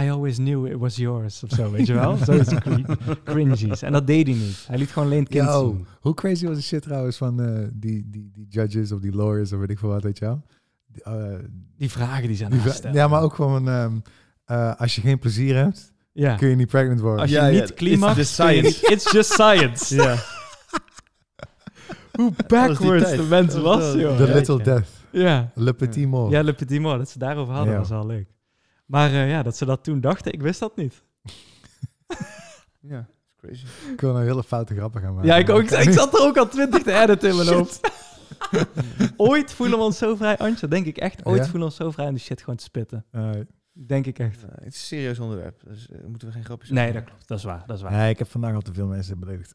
Speaker 1: I always knew it was yours, of zo, weet je wel? zo is cringies. En dat deed hij niet. Hij liet gewoon alleen het kind
Speaker 2: Yo,
Speaker 1: zien.
Speaker 2: hoe crazy was de shit trouwens van eh, die, die, die judges of die lawyers of weet ik veel wat, weet je wel? Die, eh,
Speaker 1: Die vragen die zijn
Speaker 2: die vra-
Speaker 1: gesteld.
Speaker 2: ja, maar ook gewoon ehm, eh, als je geen plezier hebt,
Speaker 1: Ja.
Speaker 2: kun je niet pregnant worden.
Speaker 1: Als je
Speaker 3: Ja, ja,
Speaker 1: niet klimaat...
Speaker 3: it's just science.
Speaker 1: It's just science. Hoe backwards de mens was, Oh. joh.
Speaker 2: The little death,
Speaker 1: Ja,
Speaker 2: le petit mort.
Speaker 1: ja Le Petit Mort, dat ze daarover hadden,
Speaker 2: Ja.
Speaker 1: was al leuk. Maar eh, ja, dat ze dat toen dachten, ik wist dat niet.
Speaker 3: Ja, crazy.
Speaker 2: Ik wil nou hele foute grappen gaan maken.
Speaker 1: ja, ik, ook,
Speaker 2: Maar-
Speaker 1: ik zat er ook al twintig te editen in mijn hoofd. ooit voelen we ons zo vrij, Antje, denk ik echt. Ooit
Speaker 2: Ja?
Speaker 1: voelen we ons zo vrij om die shit gewoon te spitten.
Speaker 2: Eh,
Speaker 1: Denk ik echt.
Speaker 3: Nou, het is een serieus onderwerp, dus eh, moeten we geen grapjes
Speaker 1: Nee,
Speaker 3: maken.
Speaker 1: dat klopt. Dat is waar, dat is waar.
Speaker 2: nee, ik heb vandaag al te veel mensen beledigd.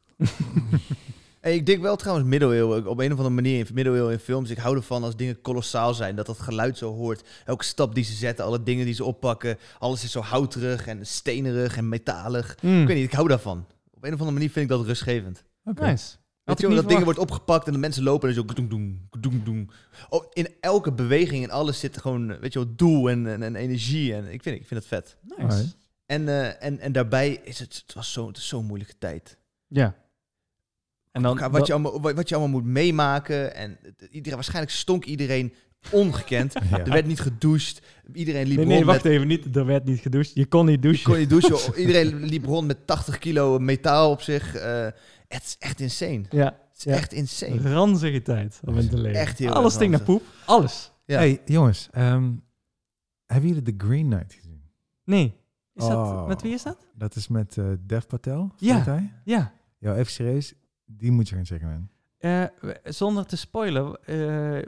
Speaker 3: Hey, ik denk wel trouwens middeleeuwen, ook op een of andere manier in middeleeuwen in films. Ik hou ervan als dingen kolossaal zijn, dat dat geluid zo hoort. Elke stap die ze zetten, alle dingen die ze oppakken, alles is zo houterig en stenerig en metalig.
Speaker 1: Hmm. Hm.
Speaker 3: Ik weet niet, ik hou daarvan. Op een of andere manier vind ik dat rustgevend.
Speaker 2: Oké.
Speaker 1: Nice.
Speaker 3: Weet
Speaker 1: Had
Speaker 3: je
Speaker 1: ik
Speaker 3: wel,
Speaker 1: niet
Speaker 3: dat dingen
Speaker 1: verwacht.
Speaker 3: wordt opgepakt en de mensen lopen en zo gedoeng, doeng, gedoeng, doeng. Oh, in elke beweging en alles zit gewoon, weet je wel, doel en, en, en energie. En ik vind, ik vind het vet.
Speaker 1: Nice.
Speaker 2: Alright.
Speaker 3: En, eh, en, en daarbij is het, het was zo, het is zo'n moeilijke tijd.
Speaker 1: Ja. En dan,
Speaker 3: Elkaar, wat, je allemaal, wat, wat je allemaal moet meemaken. En het- iedereen, waarschijnlijk stonk iedereen ongekend.
Speaker 2: Ja.
Speaker 3: Er werd niet gedoucht. Iedereen liep
Speaker 1: nee, nee,
Speaker 3: rond
Speaker 1: wacht
Speaker 3: met...
Speaker 1: even. Niet, er werd niet gedoucht. Je kon niet douchen.
Speaker 3: Kon je douchen? iedereen liep rond met 80 kilo metaal op zich. Eh, het is echt insane.
Speaker 1: Ja,
Speaker 3: Het is
Speaker 1: Ja.
Speaker 3: echt insane.
Speaker 1: ranzige tijd om in te leven.
Speaker 3: Echt heel
Speaker 1: Alles
Speaker 3: erg
Speaker 1: ding naar
Speaker 3: ranzig.
Speaker 1: poep. Alles.
Speaker 3: Ja.
Speaker 2: Hey jongens, ehm, hebben jullie The Green Knight gezien?
Speaker 1: Nee. Is dat,
Speaker 2: Oh.
Speaker 1: met wie is dat?
Speaker 2: Dat is met eh, Dev Patel.
Speaker 1: Ja.
Speaker 2: heet hij?
Speaker 1: Ja.
Speaker 2: Ja, even serieus, die moet je gaan checken, man.
Speaker 1: Eh, w- zonder te spoilen, eh,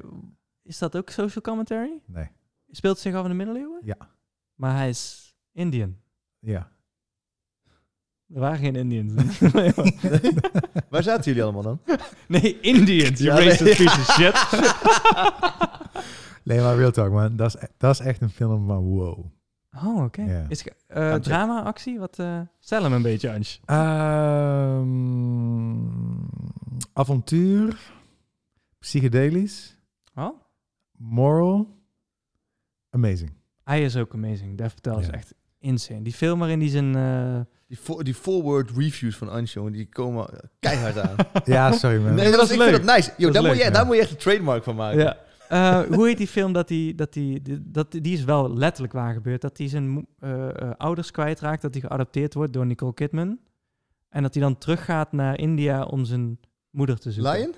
Speaker 1: is dat ook social commentary?
Speaker 2: Nee.
Speaker 1: Speelt het zich af in de middeleeuwen?
Speaker 2: Ja.
Speaker 1: Maar hij is Indian.
Speaker 2: Ja.
Speaker 1: Er waren geen Indians.
Speaker 3: Waar zaten jullie allemaal dan?
Speaker 1: nee, Indians. You
Speaker 3: Ja, nee.
Speaker 1: racist piece of shit.
Speaker 2: Nee, maar real talk, man. Dat is, e- dat is echt een film van wow.
Speaker 1: Oh, oké.
Speaker 2: Ja.
Speaker 1: Is ge- eh, drama, actie? Wat, eh stel hem een beetje, Ange.
Speaker 2: Ehm, avontuur, psychedelisch,
Speaker 1: Oh?
Speaker 2: moral, amazing.
Speaker 1: Hij is ook amazing. Dev Patel is
Speaker 2: Ja.
Speaker 1: echt insane. Die film waarin hij zijn... eh,
Speaker 3: Die, fo- die forward reviews van Ansjo, jongen, die komen keihard aan.
Speaker 2: Ja, sorry man.
Speaker 3: Nee,
Speaker 1: Dat
Speaker 3: dat
Speaker 1: is
Speaker 3: was, ik vind
Speaker 1: leuk.
Speaker 3: dat nice. Yo,
Speaker 1: Dat is
Speaker 3: daar, moet
Speaker 1: leuk,
Speaker 3: je,
Speaker 2: ja.
Speaker 3: daar moet je echt een trademark van maken.
Speaker 1: Ja. Eh, hoe heet die film dat die, dat die, die- dat die, die is wel letterlijk waar gebeurd, dat hij zijn mo- eh, eh, ouders kwijtraakt, dat hij geadopteerd wordt door Nicole Kidman. En dat hij dan teruggaat naar India om zijn moeder te zoeken.
Speaker 3: Lion?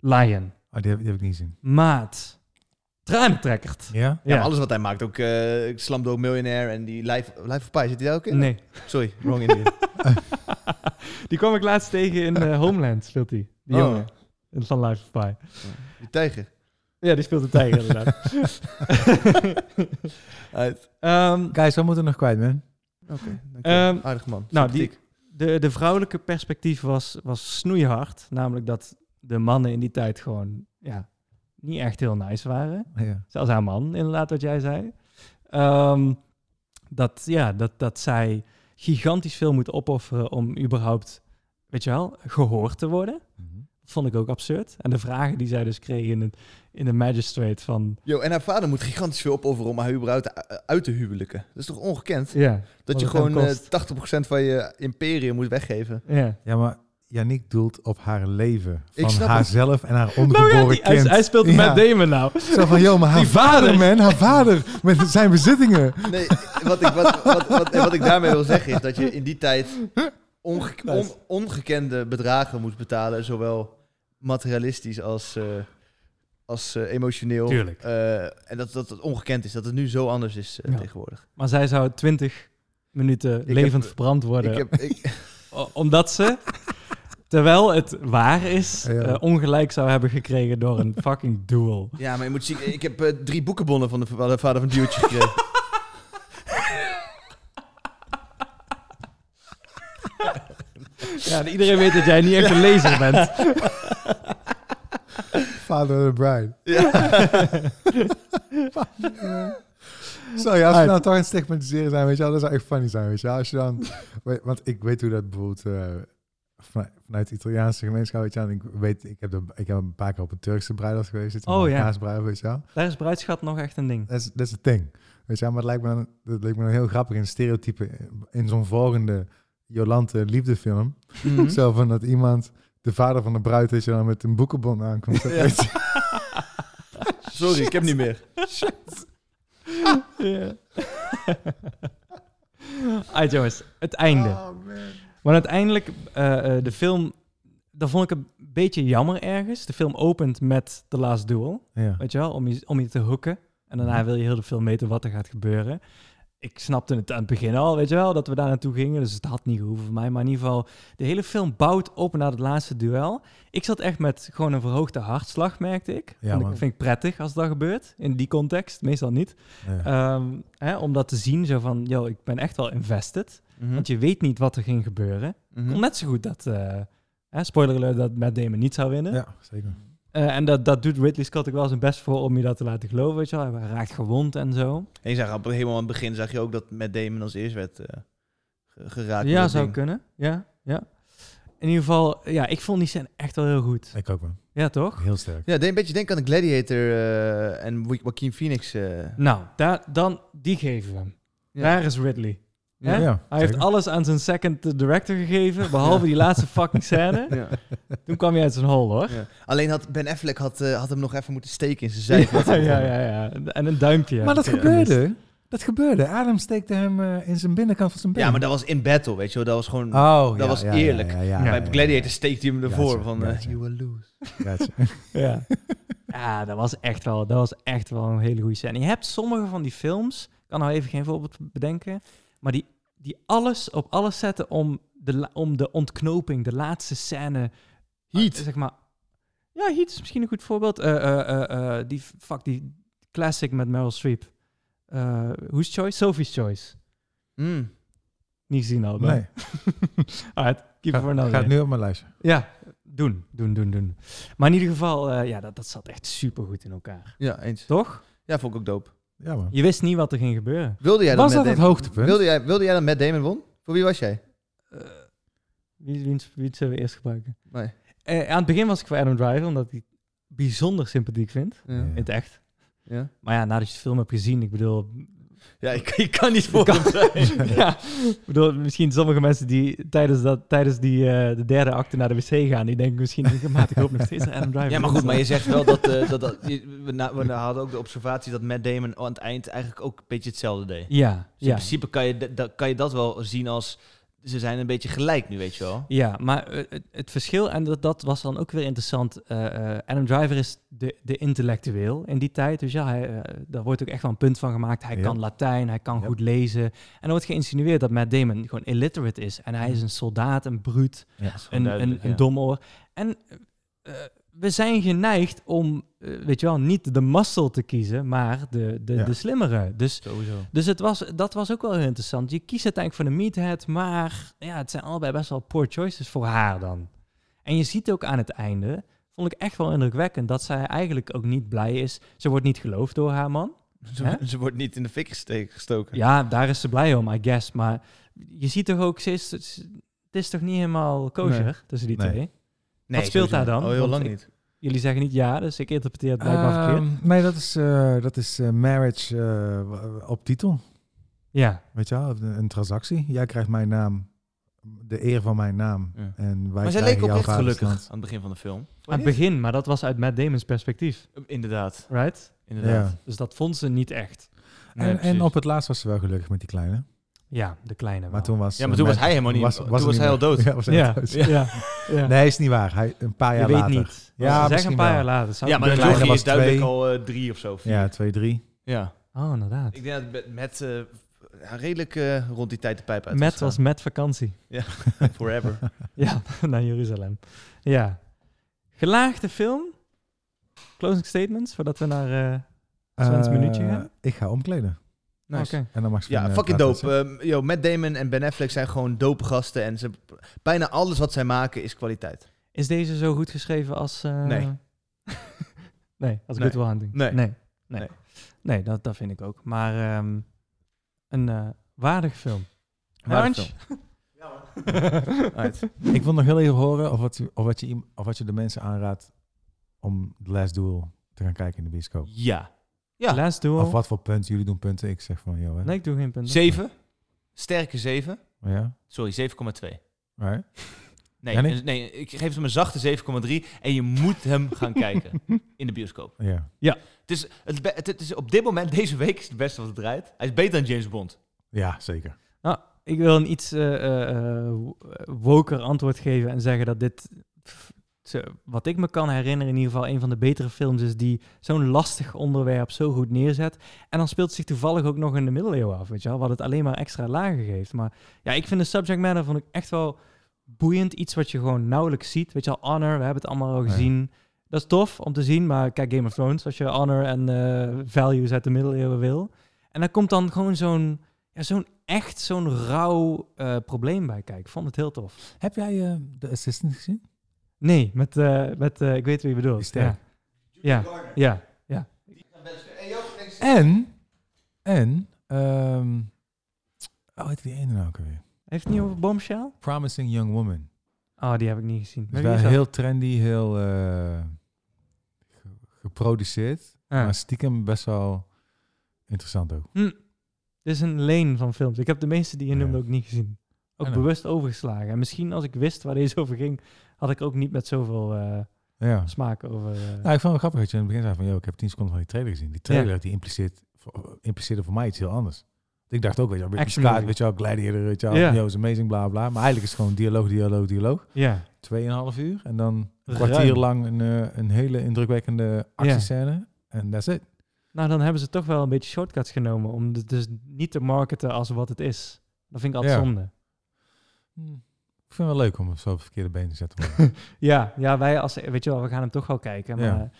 Speaker 1: Lion.
Speaker 2: Oh, die, heb, die heb ik niet gezien.
Speaker 1: Maat. Tranentrekkerd.
Speaker 2: Ja?
Speaker 3: Ja, maar alles wat hij maakt. Ook eh Slumdog Millionaire en die Life, Life of Pi. Zit die daar ook in?
Speaker 1: Nee.
Speaker 3: Sorry, wrong Indian.
Speaker 1: Die kwam ik laatst tegen in eh, Homeland, speelt hij. Die
Speaker 3: Oh.
Speaker 1: jongen. Van Life of Pi.
Speaker 3: die tijger.
Speaker 1: Ja, die speelt de tijger inderdaad.
Speaker 3: Uit.
Speaker 1: Ehm,
Speaker 2: Guys, we moeten nog kwijt, man.
Speaker 1: Ehm,
Speaker 3: Aardig man.
Speaker 1: nou,
Speaker 3: Sympathiek.
Speaker 1: De, de vrouwelijke perspectief was, was snoeihard. Namelijk dat de mannen in die tijd gewoon ja, niet echt heel nice waren.
Speaker 2: Ja.
Speaker 1: Zelfs haar man, inderdaad, wat jij zei. Ehm, dat, ja, dat, dat zij gigantisch veel moet opofferen om überhaupt, weet je wel, gehoord te worden.
Speaker 2: Mhm.
Speaker 1: Dat vond ik ook absurd. En de vragen die zij dus kreeg in, het, in de magistrate van...
Speaker 3: Yo, en haar vader moet gigantisch veel opofferen om haar überhaupt eh, uit te huwelijken. Dat is toch ongekend?
Speaker 1: Ja,
Speaker 3: Dat je
Speaker 1: het hem
Speaker 3: gewoon eh,
Speaker 1: kost.
Speaker 3: 80% van je imperium moet weggeven.
Speaker 1: ja.
Speaker 2: ja, maar Yannick doelt op haar leven.
Speaker 3: Ik
Speaker 2: Van
Speaker 3: snap
Speaker 2: haarzelf en haar
Speaker 1: Nou
Speaker 2: ongeboren
Speaker 1: ja, die- hij,
Speaker 2: kind.
Speaker 1: hij speelt met
Speaker 2: Ja.
Speaker 1: Damon nou.
Speaker 2: Zo van, joh, maar haar
Speaker 1: Die
Speaker 2: vader,
Speaker 1: vader.
Speaker 2: man. Haar vader met zijn bezittingen.
Speaker 3: Nee, wat ik, wat, wat, wat, wat ik daarmee wil zeggen is dat je in die tijd onge- on- ongekende bedragen moest betalen. Zowel materialistisch als, eh, als eh, emotioneel.
Speaker 1: Tuurlijk.
Speaker 3: Eh, en dat, dat het ongekend is, dat het nu zo anders is eh,
Speaker 1: Ja.
Speaker 3: tegenwoordig.
Speaker 1: Maar zij zou 20 minuten
Speaker 3: heb-
Speaker 1: levend verbrand worden.
Speaker 3: Ik heb, ik,
Speaker 1: O- Omdat ze, terwijl het waar is,
Speaker 2: Ja.
Speaker 1: eh, ongelijk zou hebben gekregen door een fucking duel.
Speaker 3: ja, maar je moet zien, ik heb eh, drie boekenbonnen van de va- de vader van Duwtje gekregen.
Speaker 1: Ja, en iedereen weet dat jij niet echt een lezer bent.
Speaker 2: Vader en Brian.
Speaker 3: ja.
Speaker 2: Sorry, als we
Speaker 1: Uit.
Speaker 2: nou toch aan het stigmatiseren zijn, weet je wel, dat zou echt funny zijn, weet je wel. Als je dan, weet- want ik weet hoe dat bijvoorbeeld eh, vanuit, vanuit de Italiaanse gemeenschap, weet je wel. en Ik weet, ik heb, de, ik heb een paar keer op een Turkse bruiloft geweest, zitten
Speaker 1: Oh,
Speaker 2: een
Speaker 1: ja.
Speaker 2: Marokkaanse bruiloft, weet je wel.
Speaker 1: Daar is bruidschat nog echt een ding.
Speaker 2: Dat is, dat is het ding, weet je wel. Maar het lijkt me, dan- dat lijkt me dan heel grappig in stereotype, in zo'n volgende Jolante liefdefilm.
Speaker 3: Mhm.
Speaker 2: Zo van dat iemand, de vader van de bruid, weet je wel, met een boekenbon aankomt.
Speaker 3: Ja.
Speaker 2: weet je.
Speaker 3: Sorry, ik heb niet meer.
Speaker 1: Ja. Uit jongens, het einde.
Speaker 2: Oh, man.
Speaker 1: Maar uiteindelijk, eh, eh, de film, dat vond ik een beetje jammer ergens. De film opent met The Last Duel.
Speaker 2: Ja.
Speaker 1: Weet je wel, om je, om je te hoeken. En daarna wil je heel de film weten wat er gaat gebeuren. Ik snapte het aan het begin al, weet je wel, dat we daar naartoe gingen. Dus het had niet gehoeven voor mij. Maar in ieder geval, de hele film bouwt op naar het laatste duel. Ik zat echt met gewoon een verhoogde hartslag, merkte ik.
Speaker 2: Ja,
Speaker 1: Vond ik
Speaker 2: man.
Speaker 1: vind ik prettig als dat gebeurt. In die context, meestal niet.
Speaker 2: Ja.
Speaker 1: Ehm, hè, om dat te zien, zo van, yo, ik ben echt wel invested.
Speaker 3: Mhm.
Speaker 1: Want je weet niet wat er ging gebeuren.
Speaker 3: Mhm.
Speaker 1: Kon net zo goed dat, eh, hè, spoiler alert, dat Matt Damon niet zou winnen.
Speaker 2: ja, zeker.
Speaker 1: Eh, en dat, dat doet Ridley Scott ook wel zijn best voor om je dat te laten geloven. Weet je wel. Hij raakt gewond en zo.
Speaker 3: En je zag op- helemaal aan het begin zag je ook dat Matt Damon als eerst werd eh, ge- geraakt.
Speaker 1: ja,
Speaker 3: door dat
Speaker 1: zou
Speaker 3: ding.
Speaker 1: kunnen. Ja, ja. In ieder geval, ja, ik vond die scène echt wel heel goed.
Speaker 2: Ik ook, man.
Speaker 1: Ja, toch?
Speaker 2: Heel sterk.
Speaker 3: Ja, denk een beetje denk aan de Gladiator eh, en Wa- Joaquin Phoenix. eh.
Speaker 2: Mm.
Speaker 1: Nou, daar, dan, die geven we hem.
Speaker 3: Ja.
Speaker 1: Daar is Ridley. Hè? Hij heeft
Speaker 2: zeker.
Speaker 1: alles aan zijn second director gegeven, behalve die laatste fucking scène.
Speaker 3: Ja.
Speaker 1: Toen kwam hij uit zijn hol, hoor.
Speaker 3: Ja. Alleen had Ben Affleck had, eh, had hem nog even moeten steken in zijn zij.
Speaker 1: Ja, ja, ja. ja. En een duimpje.
Speaker 2: Maar dat
Speaker 3: Ja.
Speaker 2: gebeurde. Dat gebeurde. Adam steekte hem eh, in zijn binnenkant van zijn been.
Speaker 3: Ja, maar dat was in battle, weet je wel. Dat was gewoon...
Speaker 2: Oh, dat
Speaker 3: was eerlijk.
Speaker 2: Ja, ja, ja,
Speaker 3: bij
Speaker 2: ja, ja,
Speaker 3: Gladiator steekt hij hem
Speaker 2: Ja,
Speaker 3: ervoor.
Speaker 2: zo,
Speaker 3: van,
Speaker 2: ja,
Speaker 3: eh,
Speaker 2: zo.
Speaker 3: you will lose.
Speaker 2: ja, ja.
Speaker 1: Ja. ja, dat was echt wel, dat was echt wel een hele goede scène. Je hebt sommige van die films, ik kan nou even geen voorbeeld bedenken, maar die, die alles op alles zetten om de, la- om de ontknoping, de laatste scène.
Speaker 3: Heat.
Speaker 1: Ah, zeg maar. Ja, Heat is misschien een goed voorbeeld. Eh, eh, eh, eh, die, fuck, die classic met Meryl Streep. Eh Who's Choice? Sophie's Choice.
Speaker 3: Mm.
Speaker 1: Niet gezien al,
Speaker 2: Nee,
Speaker 1: Alright, keep it for
Speaker 2: gaat,
Speaker 1: another
Speaker 2: gaat
Speaker 1: day.
Speaker 2: nu op mijn lijstje.
Speaker 1: Ja, doen, doen, doen, doen. Maar in ieder geval, eh, ja, dat, dat zat echt super goed in elkaar.
Speaker 3: Ja, eens.
Speaker 1: Toch?
Speaker 3: Ja, vond ik ook dope.
Speaker 2: Ja, man.
Speaker 1: Je wist niet wat er ging gebeuren.
Speaker 3: Wilde jij
Speaker 2: was dat
Speaker 3: dat met
Speaker 2: het
Speaker 3: Damon-
Speaker 2: hoogtepunt?
Speaker 3: wilde, jij, wilde jij dat Matt Damon won? Voor wie was jij?
Speaker 1: Wie, wie, wie zullen we eerst gebruiken?
Speaker 3: Nee.
Speaker 1: Eh, aan het begin was ik voor Adam Driver, omdat ik die bijzonder sympathiek vind.
Speaker 3: Ja.
Speaker 1: In het echt.
Speaker 3: Ja.
Speaker 1: Maar ja, nadat je de film hebt gezien, ik bedoel...
Speaker 3: Ja, ik, ik kan niet voor hem zijn.
Speaker 1: ja, ik bedoel, misschien sommige mensen die tijdens, dat, tijdens die, eh, de derde acte naar de wc gaan, die denken misschien, maar ik hoop nog steeds dat Adam Driver.
Speaker 3: Ja, maar goed, maar je zegt wel dat... eh, dat, dat je- we, na- we hadden ook de observatie dat Matt Damon aan het eind eigenlijk ook een beetje hetzelfde deed.
Speaker 1: Ja,
Speaker 3: Dus in
Speaker 1: ja.
Speaker 3: principe kan je, dat- dat- kan je dat wel zien als... Ze zijn een beetje gelijk nu, weet je wel.
Speaker 1: Ja, maar eh, het, het verschil, en dat, dat was dan ook weer interessant. eh, eh, Adam Driver is de, de intellectueel in die tijd. Dus ja, hij, eh, daar wordt ook echt wel een punt van gemaakt. Hij
Speaker 2: Ja.
Speaker 1: kan Latijn, hij kan
Speaker 2: Ja.
Speaker 1: goed lezen. En er wordt geïnsinueerd dat Matt Damon gewoon illiterate is. En hij is een soldaat, een bruut,
Speaker 2: Ja.
Speaker 1: een, een, een domoor. En eh, we zijn geneigd om, eh, weet je wel, niet de muscle te kiezen, maar de, de,
Speaker 2: Ja.
Speaker 1: de slimmere. Dus
Speaker 3: Sowieso.
Speaker 1: dus het was, dat was ook wel heel interessant. Je kiest uiteindelijk voor de meathead, maar ja, het zijn allebei best wel poor choices voor haar dan. En je ziet ook aan het einde Vond ik echt wel indrukwekkend dat zij eigenlijk ook niet blij is. Ze wordt niet geloofd door haar man.
Speaker 3: Ze,
Speaker 1: Hè?
Speaker 3: ze wordt niet in de fik geste- gestoken.
Speaker 1: Ja, daar is ze blij om, I guess. Maar je ziet toch ook, ze is, het is toch niet helemaal kosher
Speaker 2: Nee.
Speaker 1: tussen die
Speaker 2: Nee.
Speaker 1: twee?
Speaker 3: Nee,
Speaker 1: Wat speelt
Speaker 3: sowieso
Speaker 1: daar dan?
Speaker 3: Al heel
Speaker 1: Want
Speaker 3: lang
Speaker 1: ik-
Speaker 3: niet.
Speaker 1: Jullie zeggen niet ja, dus ik interpreteer het blijkbaar verkeerd.
Speaker 2: Ehm, nee, dat is, eh, dat is eh, marriage eh, w- op titel.
Speaker 1: Ja,
Speaker 2: Weet je wel, een, een transactie. Jij krijgt mijn naam, de eer van mijn naam.
Speaker 3: Ja.
Speaker 2: En wij
Speaker 3: Maar zij
Speaker 2: krijgen
Speaker 3: leek
Speaker 2: jouw
Speaker 3: oprecht
Speaker 2: vaderstand.
Speaker 3: gelukkig aan het begin van de film.
Speaker 1: aan het begin, maar dat was uit Matt Damon's perspectief,
Speaker 3: Inderdaad,
Speaker 1: right?
Speaker 3: inderdaad.
Speaker 2: Ja.
Speaker 1: Dus dat vond ze niet echt.
Speaker 3: Nee,
Speaker 2: en, en
Speaker 3: precies.
Speaker 2: op het laatst was ze wel gelukkig met die kleine.
Speaker 1: Ja, de kleine wel.
Speaker 2: Maar toen was,
Speaker 3: Ja, maar toen
Speaker 2: eh,
Speaker 3: was hij helemaal niet- toen was
Speaker 2: het
Speaker 3: hij
Speaker 2: meer.
Speaker 3: al dood.
Speaker 2: Ja, was hij
Speaker 1: ja,
Speaker 2: al dood.
Speaker 1: ja, ja.
Speaker 2: Nee, is niet waar. Hij, een paar
Speaker 1: je
Speaker 2: jaar
Speaker 1: weet
Speaker 2: later.
Speaker 1: niet.
Speaker 2: Ja,
Speaker 1: Ja, zeg
Speaker 2: misschien
Speaker 1: een paar
Speaker 2: wel.
Speaker 1: jaar later. zou
Speaker 3: Ja,
Speaker 1: ik
Speaker 3: maar
Speaker 2: de
Speaker 3: de
Speaker 1: kunnen
Speaker 2: kleine
Speaker 1: zeggen.
Speaker 3: Jochie is
Speaker 2: was
Speaker 3: duidelijk
Speaker 2: twee.
Speaker 3: al eh, drie of zo. vier.
Speaker 2: Ja, twee, drie.
Speaker 3: ja.
Speaker 1: Oh, inderdaad.
Speaker 3: Ik denk dat met- met eh, ja, redelijk eh, rond die tijd de pijp uit
Speaker 1: Matt was met vakantie.
Speaker 3: gegaan. Forever.
Speaker 1: Ja, naar Jeruzalem. Ja. Gelaagde film. Closing statements, voordat we naar... eh, Sven's
Speaker 2: Eh,
Speaker 1: minuutje gaan?
Speaker 2: Ik ga omkleden.
Speaker 3: Nice.
Speaker 1: Oké.
Speaker 2: En dan mag Sven,
Speaker 3: Ja,
Speaker 2: eh,
Speaker 3: fucking
Speaker 2: praten.
Speaker 3: dope. Ehm, yo, Matt Damon en Ben Affleck zijn gewoon dope gasten. En ze, bijna alles wat zij maken is kwaliteit.
Speaker 1: Is deze zo goed geschreven als... eh,
Speaker 3: Nee.
Speaker 1: nee, als
Speaker 3: Nee.
Speaker 1: Good Will Hunting.
Speaker 3: Nee.
Speaker 1: Nee, nee.
Speaker 3: Nee.
Speaker 1: Nee, dat, dat vind ik ook. Maar ehm, een eh waardige film.
Speaker 3: Waardig
Speaker 1: Hans?
Speaker 3: Alright.
Speaker 2: Ik wil nog heel even horen of wat, of, wat je, iem- of wat je de mensen aanraadt om The Last Duel te gaan kijken in de bioscoop.
Speaker 3: Ja. Ja.
Speaker 1: Last Duel.
Speaker 2: Of wat voor punten. Jullie doen punten. Ik zeg van, joh. hè.
Speaker 1: Nee, ik doe geen punten.
Speaker 3: Zeven. Sterke zeven.
Speaker 2: Ja,
Speaker 3: Sorry, 7,2.
Speaker 2: right.
Speaker 3: Nee,
Speaker 2: Jannie?
Speaker 3: eh, nee, ik geef hem een zachte 7,3 en je moet hem gaan kijken in de bioscoop.
Speaker 2: ja.
Speaker 3: Het is, het, be- het, het is op dit moment, deze week, is het beste wat het draait. Hij is beter dan James Bond.
Speaker 2: ja, zeker.
Speaker 1: Ik wil een iets eh, eh, eh, woker antwoord geven en zeggen dat dit, f- ze- wat ik me kan herinneren, in ieder geval een van de betere films is die zo'n lastig onderwerp zo goed neerzet. En dan speelt het zich toevallig ook nog in de middeleeuwen af, weet je wel, wat het alleen maar extra lagen geeft. Maar ja, ik vind de subject matter vond ik echt wel boeiend. Iets wat je gewoon nauwelijks ziet. Weet je wel, Honor, we hebben het allemaal al
Speaker 2: Ja.
Speaker 1: gezien. Dat is tof om te zien, maar kijk Game of Thrones, als je Honor en eh, Values uit de middeleeuwen wil. En dan komt dan gewoon zo'n, ja, zo'n echt zo'n rauw eh, probleem bij kijken. Ik vond het heel tof.
Speaker 2: Heb jij eh, The Assistant gezien?
Speaker 1: Nee, met, eh, met eh, ik weet wie je bedoelt.
Speaker 2: Die
Speaker 1: Ja.
Speaker 2: ster.
Speaker 1: ja, ja.
Speaker 2: En, en, ehm oh, heet die ene nou ook alweer?
Speaker 1: Heeft het niet over Bombshell?
Speaker 2: Promising Young Woman.
Speaker 1: Oh, die heb ik niet gezien. Maar
Speaker 2: Dus
Speaker 1: wie
Speaker 2: wel
Speaker 1: is dat?
Speaker 2: heel trendy, heel eh, ge- geproduceerd.
Speaker 1: Ah,
Speaker 2: Maar stiekem best wel interessant ook.
Speaker 1: dit is een leen van films. Ik heb de meeste die je
Speaker 2: Ja.
Speaker 1: noemde ook niet gezien. Ook
Speaker 2: Ja, nee.
Speaker 1: bewust overgeslagen. En misschien als ik wist waar deze over ging, had ik ook niet met zoveel eh,
Speaker 2: Ja.
Speaker 1: smaak over... eh,
Speaker 2: Nou, ik vond het wel grappig dat je in het begin zei van... ...joh, ik heb 10 seconden van die trailer gezien. Die trailer die impliceert, voor- impliceerde voor mij iets heel anders. Ik dacht ook, weet je wel,
Speaker 1: Action
Speaker 2: Sky,
Speaker 1: movie.
Speaker 2: weet je wel, Gladiator, weet je wel,
Speaker 1: Ja.
Speaker 2: Yo, is amazing, bla bla. Maar eigenlijk is het gewoon dialoog, dialoog, dialoog.
Speaker 1: Ja,
Speaker 2: Tweeënhalf uur en dan een
Speaker 1: Ruim.
Speaker 2: kwartier lang een, eh, een hele indrukwekkende actiescène. En that's it.
Speaker 1: nou dan hebben ze toch wel een beetje shortcuts genomen om het dus niet te marketen als wat het is. Dat vind ik altijd
Speaker 2: Ja.
Speaker 1: zonde. Hm.
Speaker 2: Ik vind het wel leuk om hem zo op het verkeerde been te zetten. maar-
Speaker 1: Ja, ja, wij als, weet je wel, we gaan hem toch wel kijken. Maar eh,
Speaker 2: Ja.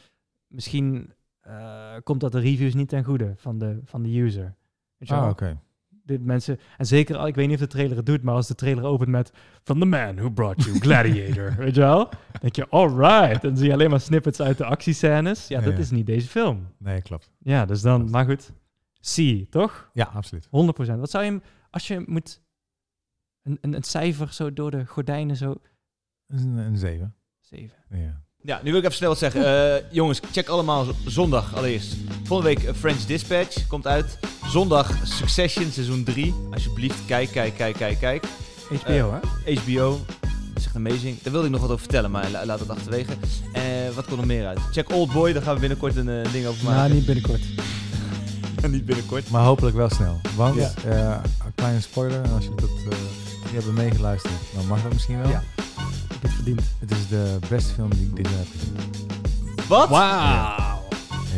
Speaker 1: misschien eh, komt dat de reviews niet ten goede van de, van de user. Weet je
Speaker 2: Ah,
Speaker 1: wel?
Speaker 2: oké.
Speaker 1: de mensen, en zeker, al- ik weet niet of de trailer het doet, maar als de trailer opent met From the man who brought you Gladiator, weet je wel? Dan denk je, alright. Dan zie je alleen maar snippets uit de actiescènes. Ja,
Speaker 2: Ja,
Speaker 1: dat
Speaker 2: ja.
Speaker 1: is niet deze film.
Speaker 2: Nee, klopt.
Speaker 1: Ja, dus dan, maar goed. zie toch?
Speaker 2: Ja, absoluut.
Speaker 1: 100%. Wat zou je hem, als je moet, een, een, een cijfer zo door de gordijnen zo,
Speaker 2: Dat is een, een zeven.
Speaker 1: zeven.
Speaker 2: Ja.
Speaker 3: Ja, nu wil ik even snel wat zeggen. Eh, jongens, check allemaal z- zondag allereerst. Volgende week eh, French Dispatch komt uit. Zondag Succession seizoen 3. Alsjeblieft, kijk, kijk, kijk, kijk, kijk.
Speaker 1: HBO, hè?
Speaker 3: HBO, dat is echt amazing. Daar wilde ik nog wat over vertellen, maar la- laat het achterwege. Eh, wat komt er meer uit? Check Oldboy, daar gaan we binnenkort een eh, ding over
Speaker 1: Nou,
Speaker 3: maken.
Speaker 1: niet binnenkort.
Speaker 3: niet binnenkort.
Speaker 2: Maar hopelijk wel snel. Want,
Speaker 1: Ja.
Speaker 2: eh, een kleine spoiler, en als jullie dat eh, niet hebben meegeluisterd, dan mag dat misschien wel.
Speaker 1: Ja. Ik heb het verdiend.
Speaker 2: Het is de beste film die ik dit jaar heb gezien.
Speaker 3: Wat?
Speaker 1: Wauw.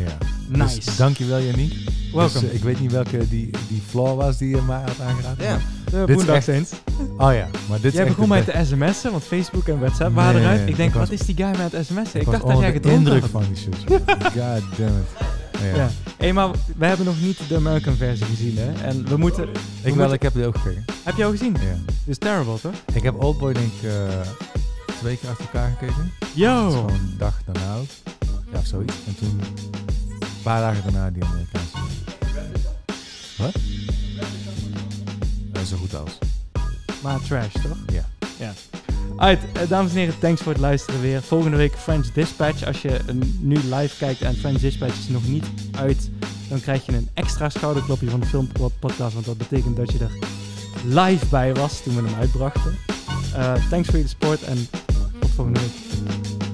Speaker 2: Ja.
Speaker 1: Nice.
Speaker 2: Dus dankjewel, Yannick.
Speaker 1: Welkom.
Speaker 2: Dus, eh, ik weet niet welke die, die flaw was die je mij had aangeraden.
Speaker 3: Ja.
Speaker 1: De
Speaker 2: dit is
Speaker 1: Boondock
Speaker 2: echt-
Speaker 1: Saints.
Speaker 2: Oh ja, maar
Speaker 1: Jij
Speaker 2: dit is echt
Speaker 1: begon
Speaker 2: de
Speaker 1: mij
Speaker 2: be-
Speaker 1: te sms'en, want Facebook en WhatsApp waren
Speaker 2: Nee,
Speaker 1: eruit. Ik denk,
Speaker 2: ik was-
Speaker 1: wat is die guy met sms'en?
Speaker 2: Ik,
Speaker 1: Ik
Speaker 2: was
Speaker 1: dacht dat jij
Speaker 2: onder de
Speaker 1: gedronken
Speaker 2: indruk
Speaker 1: had.
Speaker 2: van die shit. God damn it. Ja.
Speaker 1: Ja. Hé, maar we hebben nog niet de American versie gezien, hè? En we moeten...
Speaker 2: Ik wel,
Speaker 1: moeten-
Speaker 2: ik heb die ook gekeken.
Speaker 1: Heb je al gezien?
Speaker 2: Ja.
Speaker 1: Dit is terrible, toch?
Speaker 2: Ik heb Oldboy denk ik eh, twee keer achter elkaar gekeken. Dat is
Speaker 1: Yo!
Speaker 2: gewoon een dag daarna ook. Ja, of zoiets. En toen een paar dagen daarna die Amerikaanse. Wat? Eh, zo goed als.
Speaker 1: Maar trash, toch?
Speaker 2: Ja.
Speaker 1: Alright, eh, dames en heren, thanks voor het luisteren weer. Volgende week French Dispatch. Als je eh, nu live kijkt en French Dispatch is nog niet uit, dan krijg je een extra schouderklopje van de filmpodcast. Want dat betekent dat je er live bij was toen we hem uitbrachten. Eh, thanks voor je support en tot volgende week.